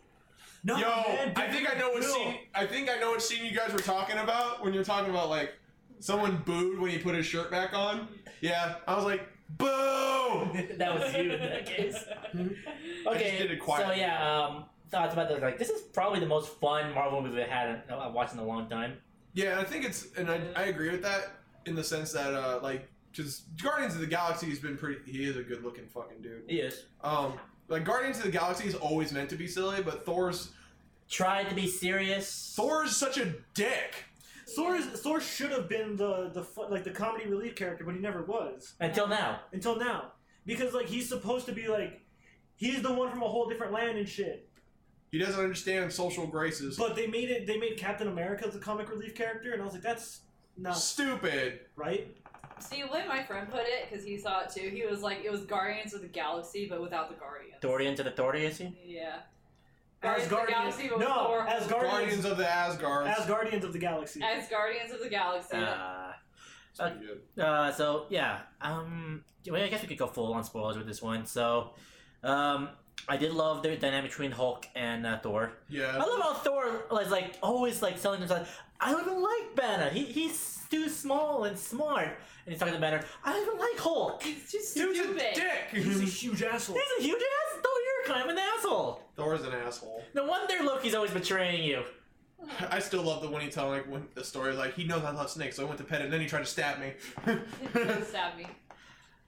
Speaker 6: No,
Speaker 4: Yo,
Speaker 6: man,
Speaker 4: I think I know what
Speaker 6: Bill.
Speaker 4: scene. I think I know what scene you guys were talking about when you're talking about like someone booed when he put his shirt back on. Yeah, I was like, boo.
Speaker 3: (laughs) that was you in that case.
Speaker 4: I
Speaker 3: Okay.
Speaker 4: just did it quietly.
Speaker 3: So yeah, um, thoughts about this? Like, this is probably the most fun Marvel movie I've had in, I've watched in a long time.
Speaker 4: Yeah, I think it's, and I, I agree with that in the sense that uh like, because Guardians of the Galaxy has been pretty. He is a good looking fucking dude.
Speaker 3: Yes.
Speaker 4: Um, like Guardians of the Galaxy is always meant to be silly, but Thor's
Speaker 3: Tried to be serious.
Speaker 4: Thor's such a dick.
Speaker 6: Thor is, Thor should have been the the fu- like the comedy relief character, but he never was
Speaker 3: until now.
Speaker 6: until now. Because like he's supposed to be like he's the one from a whole different land and shit.
Speaker 4: He doesn't understand social graces.
Speaker 6: But they made it they made Captain America the comic relief character, and I was like, that's not
Speaker 4: Stupid.
Speaker 6: right.
Speaker 9: See, the way my friend put it, because he saw it too, he was like, it was Guardians of the Galaxy, but without the Guardians.
Speaker 3: Authority into the authority, you see?
Speaker 9: Yeah.
Speaker 6: As
Speaker 9: Guardians of the Galaxy, but with
Speaker 6: no,
Speaker 9: Thor.
Speaker 6: as
Speaker 4: Guardians
Speaker 6: Guardians,
Speaker 4: of the Asgard.
Speaker 6: as Guardians of the Galaxy.
Speaker 9: As Guardians of the Galaxy.
Speaker 3: Uh,
Speaker 4: It's pretty good.
Speaker 3: uh, so yeah, um, well, I guess we could go full on spoilers with this one. So, um, I did love the dynamic between Hulk and uh, Thor. I
Speaker 4: Yeah.
Speaker 3: love how Thor was like always like selling himself. I don't even like Banner. He, he's too small and smart. And he's talking to Banner. I don't even like Hulk.
Speaker 9: He's just
Speaker 4: Dude's a
Speaker 9: stupid.
Speaker 4: dick. (laughs)
Speaker 6: He's a huge asshole.
Speaker 3: He's a huge ass. Thor, you're kind of an asshole.
Speaker 4: Thor's an asshole.
Speaker 3: No wonder Loki's always betraying you.
Speaker 4: I still love the one he telling like when the story like he knows I love snakes, so I went to pet it, and then he tried to stab me. (laughs)
Speaker 9: Don't Stab me.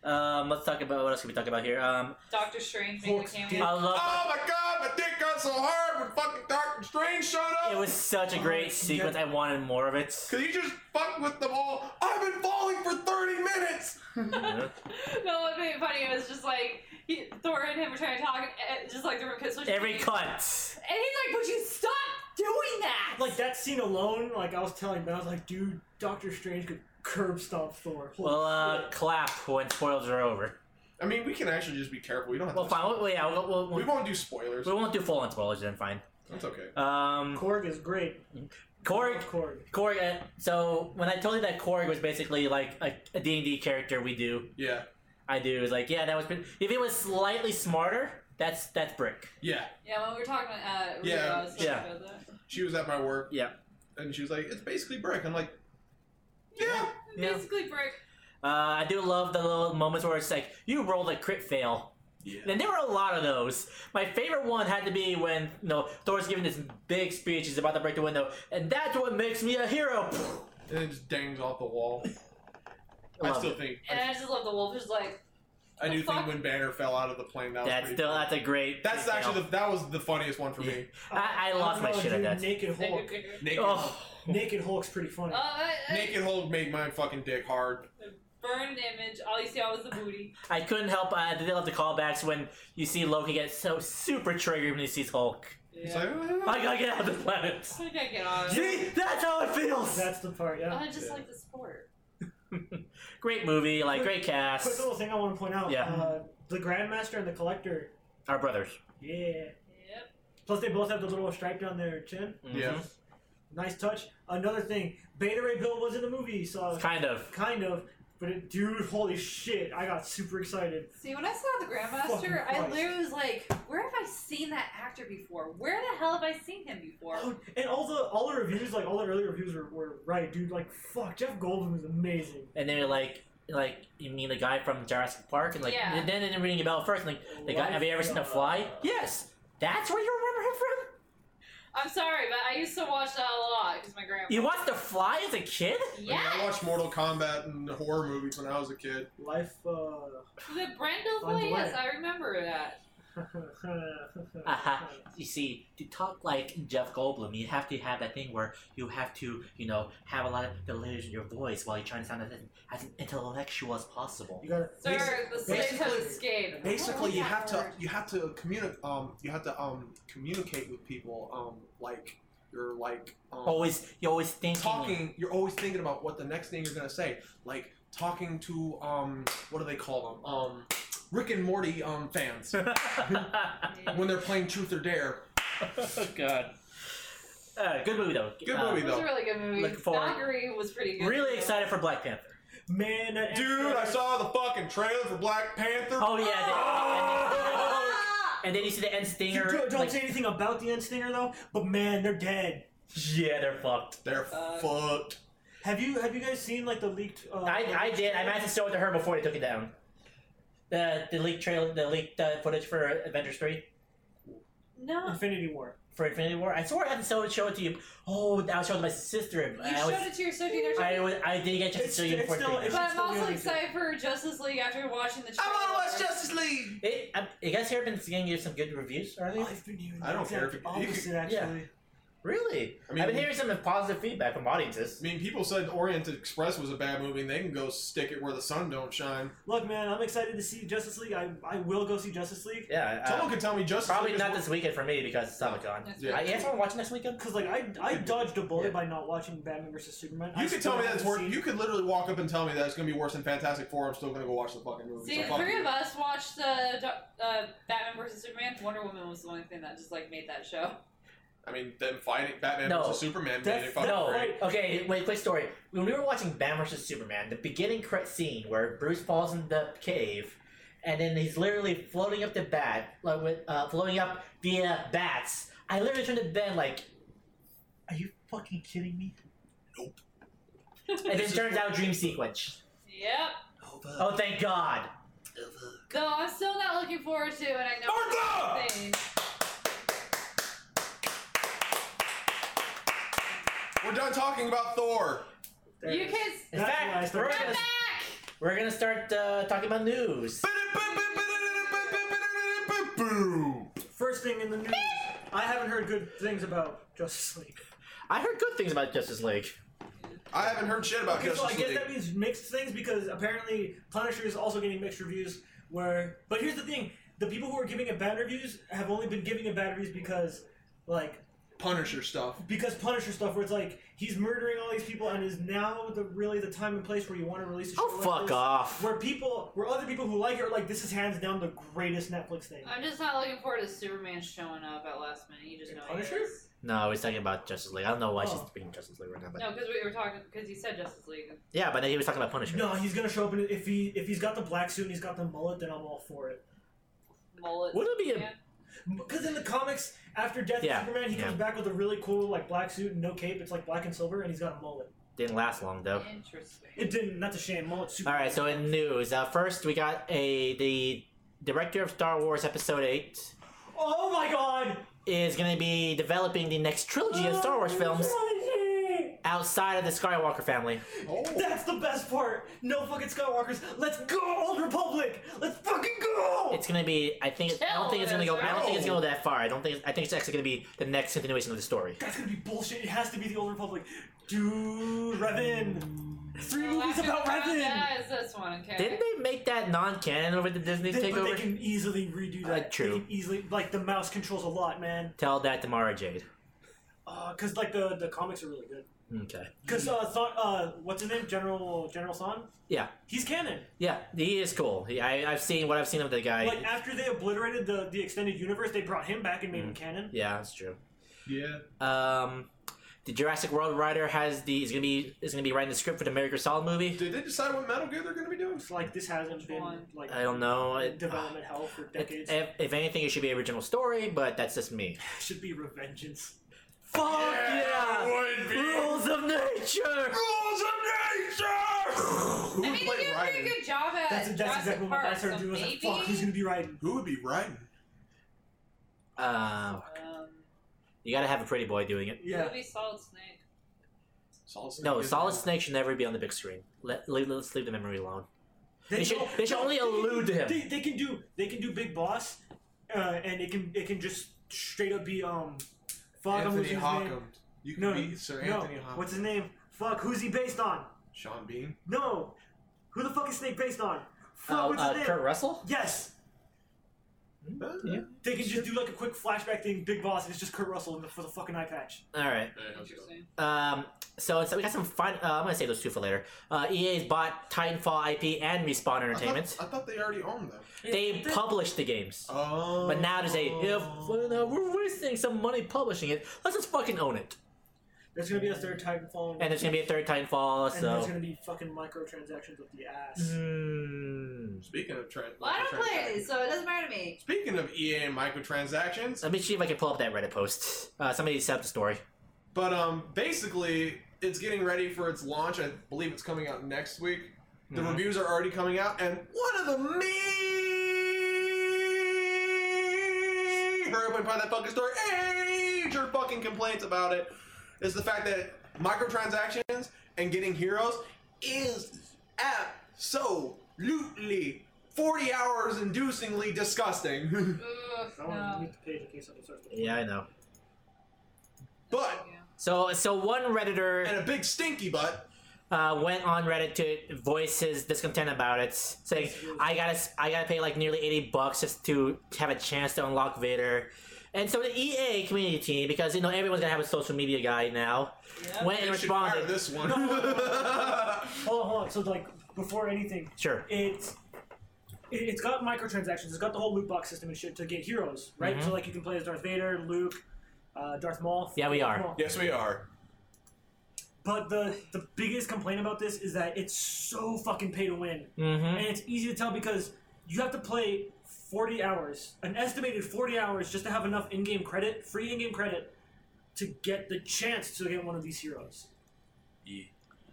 Speaker 3: Um, let's talk about what else can we talk about here. Um,
Speaker 9: Doctor Strange making a
Speaker 6: Hulk's
Speaker 9: cameo.
Speaker 6: dick.
Speaker 3: I love.
Speaker 4: oh my god, my dick got so hard when fucking Dark and Strange showed up.
Speaker 3: It was such a great
Speaker 6: Oh,
Speaker 3: sequence.
Speaker 6: yeah.
Speaker 3: I wanted more of it.
Speaker 4: Cause you just fucked with them all. I've been falling for thirty minutes.
Speaker 5: (laughs)
Speaker 9: no, what made it funny was just like he, Thor and him were trying to talk,
Speaker 5: eh,
Speaker 9: and uh, just like the room kiss.
Speaker 3: Every
Speaker 9: and
Speaker 3: cut.
Speaker 9: he's like, "Would you stop doing that?"
Speaker 6: Like that scene alone, like I was telling Ben, I was like, dude, Doctor Strange could curb stomp Thor. Holy
Speaker 3: We'll
Speaker 6: shit.
Speaker 3: uh, clap when spoilers are over.
Speaker 4: I mean, we can actually just be careful. We don't have
Speaker 3: Well,
Speaker 4: to.
Speaker 3: fine. Well, yeah, we'll, we'll,
Speaker 4: We
Speaker 3: we'll,
Speaker 4: won't do spoilers.
Speaker 3: we won't do full on spoilers then. Fine.
Speaker 4: That's okay.
Speaker 3: Um,
Speaker 6: Korg is great.
Speaker 3: Korg,
Speaker 6: Love Korg.
Speaker 3: Korg. Uh, so when I told you that Korg was basically like a a D and D character we do,
Speaker 4: Yeah.
Speaker 3: I do is like, yeah, that was. pretty- If it was slightly smarter, that's that's brick.
Speaker 4: Yeah.
Speaker 5: Yeah, when we were talking, uh, we
Speaker 4: Yeah.
Speaker 5: were, I was talking
Speaker 3: Yeah.
Speaker 5: about that.
Speaker 4: She was at my work.
Speaker 3: Yeah.
Speaker 4: And she was like, it's basically brick. I'm like, yeah.
Speaker 3: Yeah.
Speaker 5: Basically, brick.
Speaker 3: Uh, I do love the little moments where it's like you rolled a crit fail,
Speaker 4: Yeah.
Speaker 3: (laughs) and there were a lot of those. My favorite one had to be when you know, Thor's giving this big speech, he's about to break the window, and that's what makes me a hero.
Speaker 4: And it just dangs off the wall. I
Speaker 3: Love
Speaker 4: still
Speaker 3: it.
Speaker 4: think.
Speaker 5: And I just love the wolf.
Speaker 3: (laughs)
Speaker 5: Just like
Speaker 4: I do
Speaker 5: The fuck?
Speaker 4: think when Banner fell out of the plane, that was
Speaker 3: That's
Speaker 4: pretty
Speaker 3: still
Speaker 4: cool.
Speaker 3: that's a great.
Speaker 4: (laughs) That's
Speaker 3: great
Speaker 4: actually
Speaker 3: fail.
Speaker 4: the, that was the funniest one for me.
Speaker 3: I, I lost my
Speaker 6: How about
Speaker 3: shit at
Speaker 6: you
Speaker 3: that.
Speaker 6: Naked
Speaker 5: (laughs)
Speaker 6: Hulk.
Speaker 4: Naked,
Speaker 3: Oh,
Speaker 6: (laughs) Naked Hulk's pretty funny.
Speaker 5: Uh, I, I,
Speaker 4: naked Hulk made my fucking dick hard.
Speaker 5: burned image. All you see all was the booty.
Speaker 3: I couldn't help. uh, I did love the callbacks when you see Loki get so super triggered when he sees Hulk.
Speaker 4: (laughs)
Speaker 3: (laughs)
Speaker 4: It's
Speaker 5: Yeah.
Speaker 4: like, "Ah."
Speaker 3: I gotta get out of the planet.
Speaker 5: I think I get on. it.
Speaker 3: See, that's how it feels.
Speaker 6: That's the part, yeah.
Speaker 5: I just
Speaker 4: Yeah.
Speaker 5: like the sport.
Speaker 3: Great movie, like great
Speaker 6: Quick
Speaker 3: cast.
Speaker 6: little thing I want to point out.
Speaker 3: Yeah.
Speaker 6: Uh, the Grandmaster and the Collector.
Speaker 3: Our brothers.
Speaker 6: Yeah.
Speaker 5: Yep.
Speaker 6: Plus, they both have the little stripe down their chin.
Speaker 4: yeah.
Speaker 3: Mhm.
Speaker 6: Nice touch. Another thing, Beta Ray Bill was in the movie, so
Speaker 3: Kind of.
Speaker 6: kind of. But it, dude, holy shit! I got super excited.
Speaker 5: See, when I saw the
Speaker 6: Fucking
Speaker 5: Grandmaster, I
Speaker 6: Christ.
Speaker 5: literally was like, "Where have I seen that actor before? Where the hell have I seen him before?"
Speaker 6: Oh, and all the all the reviews, like all the early reviews, were, were right, dude. Like fuck, Jeff Goldblum is amazing.
Speaker 3: and they're like, like you mean the guy from Jurassic Park, and like,
Speaker 5: Yeah.
Speaker 3: and then and reading about first, and like, the guy, have you ever seen a fly?
Speaker 6: uh,
Speaker 3: Yes, that's where you remember him from.
Speaker 5: I'm sorry, but I used to watch that a lot because my grandma. (laughs)
Speaker 3: You watched the fly as a kid?
Speaker 4: I, mean, I
Speaker 5: yeah,
Speaker 4: watched Mortal Kombat and horror movies when I was a kid.
Speaker 6: Life. uh,
Speaker 5: the Brendel
Speaker 6: Find a
Speaker 5: Yes,
Speaker 6: way.
Speaker 5: I remember that.
Speaker 6: Uh...
Speaker 3: Aha. You see, to talk like Jeff Goldblum, you have to have that thing where you have to, you know, have a lot of delays in your voice while you're trying to sound as, as intellectual as possible.
Speaker 6: (laughs) you gotta.
Speaker 5: Sir, the slaves have
Speaker 4: basically-
Speaker 5: escaped.
Speaker 4: Basically, you
Speaker 5: Yeah.
Speaker 4: have to you have to communicate um you have to um communicate with people um like you're like um,
Speaker 3: Always, you're always thinking. (laughs)
Speaker 4: talking. (laughs) You're always thinking about what the next thing you're gonna say. Like talking to um what do they call them um Rick and Morty um
Speaker 3: (laughs)
Speaker 4: fans (laughs) when they're playing Truth or Dare.
Speaker 3: oh god. Uh, good movie though.
Speaker 4: Good
Speaker 3: Uh,
Speaker 4: movie
Speaker 5: It was
Speaker 4: though.
Speaker 5: a really good movie.
Speaker 3: Looking forward.
Speaker 5: Valkyrie was pretty good.
Speaker 3: Really excited for Black Panther.
Speaker 6: Man, that
Speaker 4: Dude,
Speaker 6: extra-
Speaker 4: I saw the fucking trailer for Black Panther.
Speaker 3: Oh yeah. they-
Speaker 5: Ah!
Speaker 3: and, then, and then you see the end
Speaker 6: You
Speaker 3: stinger.
Speaker 6: don't, don't
Speaker 3: like-
Speaker 6: say anything about the end stinger though. But man, they're dead.
Speaker 3: Yeah, they're fucked.
Speaker 4: They're
Speaker 5: Uh,
Speaker 4: fucked.
Speaker 6: Have you have you guys seen like the leaked? Uh,
Speaker 3: I, I did. I managed to show it to her before they took it down. The the leaked trail, the leaked uh, footage for Avengers three
Speaker 5: (laughs)
Speaker 4: (laughs)
Speaker 5: No,
Speaker 6: (laughs) Infinity War.
Speaker 3: for Infinity War. I swear I had to show it, show it to you. Oh, I was showing my sister.
Speaker 5: you
Speaker 3: I
Speaker 5: showed
Speaker 3: was,
Speaker 5: it to your sister. there's-
Speaker 3: I was, I didn't get a chance to
Speaker 6: It's-
Speaker 3: show you
Speaker 6: it's
Speaker 3: before.
Speaker 6: still-
Speaker 3: it,
Speaker 6: it's-
Speaker 5: But I'm
Speaker 6: still
Speaker 5: also
Speaker 6: good.
Speaker 5: excited for Justice League after watching the trailer.
Speaker 4: Justice League.
Speaker 3: it, I, you guys here been getting you some good reviews earlier?
Speaker 6: I've been hearing
Speaker 4: I don't
Speaker 6: the
Speaker 4: care
Speaker 6: exact
Speaker 4: if it- you (laughs)
Speaker 6: opposite actually.
Speaker 3: yeah. Really?
Speaker 4: I mean-
Speaker 3: I've been hearing some positive feedback from
Speaker 4: I
Speaker 3: audiences.
Speaker 4: mean, people said Orient Express was a bad movie. and They can go stick it where the sun don't shine.
Speaker 6: Look, man, I'm excited to see Justice League. I, I will go see Justice League
Speaker 3: Yeah. uh,
Speaker 4: Someone could tell me Justice
Speaker 3: probably
Speaker 4: League is
Speaker 3: not
Speaker 4: wor-
Speaker 3: this weekend for me because it's Comic Con.
Speaker 5: That's
Speaker 4: Yeah.
Speaker 3: I guess I'm watching next weekend.
Speaker 6: because like I, I dodged a bullet
Speaker 3: Yeah.
Speaker 6: by not watching Batman vs Superman. I
Speaker 4: You could
Speaker 6: still
Speaker 4: tell me that's
Speaker 6: haven't
Speaker 4: worth.
Speaker 6: seen-
Speaker 4: You could literally walk up and tell me that it's gonna be worse than Fantastic Four. I'm still gonna go watch the fucking movie.
Speaker 5: See,
Speaker 4: so
Speaker 5: the
Speaker 4: fuck
Speaker 5: three
Speaker 4: you.
Speaker 5: of us watched the do- uh, Batman versus Superman. Wonder Woman was the only thing that just like made that show.
Speaker 4: I mean, them fighting Batman
Speaker 3: No.
Speaker 4: versus Superman made
Speaker 6: That's-
Speaker 4: it fucking
Speaker 3: no,
Speaker 4: great.
Speaker 6: Right.
Speaker 3: okay, wait, quick story. When we were watching Batman vs. Superman, the beginning cre- scene where Bruce falls in the cave, and then he's literally floating up the bat, like with, uh, floating up via bats, I literally turned to Ben like, are you fucking kidding me? Nope. and then turns out dream sequence.
Speaker 5: Yep.
Speaker 3: Oh, thank God.
Speaker 5: Though I'm still not looking forward to, it, and I know
Speaker 4: Martha!
Speaker 5: it's a thing.
Speaker 4: We're done talking about Thor.
Speaker 6: There
Speaker 5: You
Speaker 6: it is.
Speaker 5: kids,
Speaker 3: In
Speaker 6: That's why I
Speaker 3: fact, we're
Speaker 6: started-
Speaker 5: come
Speaker 3: gonna,
Speaker 5: back!
Speaker 3: we're gonna start uh, talking about news.
Speaker 6: First thing in the news, I haven't heard good things about Justice League.
Speaker 3: I heard good things about Justice League.
Speaker 4: I haven't heard shit about
Speaker 6: Okay, so I
Speaker 4: Justice
Speaker 6: guess
Speaker 4: League.
Speaker 6: that means mixed things because apparently Punisher is also getting mixed reviews. Where, but here's the thing: the people who are giving it bad reviews have only been giving it bad reviews because, like,
Speaker 4: Punisher stuff.
Speaker 6: because Punisher stuff, where it's like he's murdering all these people, and is now the really the time and place where you want to release a show
Speaker 3: Oh,
Speaker 6: like
Speaker 3: fuck
Speaker 6: this,
Speaker 3: off.
Speaker 6: where people, where other people who like it are like, this is hands down the greatest Netflix thing.
Speaker 9: I'm just not looking forward to Superman showing up at last minute. You just
Speaker 6: Hey,
Speaker 9: know.
Speaker 6: Punisher?
Speaker 9: He is.
Speaker 3: No, I was talking about Justice League. I don't know why she's
Speaker 6: Oh.
Speaker 3: being Justice League right now, but
Speaker 9: No, because we were talking because you said Justice League.
Speaker 3: yeah, but he was talking about Punisher.
Speaker 6: No, he's gonna show up, and if he if he's got the black suit and he's got the mullet, then I'm all for it.
Speaker 9: Mullet.
Speaker 3: Would it be a-
Speaker 9: Yeah.
Speaker 6: Because in the comics, after Death
Speaker 3: Yeah,
Speaker 6: of Superman, he
Speaker 3: yeah.
Speaker 6: comes back with a really cool like black suit and no cape. It's like black and silver, and he's got a mullet.
Speaker 3: Didn't last long though.
Speaker 9: Interesting.
Speaker 6: It didn't. That's a shame. Mullet suit.
Speaker 3: All right, so in news, uh, first we got a the director of Star Wars Episode Eight
Speaker 6: Oh my god. Oh
Speaker 3: is going to be developing the next trilogy of Star Wars films outside of the Skywalker family.
Speaker 4: Oh.
Speaker 6: That's the best part. No fucking Skywalkers. Let's go, Old Republic. Let's fucking go.
Speaker 3: It's going to be, I think, it, I don't think it's going to go. I don't think it's going to go that far. I don't think. It's, I think it's actually going to be the next continuation of the story.
Speaker 6: That's gonna be bullshit. It has to be the Old Republic, dude. Revan. Three
Speaker 9: Well,
Speaker 6: movies
Speaker 9: after
Speaker 6: about
Speaker 9: that,
Speaker 6: Revan.
Speaker 9: That is this one, okay?
Speaker 3: Didn't they make that non-canon over the Disney
Speaker 6: They, but they
Speaker 3: takeover?
Speaker 6: can easily redo
Speaker 3: Uh,
Speaker 6: that.
Speaker 3: true.
Speaker 6: They can easily like the mouse controls a lot, man.
Speaker 3: Tell that to Mara Jade.
Speaker 6: Uh, cause like the the comics are really good.
Speaker 3: Okay.
Speaker 6: Cause uh, Thon, uh, what's his name? General General Son.
Speaker 3: Yeah.
Speaker 6: He's canon.
Speaker 3: Yeah, he is cool. He, I, I've seen what I've seen of the guy.
Speaker 6: Like after they obliterated the the extended universe, they brought him back and made him
Speaker 3: Mm.
Speaker 6: canon.
Speaker 3: yeah, that's true.
Speaker 4: Yeah.
Speaker 3: Um, the Jurassic World writer has the is gonna be is gonna be writing the script for the Metal Gear Solid movie.
Speaker 4: Did they decide what Metal Gear they're gonna be doing?
Speaker 6: It's like this hasn't been
Speaker 9: one?
Speaker 6: like
Speaker 3: I don't know. It,
Speaker 6: development hell for
Speaker 3: uh, it-
Speaker 6: decades.
Speaker 3: if, if anything, it should be original story, but that's just me.
Speaker 6: should be revengeance.
Speaker 3: Fuck
Speaker 4: it would be.
Speaker 3: Rules of nature.
Speaker 4: Rules of
Speaker 9: I
Speaker 4: nature.
Speaker 9: mean, they did a pretty good job at
Speaker 6: That's, that's
Speaker 9: Jurassic
Speaker 6: exactly what
Speaker 9: Park,
Speaker 6: my started
Speaker 9: so
Speaker 6: doing. I was like,
Speaker 9: maybe,
Speaker 6: fuck, who's gonna be riding?
Speaker 4: Who would be writing?
Speaker 3: Um,
Speaker 9: um,
Speaker 3: you gotta have a pretty boy doing it.
Speaker 9: yeah.
Speaker 6: Yeah.
Speaker 9: be Solid Snake.
Speaker 4: Solid Snake
Speaker 3: No,
Speaker 4: is
Speaker 3: Solid
Speaker 4: writing.
Speaker 3: Snake should never be on the big screen. Let, let, let's leave the memory alone. They should-
Speaker 6: don't-
Speaker 3: they should only
Speaker 6: can-
Speaker 3: allude to him.
Speaker 6: They, they can do they can do Big Boss, uh, and it can it can just straight up be um, fuck, I'm
Speaker 4: Anthony
Speaker 6: losing his
Speaker 4: Hockham.
Speaker 6: name.
Speaker 4: You could
Speaker 6: No,
Speaker 4: be Sir
Speaker 6: no,
Speaker 4: Anthony Hockham.
Speaker 6: what's his name? Fuck, who's he based on?
Speaker 4: Sean Bean.
Speaker 6: No, who the fuck is Snake based on? Fuck,
Speaker 3: Uh,
Speaker 6: what's his
Speaker 3: uh,
Speaker 6: name?
Speaker 3: Kurt Russell.
Speaker 6: Yes,
Speaker 3: Uh,
Speaker 4: Uh,
Speaker 3: Yeah.
Speaker 6: they can just do like a quick flashback thing. Big Boss, and it's just Kurt Russell in the, for the fucking eye patch.
Speaker 3: All right.
Speaker 9: Interesting.
Speaker 3: Um, so, so we got some fun. Uh, I'm gonna save those two for later. Uh, EA's bought Titanfall IP and Respawn
Speaker 4: I thought-
Speaker 3: Entertainment.
Speaker 6: Uh-huh.
Speaker 4: I thought, they already owned them.
Speaker 3: They published the games.
Speaker 4: Oh.
Speaker 3: But now to say, if uh, we're wasting some money publishing it, let's just fucking own it.
Speaker 6: There's gonna be a third Titanfall,
Speaker 3: And there's gonna be a third Titanfall,
Speaker 6: and there's
Speaker 3: so.
Speaker 6: gonna be fucking microtransactions up the ass.
Speaker 3: Mm-hmm. Mm.
Speaker 4: Speaking of trans.
Speaker 9: Well, I don't play it, so it doesn't matter to me.
Speaker 4: Speaking of EA and microtransactions,
Speaker 3: Let me see if I can pull up that Reddit post. Uh, somebody set up the story.
Speaker 4: but um, basically, it's getting ready for its launch. I believe it's coming out next week. The
Speaker 3: Mhm.
Speaker 4: reviews are already coming out, and one of the main hurry up and find that fucking story. Major fucking complaints about it is the fact that microtransactions and getting heroes is absolutely forty hours inducingly disgusting. (laughs)
Speaker 9: Ugh,
Speaker 6: I want to
Speaker 9: no.
Speaker 6: mute the page in case something starts.
Speaker 3: Yeah, I know.
Speaker 4: but
Speaker 9: Yeah.
Speaker 3: So, so one
Speaker 4: and
Speaker 3: redditor
Speaker 4: a big stinky butt.
Speaker 3: uh, went on Reddit to voice his discontent about it, saying, "I gotta, s- I gotta pay like nearly eighty bucks just to have a chance to unlock Vader." And so the EA community team, because you know everyone's gonna have a social media guy now, went and
Speaker 4: They should fire
Speaker 3: responded.
Speaker 4: this one. (laughs)
Speaker 6: Hold on, hold on. So like before anything,
Speaker 3: Sure.
Speaker 6: it's it- it's got microtransactions. It's got the whole loot box system and shit to get heroes, right? So like you can play as Darth Vader, Luke, uh, Darth Maul.
Speaker 3: Mm-hmm. Yeah, we are.
Speaker 6: Maul.
Speaker 4: yes, we are.
Speaker 6: But the the biggest complaint about this is that it's so fucking pay to win,
Speaker 3: Mm-hmm.
Speaker 6: and it's easy to tell because you have to play forty hours, an estimated forty hours, just to have enough in-game credit, free in-game credit, to get the chance to get one of these heroes.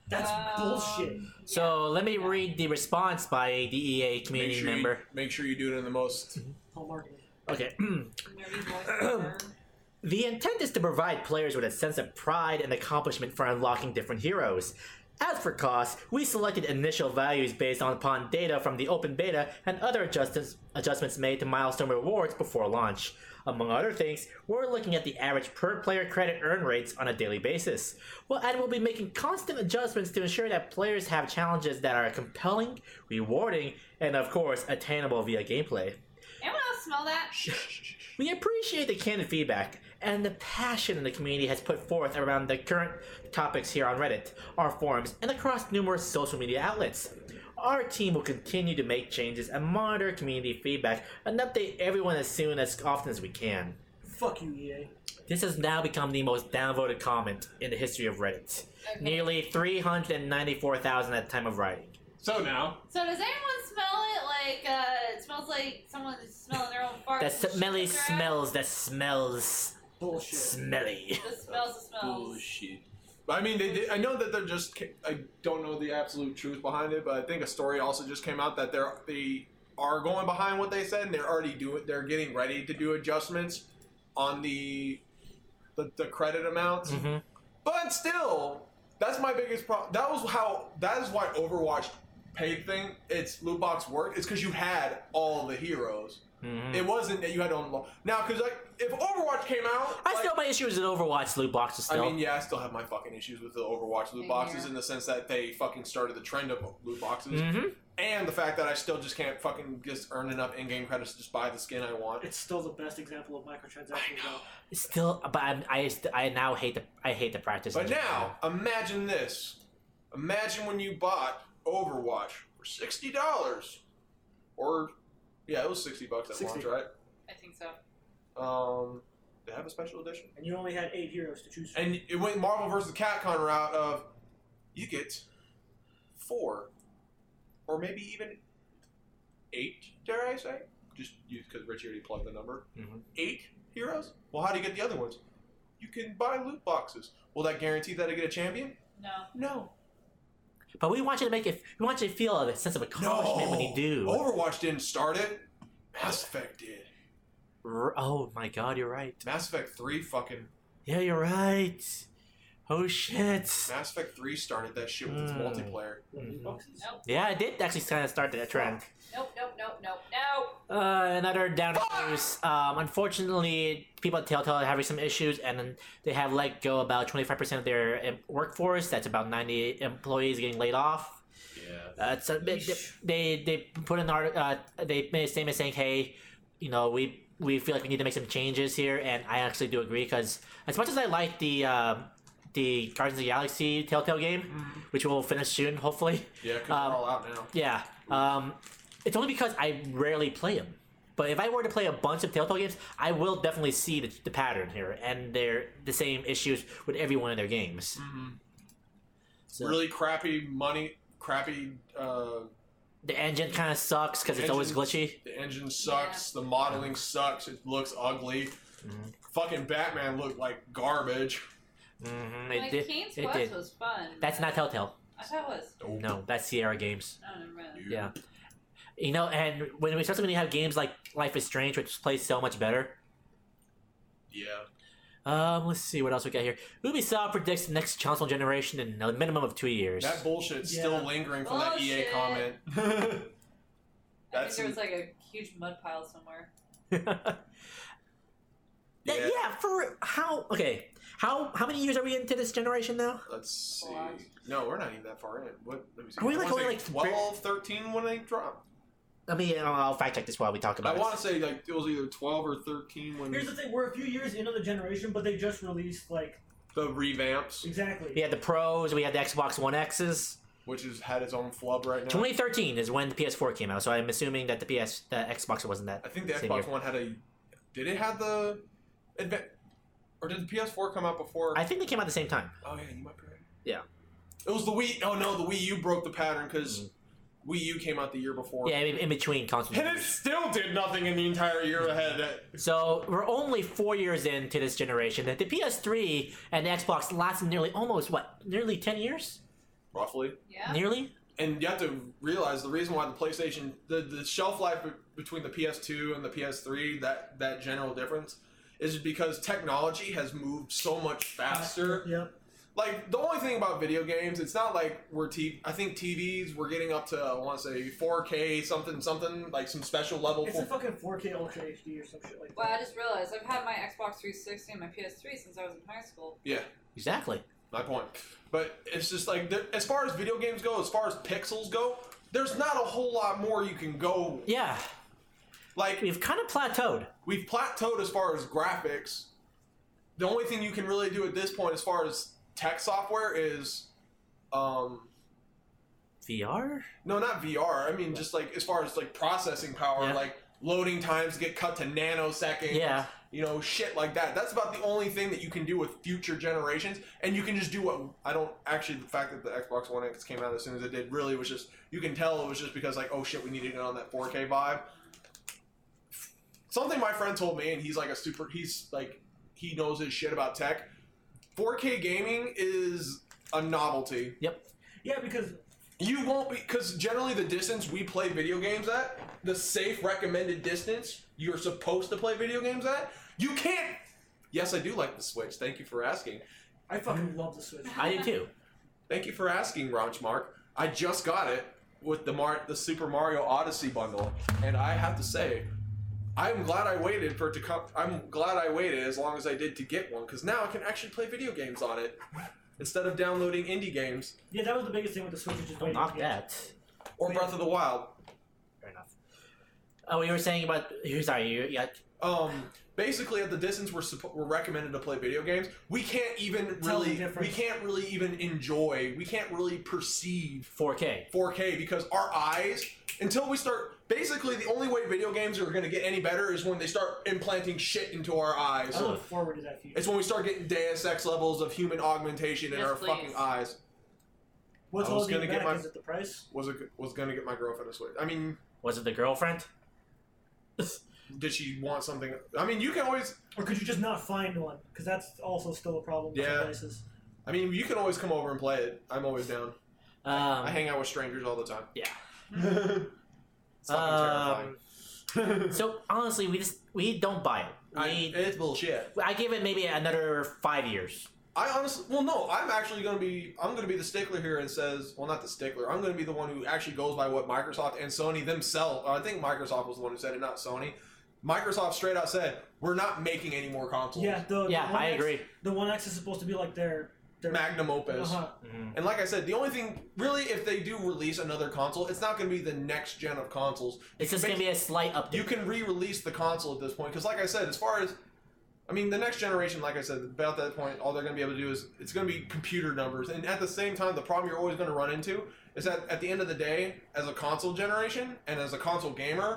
Speaker 6: That's
Speaker 9: Um,
Speaker 6: bullshit.
Speaker 3: So let me read the response by the EA
Speaker 4: Make
Speaker 3: community
Speaker 4: sure, you,
Speaker 3: member.
Speaker 4: make sure you do it in the most.
Speaker 6: Hallmark.
Speaker 3: Okay. (clears throat)
Speaker 9: Nerdy voice actor.
Speaker 3: the intent is to provide players with a sense of pride and accomplishment for unlocking different heroes. As for costs, we selected initial values based on- upon data from the open beta and other adjustments, adjustments made to milestone rewards before launch. Among other things, we're looking at the average per player credit earn rates on a daily basis. Well, and we'll be making constant adjustments to ensure that players have challenges that are compelling, rewarding, and of course, attainable via gameplay.
Speaker 9: (clears throat) Anyone else smell that?
Speaker 3: We appreciate the candid feedback and the passion the community has put forth around the current topics here on Reddit, our forums, and across numerous social media outlets. Our team will continue to make changes and monitor community feedback and update everyone as soon as often as we can.
Speaker 6: Fuck you, E EA.
Speaker 3: This has now become the most downvoted comment in the history of Reddit.
Speaker 9: Okay.
Speaker 3: Nearly 394,000 at the time of writing.
Speaker 4: So now,
Speaker 9: So does anyone smell it? Like uh, it smells like someone's smelling their own fart.
Speaker 3: That
Speaker 9: and shit
Speaker 3: smelly
Speaker 9: in their ass?
Speaker 3: smells, that smells
Speaker 6: Bullshit.
Speaker 3: smelly.
Speaker 9: The smells, the smells.
Speaker 8: Bullshit.
Speaker 4: I mean, they did, I know that they're just. ca- I don't know the absolute truth behind it, but I think a story also just came out that they're they are going behind what they said, and they're already doing. They're getting ready to do adjustments on the the, the credit amounts.
Speaker 3: Mhm.
Speaker 4: But still, that's my biggest problem. That was how. That is why Overwatch paid thing, its loot box worked. It's because you had all the heroes.
Speaker 3: Mhm.
Speaker 4: It wasn't that you had to unlock. Now, because like, if Overwatch came out,
Speaker 3: I
Speaker 4: like-
Speaker 3: still have my issues with Overwatch loot boxes
Speaker 4: I
Speaker 3: still.
Speaker 4: mean, yeah, I still have my fucking issues with the Overwatch loot
Speaker 9: Same
Speaker 4: boxes
Speaker 9: here.
Speaker 4: in the sense that they fucking started the trend of loot boxes,
Speaker 3: Mhm.
Speaker 4: and the fact that I still just can't fucking just earn enough in-game credits to just buy the skin I want.
Speaker 6: It's still the best example of microtransactions. though.
Speaker 3: Still, but I'm, I st- I now hate the I hate the practice.
Speaker 4: But now, imagine this: imagine when you bought Overwatch for sixty dollars, or yeah, it was sixty bucks at
Speaker 6: 60.
Speaker 4: launch,
Speaker 9: I think so.
Speaker 4: right? Um, they have a special edition,
Speaker 6: And you only had eight heroes to choose from.
Speaker 4: and it went Marvel versus Capcom route of you get four, or maybe even eight. Dare I say? Just because Richie already plugged the number.
Speaker 3: Mhm.
Speaker 4: Eight heroes. Well, how do you get the other ones? You can buy loot boxes. Will that guarantee that I get a champion?
Speaker 9: No.
Speaker 4: No.
Speaker 3: but we want you to make it. We want you to feel a sense of accomplishment when you do.
Speaker 4: Overwatch didn't start it. Mass Effect did.
Speaker 3: R- oh my God, you're right.
Speaker 4: Mass Effect 3 fucking.
Speaker 3: Yeah, you're right. Oh shit.
Speaker 4: Mass Effect 3 started that shit with its
Speaker 3: Hmm.
Speaker 4: multiplayer.
Speaker 3: Mhm.
Speaker 6: Boxes.
Speaker 9: Nope.
Speaker 3: Yeah, it did actually kind of start that trend.
Speaker 9: Nope. Nope. Nope. Nope. Nope.
Speaker 3: Uh, another down news. Um, unfortunately, people at Telltale are having some issues, and then they have let go about 25% of their em- workforce. That's about 90 employees getting laid off.
Speaker 8: Yeah.
Speaker 3: Uh, it's a bit, they they put an art. Uh, they made a statement saying, "Hey, you know, we we feel like we need to make some changes here." And I actually do agree because as much as I like the uh, the Guardians of the Galaxy Telltale game, which we'll finish soon, hopefully.
Speaker 4: Yeah, because
Speaker 3: Um,
Speaker 4: they're all out now.
Speaker 3: Yeah. Um, it's only because I rarely play them. But if I were to play a bunch of Telltale games, I will definitely see the, the pattern here, and they're the same issues with every one of their games.
Speaker 4: Mm-hmm.
Speaker 3: So
Speaker 4: Really crappy money, crappy. Uh,
Speaker 3: the engine kind of sucks because it's always
Speaker 4: Engine-
Speaker 3: glitchy.
Speaker 4: the engine sucks, the modeling sucks, it looks ugly.
Speaker 3: Mhm.
Speaker 4: Fucking Batman looked like garbage.
Speaker 3: hmm
Speaker 9: like
Speaker 3: it did.
Speaker 9: King's
Speaker 3: it
Speaker 9: Quest
Speaker 3: did.
Speaker 9: was fun.
Speaker 3: That's not Telltale.
Speaker 9: I thought it was.
Speaker 3: No, that's Sierra Games.
Speaker 9: No, never mind.
Speaker 4: Dude.
Speaker 3: Yeah. You know, and when we especially when you have games like Life is Strange, which plays so much better.
Speaker 4: Yeah.
Speaker 3: Um, let's see what else we got here. Ubisoft predicts the next console generation in a minimum of two years.
Speaker 4: That bullshit's still
Speaker 6: Yeah.
Speaker 4: lingering from that EA
Speaker 9: Bullshit.
Speaker 4: comment.
Speaker 9: I
Speaker 4: That's
Speaker 9: think there was like a huge mud pile somewhere.
Speaker 3: (laughs) Yeah,
Speaker 4: yeah.
Speaker 3: yeah, for how okay. How how many years are we into this generation now?
Speaker 4: Let's see.
Speaker 9: Lots.
Speaker 4: No, we're not even that far in. What? Let me see.
Speaker 3: Are we,
Speaker 4: I
Speaker 3: like,
Speaker 4: wanna
Speaker 3: only,
Speaker 4: say
Speaker 3: like,
Speaker 4: 12, 13 when they dropped?
Speaker 3: Let me. I'll, I'll fact check this while we talk
Speaker 4: I
Speaker 3: about
Speaker 4: want
Speaker 3: it.
Speaker 4: to say like it was either twelve or thirteen when
Speaker 6: Here's the thing: we're a few years into the generation, but they just released like
Speaker 4: the revamps,
Speaker 6: exactly.
Speaker 3: We had the pros. We had the Xbox One X's.
Speaker 4: which has had its own flub right now.
Speaker 3: 2013 is when the PS4 came out, so I'm assuming that the PS the Xbox wasn't that.
Speaker 4: I think the
Speaker 3: same
Speaker 4: Xbox
Speaker 3: year.
Speaker 4: One had a. Did it have the, adva- or did the PS4 come out before?
Speaker 3: I think they came out at the same time.
Speaker 4: oh yeah, you might be right.
Speaker 3: Yeah.
Speaker 4: It was the Wii. Oh no, the Wii U broke the pattern because Wii U came out the year before.
Speaker 3: Mm-hmm. Yeah, in, in between consoles.
Speaker 4: And it still did nothing in the entire year ahead.
Speaker 3: So we're only four years into this generation. The PS3 and the Xbox lasted nearly almost what, nearly ten years?
Speaker 4: Roughly.
Speaker 9: Yeah.
Speaker 3: Nearly.
Speaker 4: and you have to realize the reason why the PlayStation the, the shelf life be- between the PS2 and the PS3 that that general difference is because technology has moved so much faster.
Speaker 6: Yep.
Speaker 4: Like the only thing about video games, it's not like we're t- I think TVs we're getting up to I want to say 4K something something like some special level.
Speaker 6: It's a
Speaker 4: For-
Speaker 6: fucking 4K Ultra HD or some shit like
Speaker 9: Well, I
Speaker 6: that.
Speaker 9: just realized I've had my Xbox 360 and my PS3 since I was in high school.
Speaker 4: yeah,
Speaker 3: Exactly.
Speaker 4: my point. But it's just like there- as far as video games go, as far as pixels go, there's not a whole lot more you can go
Speaker 3: Yeah.
Speaker 4: Like
Speaker 3: We've kind of plateaued.
Speaker 4: we've plateaued as far as graphics. The only thing you can really do at this point, as far as tech software, is um,
Speaker 3: VR?
Speaker 4: no, not VR. I mean, just like as far as like processing power,
Speaker 3: Yeah.
Speaker 4: like loading times get cut to nanoseconds.
Speaker 3: Yeah.
Speaker 4: you know, shit like that. That's about the only thing that you can do with future generations, and you can just do what I don't actually. The fact that the Xbox One X came out as soon as it did really was just you can tell it was just because like oh shit we needed it on that 4K vibe. Something my friend told me, and he's like a super. He's like he knows his shit about tech. 4K gaming is a novelty.
Speaker 6: Yeah, because
Speaker 4: You won't be because generally the distance we play video games at, the safe recommended distance you're supposed to play video games at, you can't. Yes, I do like the Switch. Thank you for asking.
Speaker 6: I
Speaker 4: Mm-hmm.
Speaker 6: fucking love the Switch.
Speaker 3: I do too.
Speaker 4: Thank you for asking, Ronch Mark. I just got it with the Mar- the Super Mario Odyssey bundle, and I have to say, I'm glad I waited for it to come. I'm glad I waited as long as I did to get one because now I can actually play video games on it instead of downloading indie games
Speaker 6: Yeah, that was the biggest thing with the Switch. is Just
Speaker 3: Don't
Speaker 6: waiting
Speaker 3: knock
Speaker 6: to get-
Speaker 3: that.
Speaker 4: or Breath of the Wild.
Speaker 3: Fair enough. Oh, you were saying about. you- Sorry, you, yeah.
Speaker 4: um basically at the distance we're suppo- we're recommended to play video games we can't even
Speaker 6: Tell the
Speaker 4: really we
Speaker 6: difference.
Speaker 4: can't really even enjoy we can't really perceive
Speaker 3: 4K.
Speaker 4: 4k because our eyes until we start basically the only way video games are going to get any better is when they start implanting shit into our eyes
Speaker 6: I look forward to that future.
Speaker 4: it's when we start getting deus ex levels of human augmentation in
Speaker 5: Yes,
Speaker 4: our
Speaker 5: please.
Speaker 4: fucking eyes
Speaker 6: What's
Speaker 4: I was
Speaker 6: holding
Speaker 4: gonna
Speaker 6: you
Speaker 4: get
Speaker 6: back?
Speaker 4: my-
Speaker 6: Is it the price?
Speaker 4: was it was going to get my girlfriend a switch i mean
Speaker 3: Was it the girlfriend?
Speaker 4: did she want something i mean you can always
Speaker 6: Or could you just not find one? Because that's also still a problem in
Speaker 4: Yeah.
Speaker 6: some places.
Speaker 4: i mean you can always come over and play it i'm always down
Speaker 3: Um,
Speaker 4: I hang out with strangers all the time.
Speaker 3: Yeah.
Speaker 4: it's fucking
Speaker 3: um,
Speaker 4: terrifying.
Speaker 3: so honestly, we just we don't buy it.
Speaker 4: I,
Speaker 3: We,
Speaker 4: it's bullshit.
Speaker 3: I give it maybe another five years.
Speaker 4: I honestly, well, no, I'm actually gonna be, I'm gonna be the stickler here and says, well, not the stickler. I'm gonna be the one who actually goes by what Microsoft and Sony themselves. I think Microsoft was the one who said it, not Sony. Microsoft straight out said, we're not making any more consoles.
Speaker 6: Yeah, the
Speaker 3: Yeah,
Speaker 6: the One
Speaker 3: I
Speaker 6: X-
Speaker 3: agree.
Speaker 6: The One X is supposed to be like their their
Speaker 4: Magnum opus.
Speaker 6: Uh-huh.
Speaker 3: Mhm.
Speaker 4: And like I said, the only thing really, if they do release another console, it's not going to be the next gen of consoles.
Speaker 3: It's just gonna be a slight update.
Speaker 4: you can re-release the console at this point because like i said as far as i mean the next generation like i said about that point all they're going to be able to do is it's going to be computer numbers and at the same time the problem you're always going to run into is that at the end of the day as a console generation and as a console gamer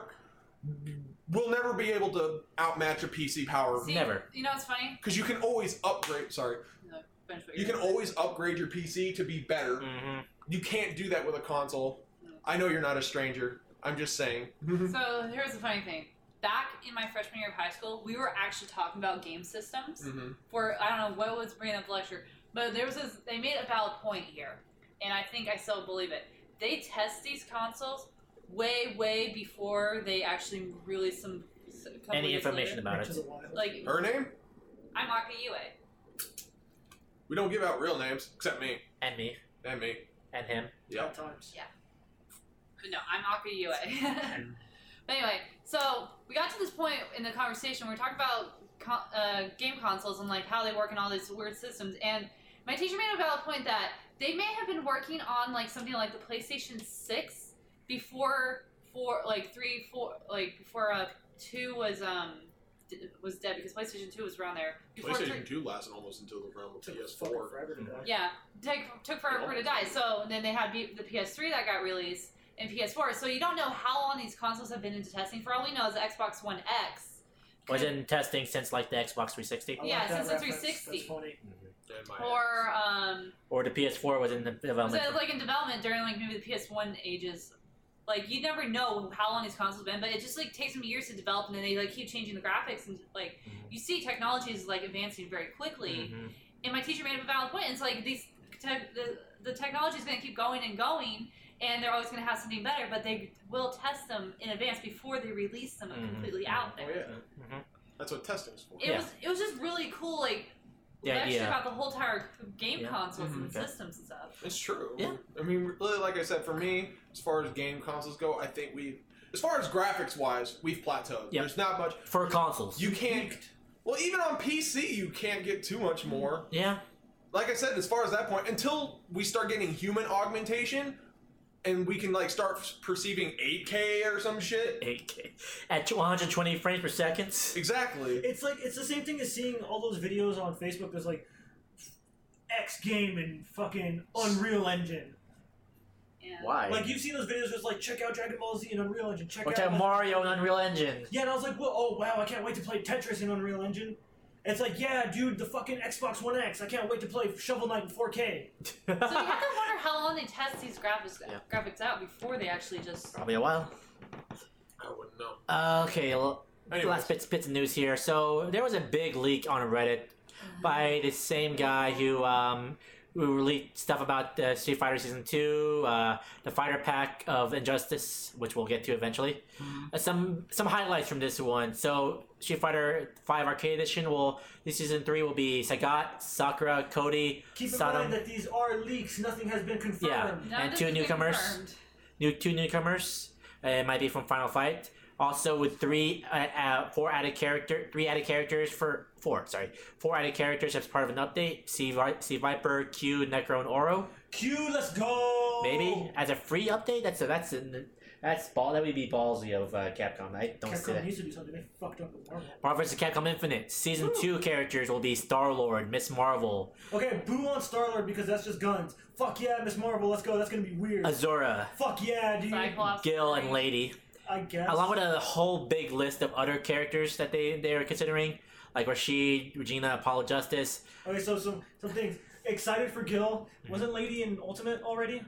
Speaker 4: we'll never be able to outmatch a pc power
Speaker 5: See,
Speaker 3: Never.
Speaker 5: You know what's funny?
Speaker 4: because you can always upgrade sorry
Speaker 5: No, finish what
Speaker 4: you
Speaker 5: you're
Speaker 4: can always upgrade your pc to be better
Speaker 3: Mhm.
Speaker 4: you can't do that with a console i know you're not a stranger i'm just saying
Speaker 3: Mm-hmm.
Speaker 5: So here's the funny thing. Back in my freshman year of high school, we were actually talking about game systems.
Speaker 3: Mm.
Speaker 4: Mhm.
Speaker 5: For I don't know what was bringing up the lecture, but there was this, they made a valid point here, and I think I still believe it. They test these consoles way, way before they actually release some. s- a couple
Speaker 3: Any
Speaker 5: years
Speaker 3: information
Speaker 5: later.
Speaker 3: about
Speaker 6: Which is
Speaker 3: it?
Speaker 6: a while.
Speaker 5: Like
Speaker 4: her name
Speaker 5: I'm Aka Yue.
Speaker 4: we don't give out real names except me
Speaker 3: And me
Speaker 4: and me
Speaker 3: and him.
Speaker 4: Yep.
Speaker 6: At times.
Speaker 5: But no, I'm Aka Yue. (laughs) but anyway, so we got to this point in the conversation where we talked about co- uh, game consoles and like how they work and all these weird systems. And my teacher made a valid point that they may have been working on like something like the PlayStation Six before four, like three, four, like before uh, two was um d- was dead because PlayStation Two was around there. Before three-
Speaker 4: PlayStation 2
Speaker 7: lasted almost until the realm of
Speaker 6: Took
Speaker 7: PS4.
Speaker 6: fucking forever to die.
Speaker 5: yeah, took, took forever for it to die. So then they had B- the PS3 that got released and PS4. So you don't know how long these consoles have been into testing. For all we know, is the Xbox One X.
Speaker 3: Was in testing since like the Xbox 360
Speaker 6: I
Speaker 5: Yeah,
Speaker 6: like that
Speaker 5: since the
Speaker 6: reference.
Speaker 5: 360.
Speaker 6: That's funny.
Speaker 4: And my
Speaker 5: Or um,
Speaker 3: or the PS4 was in the
Speaker 5: was
Speaker 3: development.
Speaker 5: it like in development during like maybe the PS1 ages? Like you never know how long these consoles have been, but it just like takes them years to develop, and then they like keep changing the graphics and like
Speaker 3: Mhm.
Speaker 5: you see technology is like advancing very quickly.
Speaker 3: Mhm.
Speaker 5: and my teacher made up a valid point. It's like these tech the, the technology is going to keep going and going, and they're always going to have something better. But they will test them in advance before they release them
Speaker 3: Mhm.
Speaker 5: completely out
Speaker 4: Oh
Speaker 5: there.
Speaker 4: yeah,
Speaker 3: Mhm.
Speaker 4: that's what testing is for.
Speaker 5: It
Speaker 3: Yeah.
Speaker 5: was it was just really cool, like
Speaker 3: The
Speaker 5: lecture
Speaker 3: idea.
Speaker 5: about the whole entire game
Speaker 3: Yeah.
Speaker 5: consoles and
Speaker 3: Mhm. Okay.
Speaker 5: systems and stuff.
Speaker 4: It's true.
Speaker 3: Yeah.
Speaker 4: I mean, really, like I said, for me, as far as game consoles go, I think we, as far as graphics wise, we've plateaued.
Speaker 3: Yeah.
Speaker 4: There's not much.
Speaker 3: For consoles.
Speaker 4: You can't. Well, even on PC, you can't get too much more.
Speaker 3: yeah.
Speaker 4: Like I said, as far as that point, until we start getting human augmentation, and we can like start perceiving 8K or some shit.
Speaker 3: 8K at 120 frames per second.
Speaker 4: Exactly.
Speaker 6: It's like it's the same thing as seeing all those videos on Facebook. There's like X game and fucking Unreal Engine.
Speaker 9: Yeah.
Speaker 3: Why?
Speaker 6: Like you've seen those videos where it's like check out Dragon Ball Z and Unreal Engine. Check
Speaker 3: Or
Speaker 6: out
Speaker 3: type Mario and Unreal Engine.
Speaker 6: Yeah, and I was like, well, oh wow, I can't wait to play Tetris in Unreal Engine. It's like, yeah, dude, the fucking Xbox One X. I can't wait to play Shovel Knight in 4K.
Speaker 9: So you have to wonder how long they test these graphics
Speaker 3: Yeah.
Speaker 9: graphics out before they actually just.
Speaker 3: Probably a while.
Speaker 4: I wouldn't know.
Speaker 3: Uh, okay, l-
Speaker 4: Anyways.
Speaker 3: last bits bits of news here. So there was a big leak on Reddit by the same guy who um who released stuff about uh, Street Fighter Season Two, uh, the Fighter Pack of Injustice, which we'll get to eventually.
Speaker 6: Mm-hmm.
Speaker 3: Uh, some some highlights from this one. So Street Fighter Five Arcade Edition will this season three will be Sagat, Sakura, Cody,
Speaker 6: Keep in
Speaker 3: Sodom,
Speaker 6: mind that these are leaks. Nothing has been confirmed.
Speaker 3: Yeah.
Speaker 9: Now
Speaker 3: And
Speaker 9: this
Speaker 3: two
Speaker 9: has been
Speaker 3: newcomers.
Speaker 9: confirmed.
Speaker 3: new two newcomers. Uh, it might be from Final Fight. Also with three, uh, uh, four added character, three added characters for four. Sorry, four added characters as part of an update. See, Vi- see Viper, Q, Necro, and Oro.
Speaker 6: Q, let's go.
Speaker 3: Maybe as a free update. That's a, that's a, that's ball. That would be ballsy of uh, Capcom. I don't see
Speaker 6: Capcom
Speaker 3: that.
Speaker 6: needs to do something. They fucked up the world.
Speaker 3: Marvel vs. Capcom Infinite season two characters will be Star Lord, Miss Marvel,
Speaker 6: Okay, boo on Star Lord because that's just guns. Fuck yeah, Miss Marvel, let's go. That's gonna be weird.
Speaker 3: Azura,
Speaker 6: Fuck yeah, dude.
Speaker 9: Cyclops.
Speaker 3: Gil, and Lady.
Speaker 6: I guess.
Speaker 3: along with a whole big list of other characters that they they are considering, like Rashid, Regina, Apollo Justice.
Speaker 6: Okay, so some some things. Excited for Gil. Wasn't Lady in Ultimate already? (laughs)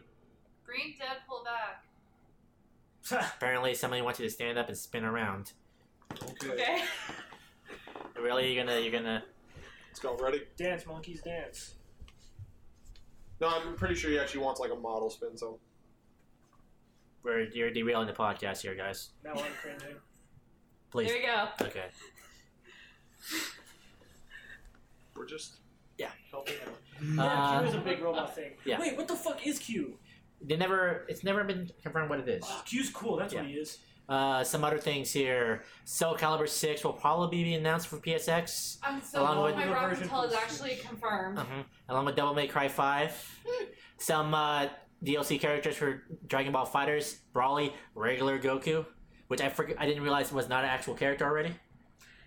Speaker 9: Green Deadpool back.
Speaker 3: Apparently, somebody wants you to stand up and spin around.
Speaker 7: Okay.
Speaker 9: Okay.
Speaker 3: Really, you're gonna you're gonna
Speaker 7: Let's go. Ready?
Speaker 6: dance, monkeys, dance.
Speaker 7: No, I'm pretty sure he actually wants like a model spin. So
Speaker 3: we're you're derailing the podcast here, guys.
Speaker 6: Now I'm cringing.
Speaker 3: Please.
Speaker 9: There you go.
Speaker 3: Okay.
Speaker 7: we're just
Speaker 3: Yeah.
Speaker 7: helping out.
Speaker 6: (laughs) yeah, Q
Speaker 3: Uh,
Speaker 6: is a big robot thing.
Speaker 3: yeah.
Speaker 6: Wait, what the fuck is Q?
Speaker 3: they never it's never been confirmed what it is.
Speaker 6: Q's cool. That's what
Speaker 3: Yeah.
Speaker 6: he is.
Speaker 3: Uh, some other things here. Soul Calibur Six will probably be announced for PSX.
Speaker 9: I'm so
Speaker 3: Along
Speaker 9: glad
Speaker 3: with-
Speaker 9: my
Speaker 6: New
Speaker 9: Robin
Speaker 6: version
Speaker 9: Tell
Speaker 6: for
Speaker 9: is
Speaker 6: the
Speaker 9: actually confirmed.
Speaker 3: Uh-huh. Along with Devil May Cry 5. Some uh, DLC characters for Dragon Ball Fighters, Brawly, regular Goku, which I forg I didn't realize was not an actual character already,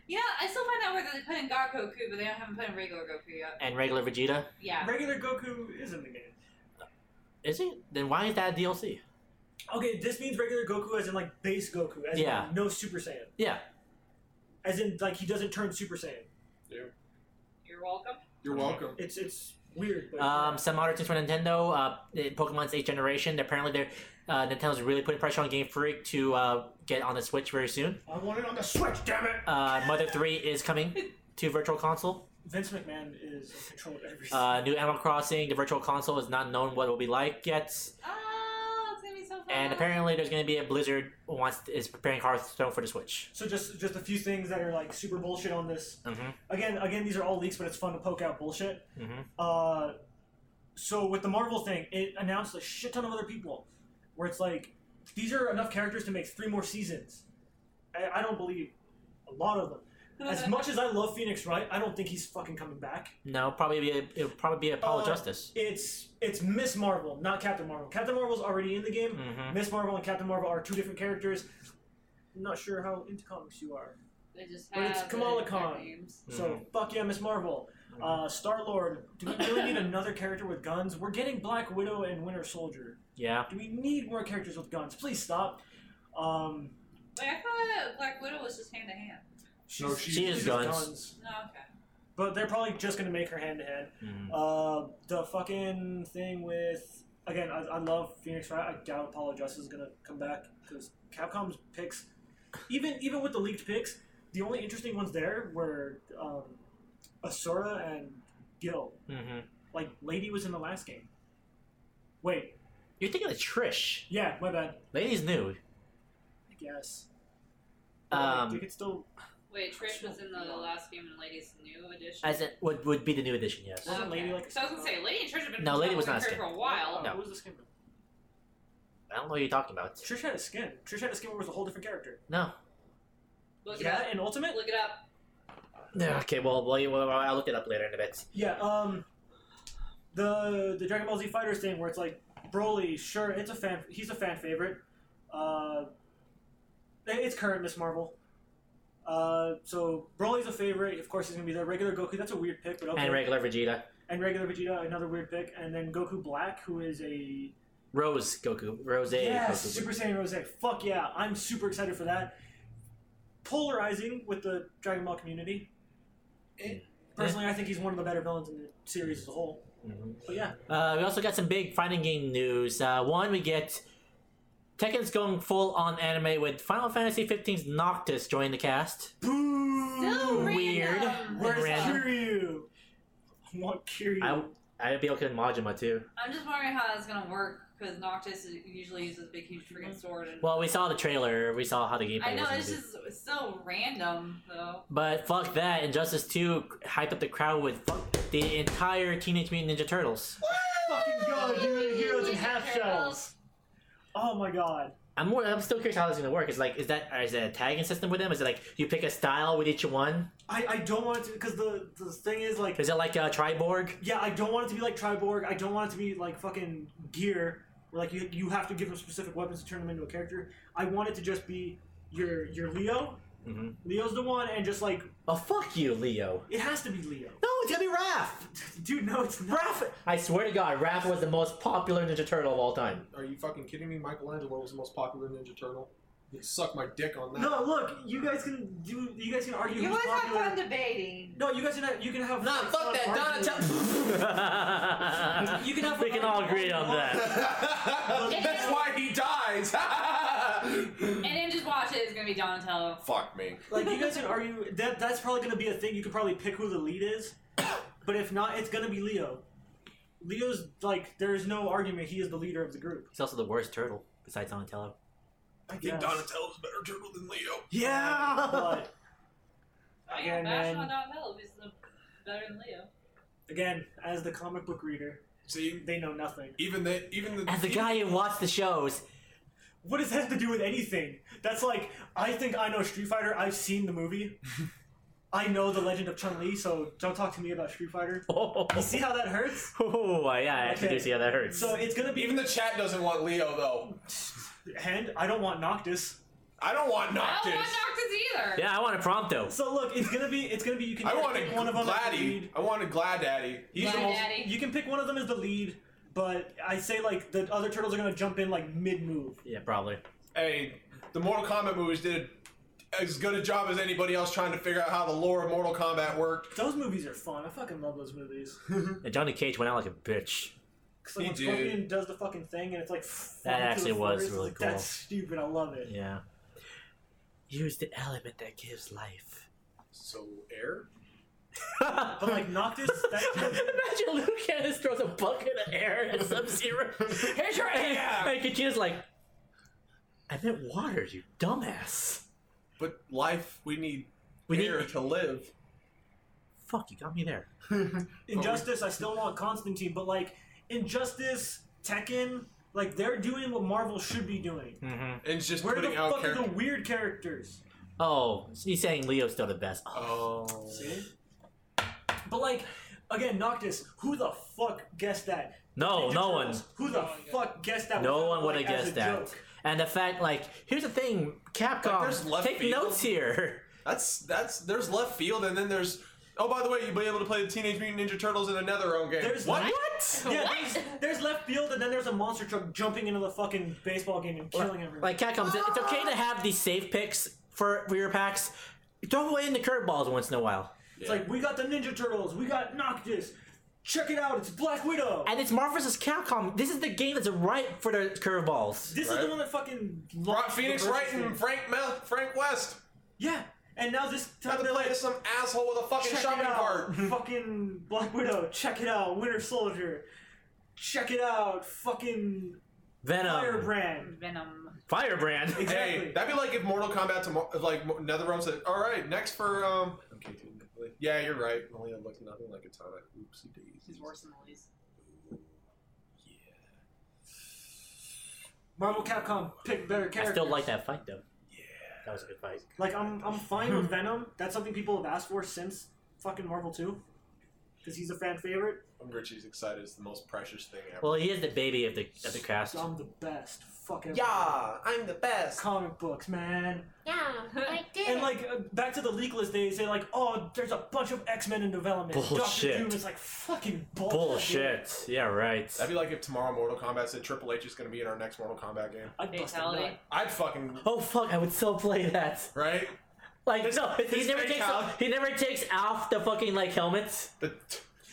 Speaker 9: Yeah, I still find out where they put in God Goku, but they don't haven't put in regular Goku yet.
Speaker 3: and regular Vegeta.
Speaker 9: Yeah.
Speaker 6: Regular Goku is in the game.
Speaker 3: Is it? Then why is that a DLC?
Speaker 6: Okay, this means regular Goku as in like base Goku, as
Speaker 3: Yeah.
Speaker 6: in no Super Saiyan.
Speaker 3: Yeah.
Speaker 6: As in like he doesn't turn Super Saiyan.
Speaker 9: You're welcome.
Speaker 4: You're welcome.
Speaker 6: It's it's weird. But
Speaker 3: Um, some other things for Nintendo. Uh, the Pokemon's 8th generation. Apparently, they're, uh, Nintendo's really putting pressure on Game Freak to uh, get on the Switch very soon.
Speaker 6: I want it on the Switch, damn it!
Speaker 3: Uh, Mother 3 is coming to Virtual Console.
Speaker 6: Vince McMahon is in control of everything. (laughs)
Speaker 3: Uh, new Animal Crossing, the virtual console is not known what it will be like yet,
Speaker 9: Oh, it's gonna be so fun.
Speaker 3: and apparently there's going to be a Blizzard wants is preparing Hearthstone for the Switch.
Speaker 6: so just just a few things that are like super bullshit on this.
Speaker 3: Mm-hmm.
Speaker 6: Again, again, these are all leaks, but it's fun to poke out bullshit.
Speaker 3: Mm-hmm.
Speaker 6: Uh, so with the Marvel thing, it announced a shit ton of other people, where it's like, these are enough characters to make three more seasons. I, I don't believe a lot of them.
Speaker 5: (laughs)
Speaker 6: As much as I love Phoenix Wright, I don't think he's fucking coming back.
Speaker 3: No, probably be a, it'll probably be Apollo
Speaker 6: Uh,
Speaker 3: Justice.
Speaker 6: It's it's Miss Marvel, not Captain Marvel. Captain Marvel's already in the game.
Speaker 3: Mm-hmm.
Speaker 6: Miss Marvel and Captain Marvel are two different characters. I'm not sure how into comics you are.
Speaker 9: They just
Speaker 6: But it's
Speaker 9: have
Speaker 6: Kamala
Speaker 9: their
Speaker 6: Khan.
Speaker 9: names.
Speaker 6: So fuck yeah, Miss Marvel. Uh, Star Lord. Do we really need another character with guns? We're getting Black Widow and Winter Soldier.
Speaker 3: Yeah,
Speaker 6: Do we need more characters with guns? Please stop. Um,
Speaker 9: Wait, I thought that Black Widow was just hand to hand.
Speaker 6: she's,
Speaker 4: No, she-
Speaker 6: she's
Speaker 3: she is
Speaker 6: just
Speaker 3: guns.
Speaker 9: No, okay.
Speaker 6: But they're probably just going to make her hand to hand.
Speaker 3: Mhm.
Speaker 6: Uh, The fucking thing with. Again, I, I love Phoenix Wright. I doubt Apollo Justice is going to come back because Capcom's picks, even even with the leaked picks, the only interesting ones there were um, Asura and Gil.
Speaker 3: Mhm.
Speaker 6: Like, Lady was in the last game. Wait,
Speaker 3: You're thinking of Trish.
Speaker 6: yeah, my bad.
Speaker 3: Ladies new.
Speaker 6: I guess. But, like,
Speaker 3: Um,
Speaker 6: they could still.
Speaker 9: Wait, Trish was in the last game and Ladies New Edition.
Speaker 3: as it would would be the new edition. Yes.
Speaker 5: Uh.
Speaker 6: Wasn't Lady like a
Speaker 9: so I was gonna say Lady and Trish have been
Speaker 3: No, Lady was
Speaker 9: with
Speaker 3: not a
Speaker 9: her
Speaker 3: skin.
Speaker 9: for a while.
Speaker 3: No.
Speaker 6: Oh, What was this game?
Speaker 3: I don't know what you're talking about.
Speaker 6: Trish had a skin. Trish had a skin where it was a whole different character.
Speaker 3: No.
Speaker 9: Look
Speaker 6: Yeah,
Speaker 9: it
Speaker 6: in
Speaker 9: up.
Speaker 6: Ultimate.
Speaker 9: Look it up.
Speaker 3: Yeah. Okay. Well, well, you- well, I'll look it up later in a bit.
Speaker 6: Yeah. Um, the the Dragon Ball Z Fighters thing where it's like Broly, sure, it's a fan. He's a fan favorite. Uh, it- it's current Miss Marvel. Uh, so Broly's a favorite. Of course, he's gonna be there. Regular Goku. That's a weird pick, but okay.
Speaker 3: and regular Vegeta.
Speaker 6: And regular Vegeta, another weird pick. And then Goku Black, who is a
Speaker 3: Rose Goku, Rose
Speaker 6: Yes,
Speaker 3: Goku.
Speaker 6: Super Saiyan Rose. Fuck yeah, I'm super excited for that. Polarizing with the Dragon Ball community.
Speaker 4: Eh.
Speaker 3: Mm.
Speaker 6: Personally, I think he's one of the better villains in the series as a whole.
Speaker 3: Mhm.
Speaker 6: But yeah,
Speaker 3: Uh, we also got some big fighting game news. Uh, one, we get Tekken's going full on anime with Final Fantasy 15's Noctis joining the cast.
Speaker 9: Still
Speaker 6: boo.
Speaker 3: Weird. We're-
Speaker 9: random.
Speaker 6: Where's
Speaker 3: Random.
Speaker 6: Kiryu? I want Kiryu.
Speaker 3: I I'd be okay with Majima too.
Speaker 5: I'm just wondering how that's gonna work because Noctis is- usually uses a big, huge
Speaker 6: Mm-hmm.
Speaker 5: freaking sword. And
Speaker 3: Well, we saw the trailer. We saw how the gameplay.
Speaker 5: I know
Speaker 3: was gonna
Speaker 5: it's
Speaker 3: be.
Speaker 5: just it's so random though.
Speaker 3: But fuck that! Injustice 2 hyped up the crowd with fuck the entire Teenage Mutant Ninja Turtles.
Speaker 6: fucking go, dude. Heroes in
Speaker 9: Ninja
Speaker 6: half
Speaker 9: Turtles.
Speaker 6: shells. Oh my god.
Speaker 3: I'm more. I'm still curious how this is gonna work. Is like, is that is that a tagging system with them? Is it like you pick a style with each one?
Speaker 6: I, I don't want it to because the, the thing is like
Speaker 3: Is it like a Triborg?
Speaker 6: Yeah, I don't want it to be like Triborg. I don't want it to be like fucking gear, where like you, you have to give them specific weapons to turn them into a character. I want it to just be your your Leo.
Speaker 3: Mhm.
Speaker 6: Leo's the one, and just like
Speaker 3: Oh fuck you, Leo!
Speaker 6: it has to be Leo. (laughs)
Speaker 3: No, it's gonna be Raph.
Speaker 6: Dude, no, it's not.
Speaker 3: Raph. I swear to God, Raph was the most popular Ninja Turtle of all time.
Speaker 7: Are you fucking kidding me? Michelangelo was the most popular Ninja Turtle. You can suck my dick on that.
Speaker 6: No, look, you guys can do. You guys can argue
Speaker 5: You
Speaker 6: who's
Speaker 5: always have
Speaker 6: popular.
Speaker 5: fun debating.
Speaker 6: no, you guys can. You can have.
Speaker 3: Nah,
Speaker 6: like,
Speaker 3: fuck
Speaker 6: fun
Speaker 3: that,
Speaker 6: arguing.
Speaker 3: Donatello.
Speaker 6: You can have.
Speaker 3: we can all agree on that. (laughs)
Speaker 4: That's why he
Speaker 6: (laughs)
Speaker 4: dies.
Speaker 5: And then just watch it. It's gonna be Donatello.
Speaker 4: Fuck me.
Speaker 6: Like you guys can argue that that's probably gonna be a thing. You could probably pick who the lead is, but if not, it's gonna be Leo. Leo's like there is no argument. He is the leader of the group.
Speaker 3: He's also the worst turtle besides Donatello.
Speaker 4: I think
Speaker 6: Yes.
Speaker 4: Donatello's a better turtle than Leo.
Speaker 3: (laughs)
Speaker 6: But
Speaker 5: yeah,
Speaker 6: again,
Speaker 5: bash on
Speaker 6: man,
Speaker 5: Donatello. He's the better than Leo.
Speaker 6: again, as the comic book reader,
Speaker 4: See,
Speaker 6: they know nothing.
Speaker 4: even the even the
Speaker 3: As the guy who watched the shows,
Speaker 6: What does that have to do with anything? That's like I think I know Street Fighter. I've seen
Speaker 4: (laughs)
Speaker 6: the movie. I know the legend of Chun Li, so don't talk to me about Street Fighter.
Speaker 3: (laughs) oh,
Speaker 6: You see how that hurts?
Speaker 3: yeah, I actually do
Speaker 6: Okay.
Speaker 3: see how that hurts.
Speaker 6: So it's gonna be
Speaker 4: even the chat doesn't want Leo though.
Speaker 6: and I don't want Noctis.
Speaker 4: I don't want
Speaker 5: I
Speaker 4: Noctis.
Speaker 5: don't want Noctis either.
Speaker 3: yeah, I want a Prompto.
Speaker 6: So look, it's gonna be it's gonna be you can
Speaker 4: I
Speaker 6: either
Speaker 4: want
Speaker 6: pick
Speaker 4: a
Speaker 6: one of them as the
Speaker 4: Gladdy.
Speaker 6: lead.
Speaker 4: I want a Gladdaddy. He's the
Speaker 5: Glad
Speaker 4: most.
Speaker 5: Daddy.
Speaker 6: You can pick one of them as the lead, but I say like the other turtles are gonna jump in like mid move.
Speaker 3: Yeah, probably.
Speaker 4: Hey, the Mortal Kombat movies did as good a job as anybody else trying to figure out how the lore of Mortal Kombat worked.
Speaker 6: Those movies are fun. I fucking love
Speaker 4: (laughs)
Speaker 6: those movies.
Speaker 3: And Johnny Cage went out like a bitch.
Speaker 6: 'Cause, like,
Speaker 4: He
Speaker 6: when
Speaker 4: did.
Speaker 6: Scorpion does the fucking thing and it's like flying through
Speaker 3: actually
Speaker 6: the
Speaker 3: was
Speaker 6: forest,
Speaker 3: really
Speaker 6: like,
Speaker 3: cool.
Speaker 6: That's stupid. I love it.
Speaker 3: Yeah. Use the element that gives (laughs) life.
Speaker 7: So air?
Speaker 6: But
Speaker 3: (laughs)
Speaker 6: like Noctis, that
Speaker 3: Imagine Luke Cage throws a bucket of air at Sub Zero. Here's your air! And Kachida's like, I meant water, you dumbass.
Speaker 4: But life, we need
Speaker 3: We need-
Speaker 4: air to live.
Speaker 3: Fuck, you got me there.
Speaker 6: Injustice. I still want Constantine, but like Injustice, Tekken, like they're doing what Marvel should be doing.
Speaker 3: Mm-hmm.
Speaker 4: And it's just
Speaker 6: Where the
Speaker 4: putting out
Speaker 6: fuck
Speaker 4: character.
Speaker 6: are the weird characters?
Speaker 3: Oh, he's saying Leo's still the best.
Speaker 4: Oh.
Speaker 6: See? But like, again, Noctis, who the fuck guessed that?
Speaker 3: No, Oh,
Speaker 6: Ninja
Speaker 3: no
Speaker 6: Turtles,
Speaker 3: one.
Speaker 6: Who the fuck guessed that?
Speaker 3: No
Speaker 6: without,
Speaker 3: one would have
Speaker 6: like, as a
Speaker 3: guessed that.
Speaker 6: joke?
Speaker 3: And the fact, like, here's the thing,
Speaker 4: there's
Speaker 3: Capcom,
Speaker 4: left
Speaker 3: take
Speaker 4: field.
Speaker 3: notes here.
Speaker 4: That's that's there's left field and then there's oh by the way you'll be able to play the Teenage Mutant Ninja Turtles in another own game.
Speaker 6: There's
Speaker 4: what?
Speaker 6: left-
Speaker 3: What?
Speaker 6: Yeah,
Speaker 3: (laughs)
Speaker 6: there's, there's left field, and then there's a monster truck jumping into the fucking baseball game and killing everyone.
Speaker 3: Like Capcom, said, it's okay to have these safe picks for for your packs. Throw away in the curveballs once in a while,
Speaker 6: it's like we got the Ninja Turtles, we got Noctis. Check it out, it's Black Widow.
Speaker 3: and it's Marvel vs. Capcom. This is the game that's ripe for the curveballs.
Speaker 6: this is
Speaker 4: Right.
Speaker 6: the one that fucking
Speaker 4: Rob
Speaker 6: launched
Speaker 4: Phoenix
Speaker 6: the
Speaker 4: Wright
Speaker 6: versus
Speaker 4: and
Speaker 6: game.
Speaker 4: Frank Mel- Frank West.
Speaker 6: yeah. And now this time
Speaker 4: Have to
Speaker 6: they're
Speaker 4: play
Speaker 6: like,
Speaker 4: to some asshole with a fucking
Speaker 6: check
Speaker 4: shopping
Speaker 6: it out, (laughs)
Speaker 4: cart.
Speaker 6: fucking Black Widow. Check it out, Winter Soldier. Check it out, fucking
Speaker 3: Venom,
Speaker 6: Firebrand.
Speaker 5: Venom.
Speaker 3: Firebrand.
Speaker 4: (laughs) Hey,
Speaker 6: Exactly.
Speaker 4: that'd be like if Mortal Kombat tomorrow, like Mo- NetherRealm said, all right, next for um.
Speaker 7: Okay, technically.
Speaker 4: Yeah, you're right.
Speaker 7: Malia looked nothing like a tonic. Oopsie daisies.
Speaker 5: He's worse than Elise.
Speaker 6: Marvel Capcom pick better characters.
Speaker 3: I still like that fight though. That was a good fight.
Speaker 4: (laughs)
Speaker 6: Like I'm I'm fine with Venom. That's something people have asked for since fucking Marvel 2. because he's a fan favorite.
Speaker 4: I'm Richie's excited. It's the most precious thing ever.
Speaker 3: Well, he is the baby of the of the cast.
Speaker 6: I'm the best. Fucking
Speaker 4: yeah, I'm the best.
Speaker 6: Comic books, man.
Speaker 9: Yeah.
Speaker 6: (laughs) And like uh, back to the leakless days, they like, oh, there's a bunch of X Men in development.
Speaker 3: Bullshit.
Speaker 6: Doctor Doom is like fucking bullshit.
Speaker 3: Bullshit. Yeah, right.
Speaker 4: That'd be like if tomorrow Mortal Kombat said Triple H is going to be in our next Mortal Kombat game.
Speaker 6: I'd bust a
Speaker 9: Fatality.
Speaker 6: nut.
Speaker 4: I'd fucking
Speaker 3: Oh fuck! I would still play that.
Speaker 4: right.
Speaker 3: Like no, he
Speaker 4: his
Speaker 3: never
Speaker 4: fake
Speaker 3: takes
Speaker 4: out.
Speaker 3: off, he never takes off the fucking like
Speaker 4: (laughs)
Speaker 3: helmets.
Speaker 4: The,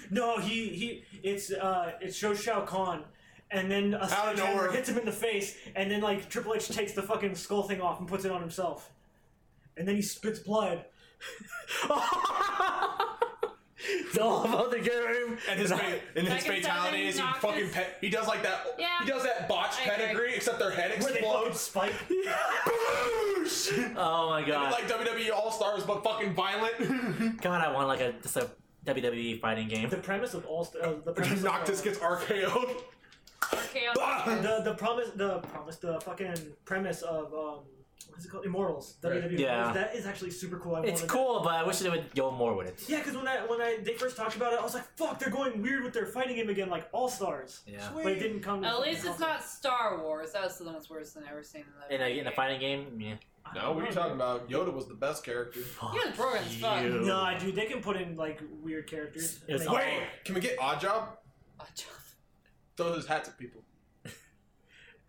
Speaker 6: No, he he. It's uh, it shows Shao Kahn, and then a
Speaker 4: Out of
Speaker 6: sledgehammer
Speaker 4: nowhere.
Speaker 6: hits him in the face, and then like Triple H takes the fucking skull thing off and puts it on himself, and then he spits blood.
Speaker 3: it's all about the game.
Speaker 4: and his fa- and his
Speaker 9: Like I said,
Speaker 4: fatality
Speaker 9: they
Speaker 4: is he
Speaker 9: knocked
Speaker 4: fucking
Speaker 9: his-
Speaker 4: pe- he does like that.
Speaker 9: Yeah.
Speaker 4: He does that botch
Speaker 9: I agree.
Speaker 4: pedigree, except their head
Speaker 6: Where they fucking
Speaker 4: explodes.
Speaker 6: spike.
Speaker 4: (laughs) Boosh!
Speaker 3: Oh my god!
Speaker 4: like WWE All Stars, but fucking
Speaker 6: (laughs)
Speaker 4: violent.
Speaker 3: god, I want like a just a WWE fighting game.
Speaker 6: The premise of all
Speaker 4: (laughs)
Speaker 6: uh, the premise of-
Speaker 4: Noctis gets
Speaker 6: (laughs)
Speaker 4: RKO'd.
Speaker 9: RKO.
Speaker 4: Bah!
Speaker 6: the the promise the promise the fucking premise of um what is it called Immortals
Speaker 4: Right.
Speaker 6: WWE
Speaker 3: Yeah.
Speaker 6: Immortals, that is actually super cool. I
Speaker 3: It's
Speaker 6: wanted
Speaker 3: cool, but I wish they would go more with it.
Speaker 6: That. Yeah, because when I when I they first talked about it, I was like, "Fuck, they're going weird with their fighting game again, like All Stars."
Speaker 3: Yeah.
Speaker 6: but it didn't come. to
Speaker 9: At
Speaker 6: fucking
Speaker 9: least it's
Speaker 6: console.
Speaker 9: not Star Wars. That was the most worse than I've ever seen. In,
Speaker 3: In a, in a fighting game, yeah.
Speaker 6: I
Speaker 4: No,
Speaker 6: don't
Speaker 4: what are you
Speaker 6: know,
Speaker 4: talking about? Yoda was the best character.
Speaker 3: Fuck
Speaker 9: Yeah, the program's fun.
Speaker 3: you.
Speaker 6: dude. Nah, dude, they can put in like weird characters.
Speaker 3: It's
Speaker 6: Like,
Speaker 3: all-
Speaker 4: Wait, can we get Oddjob?
Speaker 9: Oh, John.
Speaker 4: Throws his hats at people. (laughs)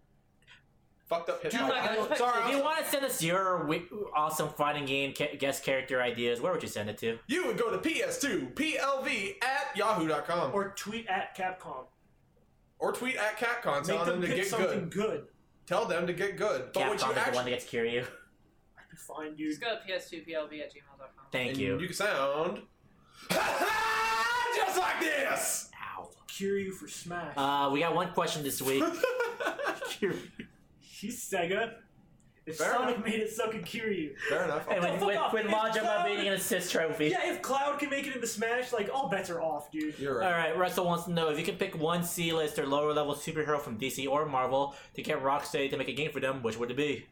Speaker 4: Fucked up his
Speaker 9: Dude,
Speaker 4: life.
Speaker 9: I gotta
Speaker 4: I'm
Speaker 9: put-
Speaker 4: Sorry,
Speaker 3: If
Speaker 4: I'm-
Speaker 3: you
Speaker 4: you,
Speaker 3: want to send us your wi- awesome fighting game ca- guest character ideas, where would you send it to?
Speaker 4: would go to PS2 PLV at yahoo.com or,
Speaker 6: or tweet at Capcom.
Speaker 4: or tweet at CatCon. Tell them,
Speaker 6: Make them
Speaker 4: to
Speaker 6: pick
Speaker 4: get
Speaker 6: something
Speaker 4: good.
Speaker 6: good.
Speaker 4: Tell them to get good. But
Speaker 3: Capcom
Speaker 4: what you
Speaker 3: is the one
Speaker 4: actually
Speaker 3: that gets Kiryu.
Speaker 6: Fine, dude.
Speaker 9: Just go to ps2plb at gmail.com.
Speaker 3: (laughs) Thank
Speaker 4: and
Speaker 3: you.
Speaker 4: You can sound (laughs) just like this. (laughs)
Speaker 3: Ow.
Speaker 6: Cure you for Smash.
Speaker 3: Uh, we got one question this week. Kiryu.
Speaker 6: She's Sega. If
Speaker 4: Fair
Speaker 6: Sonic
Speaker 4: enough.
Speaker 6: made it, so could Kiryu.
Speaker 4: Fair enough.
Speaker 3: And
Speaker 6: the
Speaker 3: with
Speaker 6: fuck
Speaker 3: with,
Speaker 6: off,
Speaker 3: with
Speaker 6: it's
Speaker 3: Majima
Speaker 6: Cloud.
Speaker 3: beating an assist trophy.
Speaker 6: Yeah, if Cloud can make it into Smash, like all bets are off, dude.
Speaker 4: You're
Speaker 3: All
Speaker 4: right.
Speaker 3: right, Russell wants to know if you could pick one C-list or lower-level superhero from DC or Marvel to get Rocksteady to make a game for them, which would it be?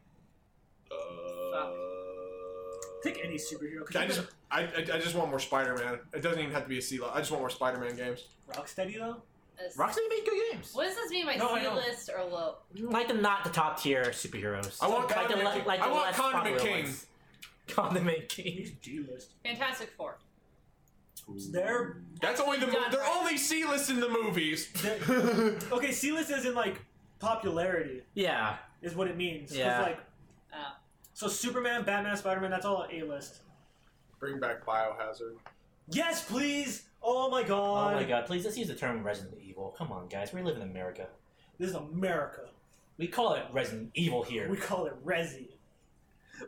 Speaker 6: Pick any superhero.
Speaker 4: Uh, I just, I, I, I just want more Spider-Man. It doesn't even have to be a C. I just want more Spider-Man games.
Speaker 6: Rocksteady though.
Speaker 9: This-
Speaker 3: Rocksteady made good games,
Speaker 9: What does this mean by
Speaker 6: No, I
Speaker 9: C
Speaker 6: know.
Speaker 9: list or low?
Speaker 3: like the not the top-tier superheroes.
Speaker 4: I want
Speaker 3: like
Speaker 4: Condiment
Speaker 3: le-
Speaker 4: King. I want Condiment
Speaker 3: popular
Speaker 4: King.
Speaker 3: ones. Condiment King.
Speaker 6: He's D list.
Speaker 9: Fantastic Four.
Speaker 6: They're
Speaker 4: That's only the mo-
Speaker 9: Done.
Speaker 4: they're only C-list in the movies.
Speaker 6: okay. C list isn't like popularity
Speaker 3: Yeah,
Speaker 6: is what it means. 'Cause,
Speaker 3: Yeah.
Speaker 6: Like
Speaker 9: Oh.
Speaker 6: so, Superman, Batman, Spider Man. That's all A list.
Speaker 4: Bring back Biohazard.
Speaker 6: Yes, please. Oh my god.
Speaker 3: Oh my god, please let's use the term Resident Evil. Come on, guys, we live in America.
Speaker 6: This is America.
Speaker 3: We call it Resident Evil here.
Speaker 6: We call it Resi.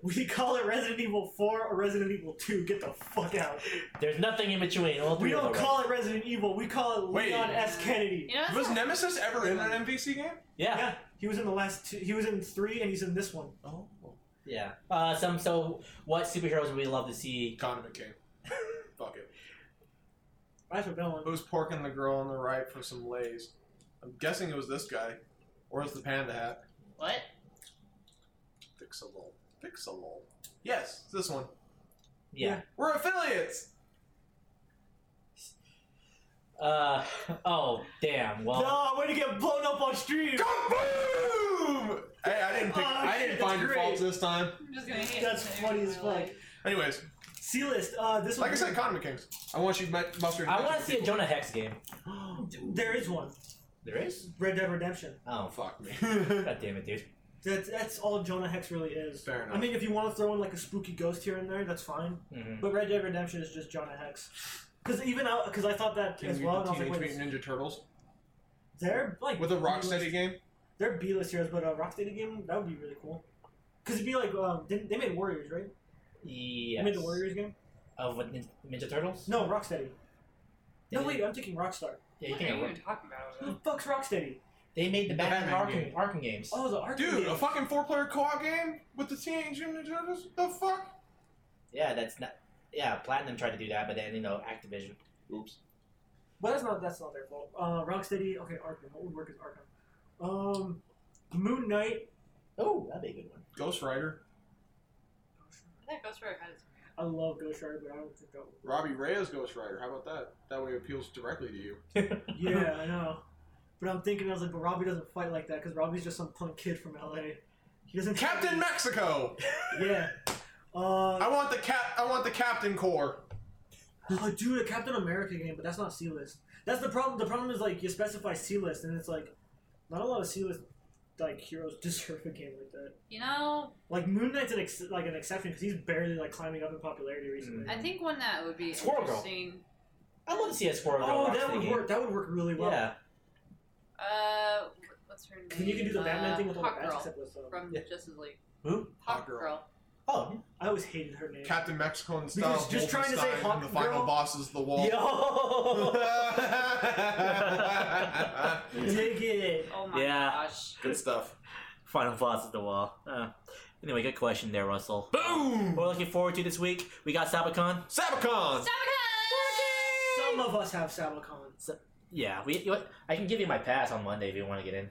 Speaker 6: We call it Resident Evil 4 or Resident Evil 2. Get the fuck out.
Speaker 3: There's nothing in between. All
Speaker 6: We
Speaker 3: three of
Speaker 6: don't
Speaker 3: them are
Speaker 6: call it Resident Evil. We call it
Speaker 4: Wait.
Speaker 6: Leon S. Kennedy.
Speaker 9: You know, that's
Speaker 4: Was
Speaker 9: not-
Speaker 4: Nemesis ever in an MVC game?
Speaker 3: right. Yeah,
Speaker 6: Yeah, he was in the last. Two, he was in three, and he's in this one.
Speaker 4: Oh,
Speaker 3: yeah. Uh, some. So, what superheroes would we love to see?
Speaker 4: Condiment King. (laughs) Fuck it.
Speaker 6: That's what Bill.
Speaker 4: Who's porking the girl on the right for some lays? I'm guessing it was this guy, or was the panda hat?
Speaker 9: what?
Speaker 4: Fixable. Fixable. Yes, it's this one.
Speaker 3: Yeah.
Speaker 4: We're affiliates.
Speaker 3: Uh. Oh, damn. Well.
Speaker 6: No, way to get blown up on stream.
Speaker 4: Kaboom! Hey, I didn't pick,
Speaker 6: Oh,
Speaker 4: I
Speaker 6: shit,
Speaker 4: didn't
Speaker 6: that's
Speaker 4: find your
Speaker 6: great.
Speaker 4: faults this time.
Speaker 9: I'm just gonna hate
Speaker 6: That's
Speaker 9: it.
Speaker 6: funny as fuck.
Speaker 4: Anyways,
Speaker 6: C list. Uh, this
Speaker 4: like I
Speaker 6: one.
Speaker 4: said, Condiment Kings. I want you met mustard.
Speaker 3: I want to see a Jonah Hex game.
Speaker 6: (gasps) there is one.
Speaker 3: There is?
Speaker 6: Red Dead Redemption.
Speaker 3: Oh, fuck.
Speaker 4: Fuck me.
Speaker 3: God damn it, dude.
Speaker 6: That's that's all Jonah Hex really is.
Speaker 4: Fair enough.
Speaker 6: I mean, if you want to throw in like a spooky ghost here and there, that's fine.
Speaker 3: Mhm.
Speaker 6: But Red Dead Redemption is just Jonah Hex. Because even out, because I thought that
Speaker 4: Can
Speaker 6: as
Speaker 4: you
Speaker 6: well, and I
Speaker 4: get
Speaker 6: was
Speaker 4: the
Speaker 6: like,
Speaker 4: Teenage
Speaker 6: wait,
Speaker 4: Mutant Ninja Turtles
Speaker 6: they're like
Speaker 4: with a
Speaker 6: B-list-
Speaker 4: Rocksteady game?
Speaker 6: They're B list heroes, but a Rocksteady game that would be really cool. Because it'd be like um, they, they made Warriors, right?
Speaker 3: Yes.
Speaker 6: They made the Warriors game.
Speaker 3: Of what, Nin- Ninja Turtles?
Speaker 6: No, Rocksteady.
Speaker 3: They
Speaker 6: No,
Speaker 3: made-
Speaker 6: wait, I'm thinking Rockstar.
Speaker 3: Yeah, you
Speaker 9: What are you
Speaker 3: can
Speaker 9: even talking
Speaker 6: Who
Speaker 9: about?
Speaker 6: the fuck's Rocksteady?
Speaker 3: They made the
Speaker 4: The
Speaker 3: Batman,
Speaker 4: Batman
Speaker 3: Arkham, Arkham games.
Speaker 6: Oh, the arcade
Speaker 4: Dude, a
Speaker 6: game.
Speaker 4: fucking four-player co-op game with the Teenage Mutant Ninja Turtles? The fuck?
Speaker 3: Yeah, that's not. Yeah, Platinum tried to do that, but then, you know, Activision.
Speaker 4: Oops.
Speaker 6: But that's not that's not their fault. Uh, Rocksteady. Okay, Arkham. What would work as Arkham? Um, Moon Knight.
Speaker 3: Oh, that'd be a good one.
Speaker 4: Ghost Rider.
Speaker 9: I thought Ghost Rider had its own
Speaker 6: I love Ghost Rider, but I don't think I would.
Speaker 4: Robbie Reyes Ghost Rider. How about that? That way it appeals directly to you.
Speaker 6: Yeah, I know. (laughs) But I'm thinking, I was like, but Robbie doesn't fight like that because Robbie's just some punk kid from LA. He doesn't.
Speaker 10: Captain Mexico.
Speaker 6: Yeah. Uh,
Speaker 10: I want the cap. I want the Captain Corps.
Speaker 6: oh, dude, a Captain America game, but that's not C list. That's the problem. The problem is like you specify C list, and it's like not a lot of C list like heroes (laughs) deserve a game like that.
Speaker 5: You know,
Speaker 6: Like Moon Knight's an ex- like an exception because he's barely like climbing up in popularity recently.
Speaker 10: Mm.
Speaker 5: I think one that would be
Speaker 3: Squirrel Girl.
Speaker 5: interesting.
Speaker 3: I want to see a squirrel.
Speaker 6: Oh,
Speaker 3: rock
Speaker 6: that
Speaker 3: thing
Speaker 6: would
Speaker 3: game.
Speaker 6: work. That would work really well.
Speaker 3: Yeah.
Speaker 5: Uh, what's her name?
Speaker 6: Then you can do the Batman
Speaker 5: uh,
Speaker 6: thing with all the
Speaker 5: Hawk
Speaker 6: bats
Speaker 5: Girl
Speaker 6: except with. Um,
Speaker 5: from
Speaker 3: Yeah.
Speaker 5: Justice League.
Speaker 3: Who?
Speaker 5: Hawk
Speaker 4: Hawkgirl.
Speaker 5: Girl.
Speaker 3: Oh.
Speaker 6: I always hated her name.
Speaker 10: Captain Mexico and style.
Speaker 6: Because just trying to say
Speaker 10: Wolfenstein,
Speaker 6: Hawk
Speaker 10: The final
Speaker 6: Girl-
Speaker 10: boss is the wall. (laughs)
Speaker 6: (laughs)
Speaker 3: Yo.
Speaker 6: Dig it.
Speaker 5: Oh my
Speaker 3: Yeah.
Speaker 5: gosh.
Speaker 4: Good stuff.
Speaker 3: Final boss at the wall. Uh, anyway, good question there, Russell.
Speaker 10: Boom.
Speaker 3: What we're looking forward to this week. We got Sabacon.
Speaker 10: Sabacon.
Speaker 6: Some of us have Sabacon.
Speaker 3: Yeah, we. You, I can give you my pass on Monday if you want to get in.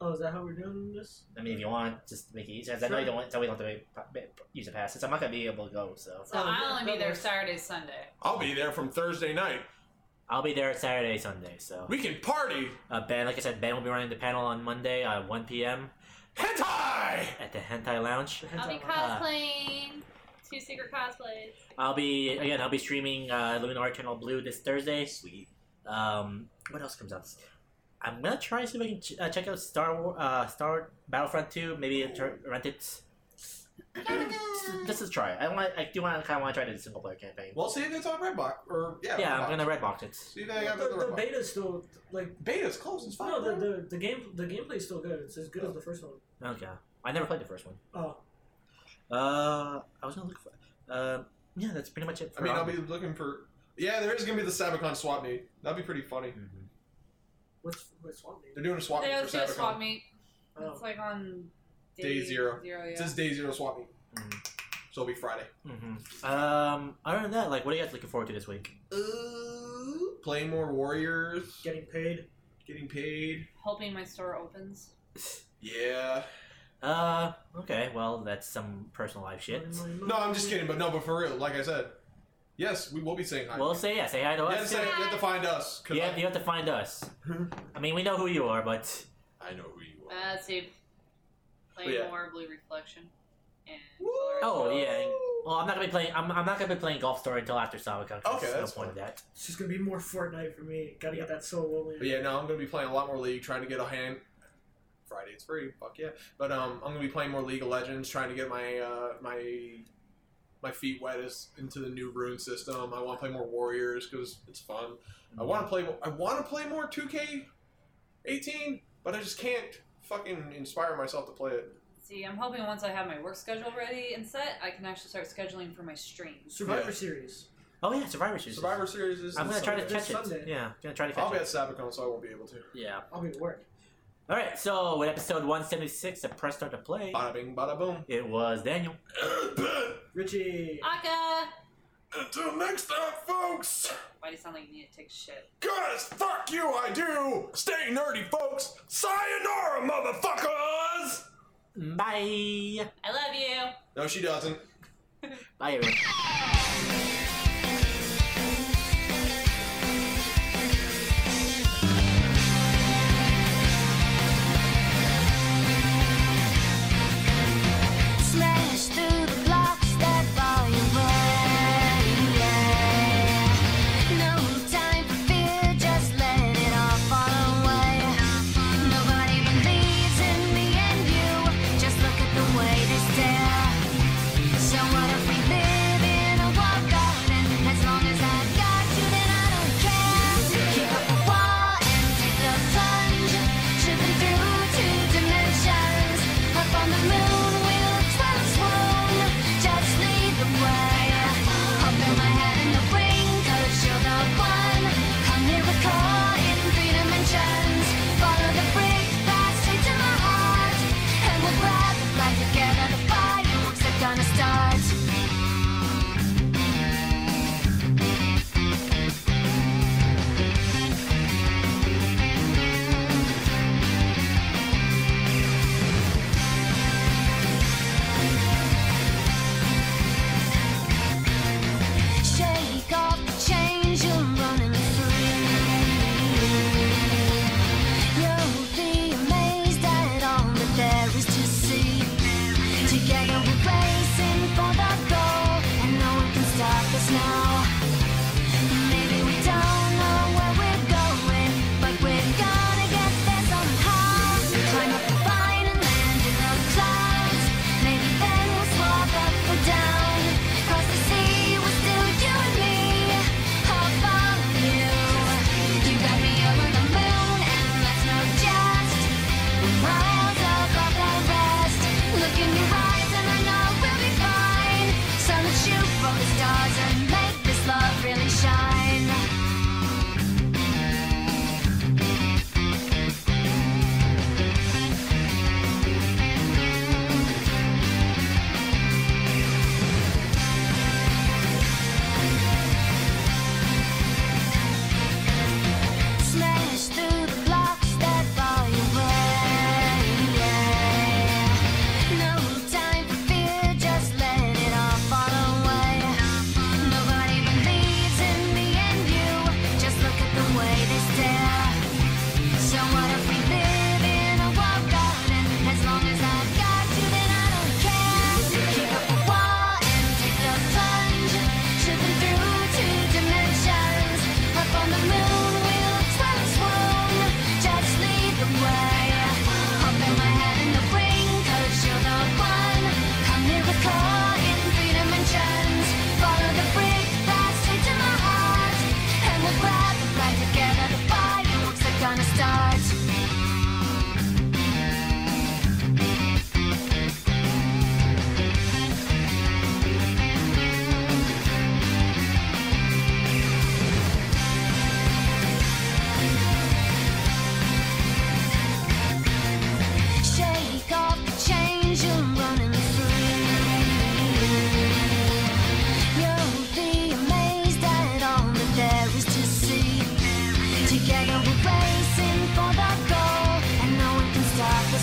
Speaker 6: Oh, is that how we're doing this?
Speaker 3: I mean, if you want, just to make it easier. 'cause I know
Speaker 6: Sure.
Speaker 3: you don't want. So we don't have to make- make- use a pass. Since I'm not gonna be able to go, so
Speaker 5: So
Speaker 6: Oh, yeah,
Speaker 5: I'll only be
Speaker 6: that
Speaker 5: there
Speaker 6: works.
Speaker 5: Saturday, Sunday.
Speaker 10: I'll be there from Thursday night.
Speaker 3: I'll be there Saturday, Sunday. So
Speaker 10: We can party.
Speaker 3: uh, Ben, like I said, Ben will be running the panel on Monday uh, at 1 p.m.
Speaker 10: Hentai.
Speaker 3: at the Hentai Lounge.
Speaker 5: I'll be
Speaker 3: Ah.
Speaker 5: cosplaying. Two secret cosplays.
Speaker 3: I'll be again. I'll be streaming uh, Lunar Eternal Blue this Thursday. Sweet. Um, what else comes out? I'm gonna try and see if I can ch- uh, check out Star War, uh, Star Battlefront Two. Maybe tur- rent it. Just- Just to try. it. I want. I do want. Kind of want to try the single player campaign.
Speaker 4: Well, see if it's on Redbox or yeah.
Speaker 3: yeah,
Speaker 4: Redbox.
Speaker 3: I'm gonna redbox it.
Speaker 4: see if they got
Speaker 6: the,
Speaker 4: the,
Speaker 6: the,
Speaker 4: Redbox.
Speaker 6: beta's still like
Speaker 4: Beta's closed. It's fine. Oh.
Speaker 6: no, the,
Speaker 4: bro.
Speaker 6: the, the game the gameplay's still good. It's as good as the first one.
Speaker 3: Okay. I never played the first one.
Speaker 6: Oh,
Speaker 3: Uh, I was gonna look for. Um, yeah, that's pretty much it.
Speaker 4: I
Speaker 3: For
Speaker 4: mean, I'll be
Speaker 3: August.
Speaker 4: looking for. Yeah, there is gonna be the Sabacon swap meet. That'd be pretty funny.
Speaker 3: Mhm.
Speaker 6: what's what's one name?
Speaker 4: They're doing a swap
Speaker 5: They
Speaker 4: meet
Speaker 5: always
Speaker 4: for
Speaker 5: do a swap
Speaker 4: Sabacon.
Speaker 5: meet.
Speaker 6: Oh.
Speaker 5: It's like on
Speaker 4: Day zero.
Speaker 5: Zero,
Speaker 4: It
Speaker 5: yeah.
Speaker 4: says day zero swap meet,
Speaker 3: Mhm.
Speaker 4: so it'll be Friday.
Speaker 3: Mhm. Um, other than that, like, what are you guys looking forward to this week?
Speaker 4: Ooh, play more Warriors.
Speaker 6: Getting paid.
Speaker 4: Getting paid.
Speaker 5: Hoping my store opens.
Speaker 4: Yeah.
Speaker 3: Uh, okay. Well, that's some personal life shit.
Speaker 6: Money, money,
Speaker 4: No, I'm just
Speaker 6: money.
Speaker 4: kidding. But no, but for real, like I said, yes, we will be saying hi.
Speaker 3: Well, say yeah. Say hi to
Speaker 4: you,
Speaker 3: us.
Speaker 4: have to say, you have to find us. 'cause
Speaker 3: Yeah,
Speaker 4: I-
Speaker 3: you have to find
Speaker 4: (laughs)
Speaker 3: us. I mean, we know who you are, but
Speaker 4: I know who you are.
Speaker 5: Uh, let's see. Play
Speaker 4: But yeah.
Speaker 5: more Blue Reflection. And
Speaker 4: Woo!
Speaker 3: Oh, yeah. well, I'm not gonna be playing. I'm, I'm not gonna be playing Golf Story until after Sabacon. 'cause
Speaker 4: Okay,
Speaker 3: there's
Speaker 4: that's
Speaker 3: no point in that.
Speaker 6: It's just gonna be more Fortnite for me. Gotta get that solo win.
Speaker 4: But yeah, no, I'm gonna be playing a lot more League, trying to get a hand. Friday it's free, fuck yeah. But um, I'm gonna be playing more League of Legends, trying to get my uh, my my feet wet as into the new rune system. I want to play more Warriors because it's fun. I want to play. I want to play more 2K18, but I just can't fucking inspire myself to play it.
Speaker 5: See, I'm hoping once I have my work schedule ready and set, I can actually start scheduling for my streams.
Speaker 6: Survivor
Speaker 4: Yeah.
Speaker 6: Series.
Speaker 3: Oh yeah, Survivor Series.
Speaker 4: Survivor Series is.
Speaker 3: I'm
Speaker 4: this
Speaker 3: gonna try to
Speaker 4: Sunday.
Speaker 3: catch it.
Speaker 6: Sunday.
Speaker 3: Yeah, gonna try to catch
Speaker 4: I'll be at
Speaker 3: it.
Speaker 4: Sabacon, so I won't be able to.
Speaker 3: Yeah.
Speaker 6: I'll be at work.
Speaker 3: All right. So with episode 176 of Press Start to Play,
Speaker 4: Bada bing, bada boom.
Speaker 3: it was Daniel.
Speaker 6: Richie.
Speaker 5: Aka!
Speaker 10: Until next time, folks.
Speaker 5: Why do you sound like you need to take a shit?
Speaker 10: Cause fuck you, I do! Stay nerdy, folks! Sayonara, motherfuckers!
Speaker 4: Mm.
Speaker 3: Bye.
Speaker 5: I love you!
Speaker 4: No, she doesn't.
Speaker 3: Bye everyone.
Speaker 8: Smash through the blocks that fall your way. No time for fear, just let it all fall away. Nobody believes in me and you. Just look at the way they stare. So what if we live in a walk-off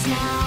Speaker 8: now.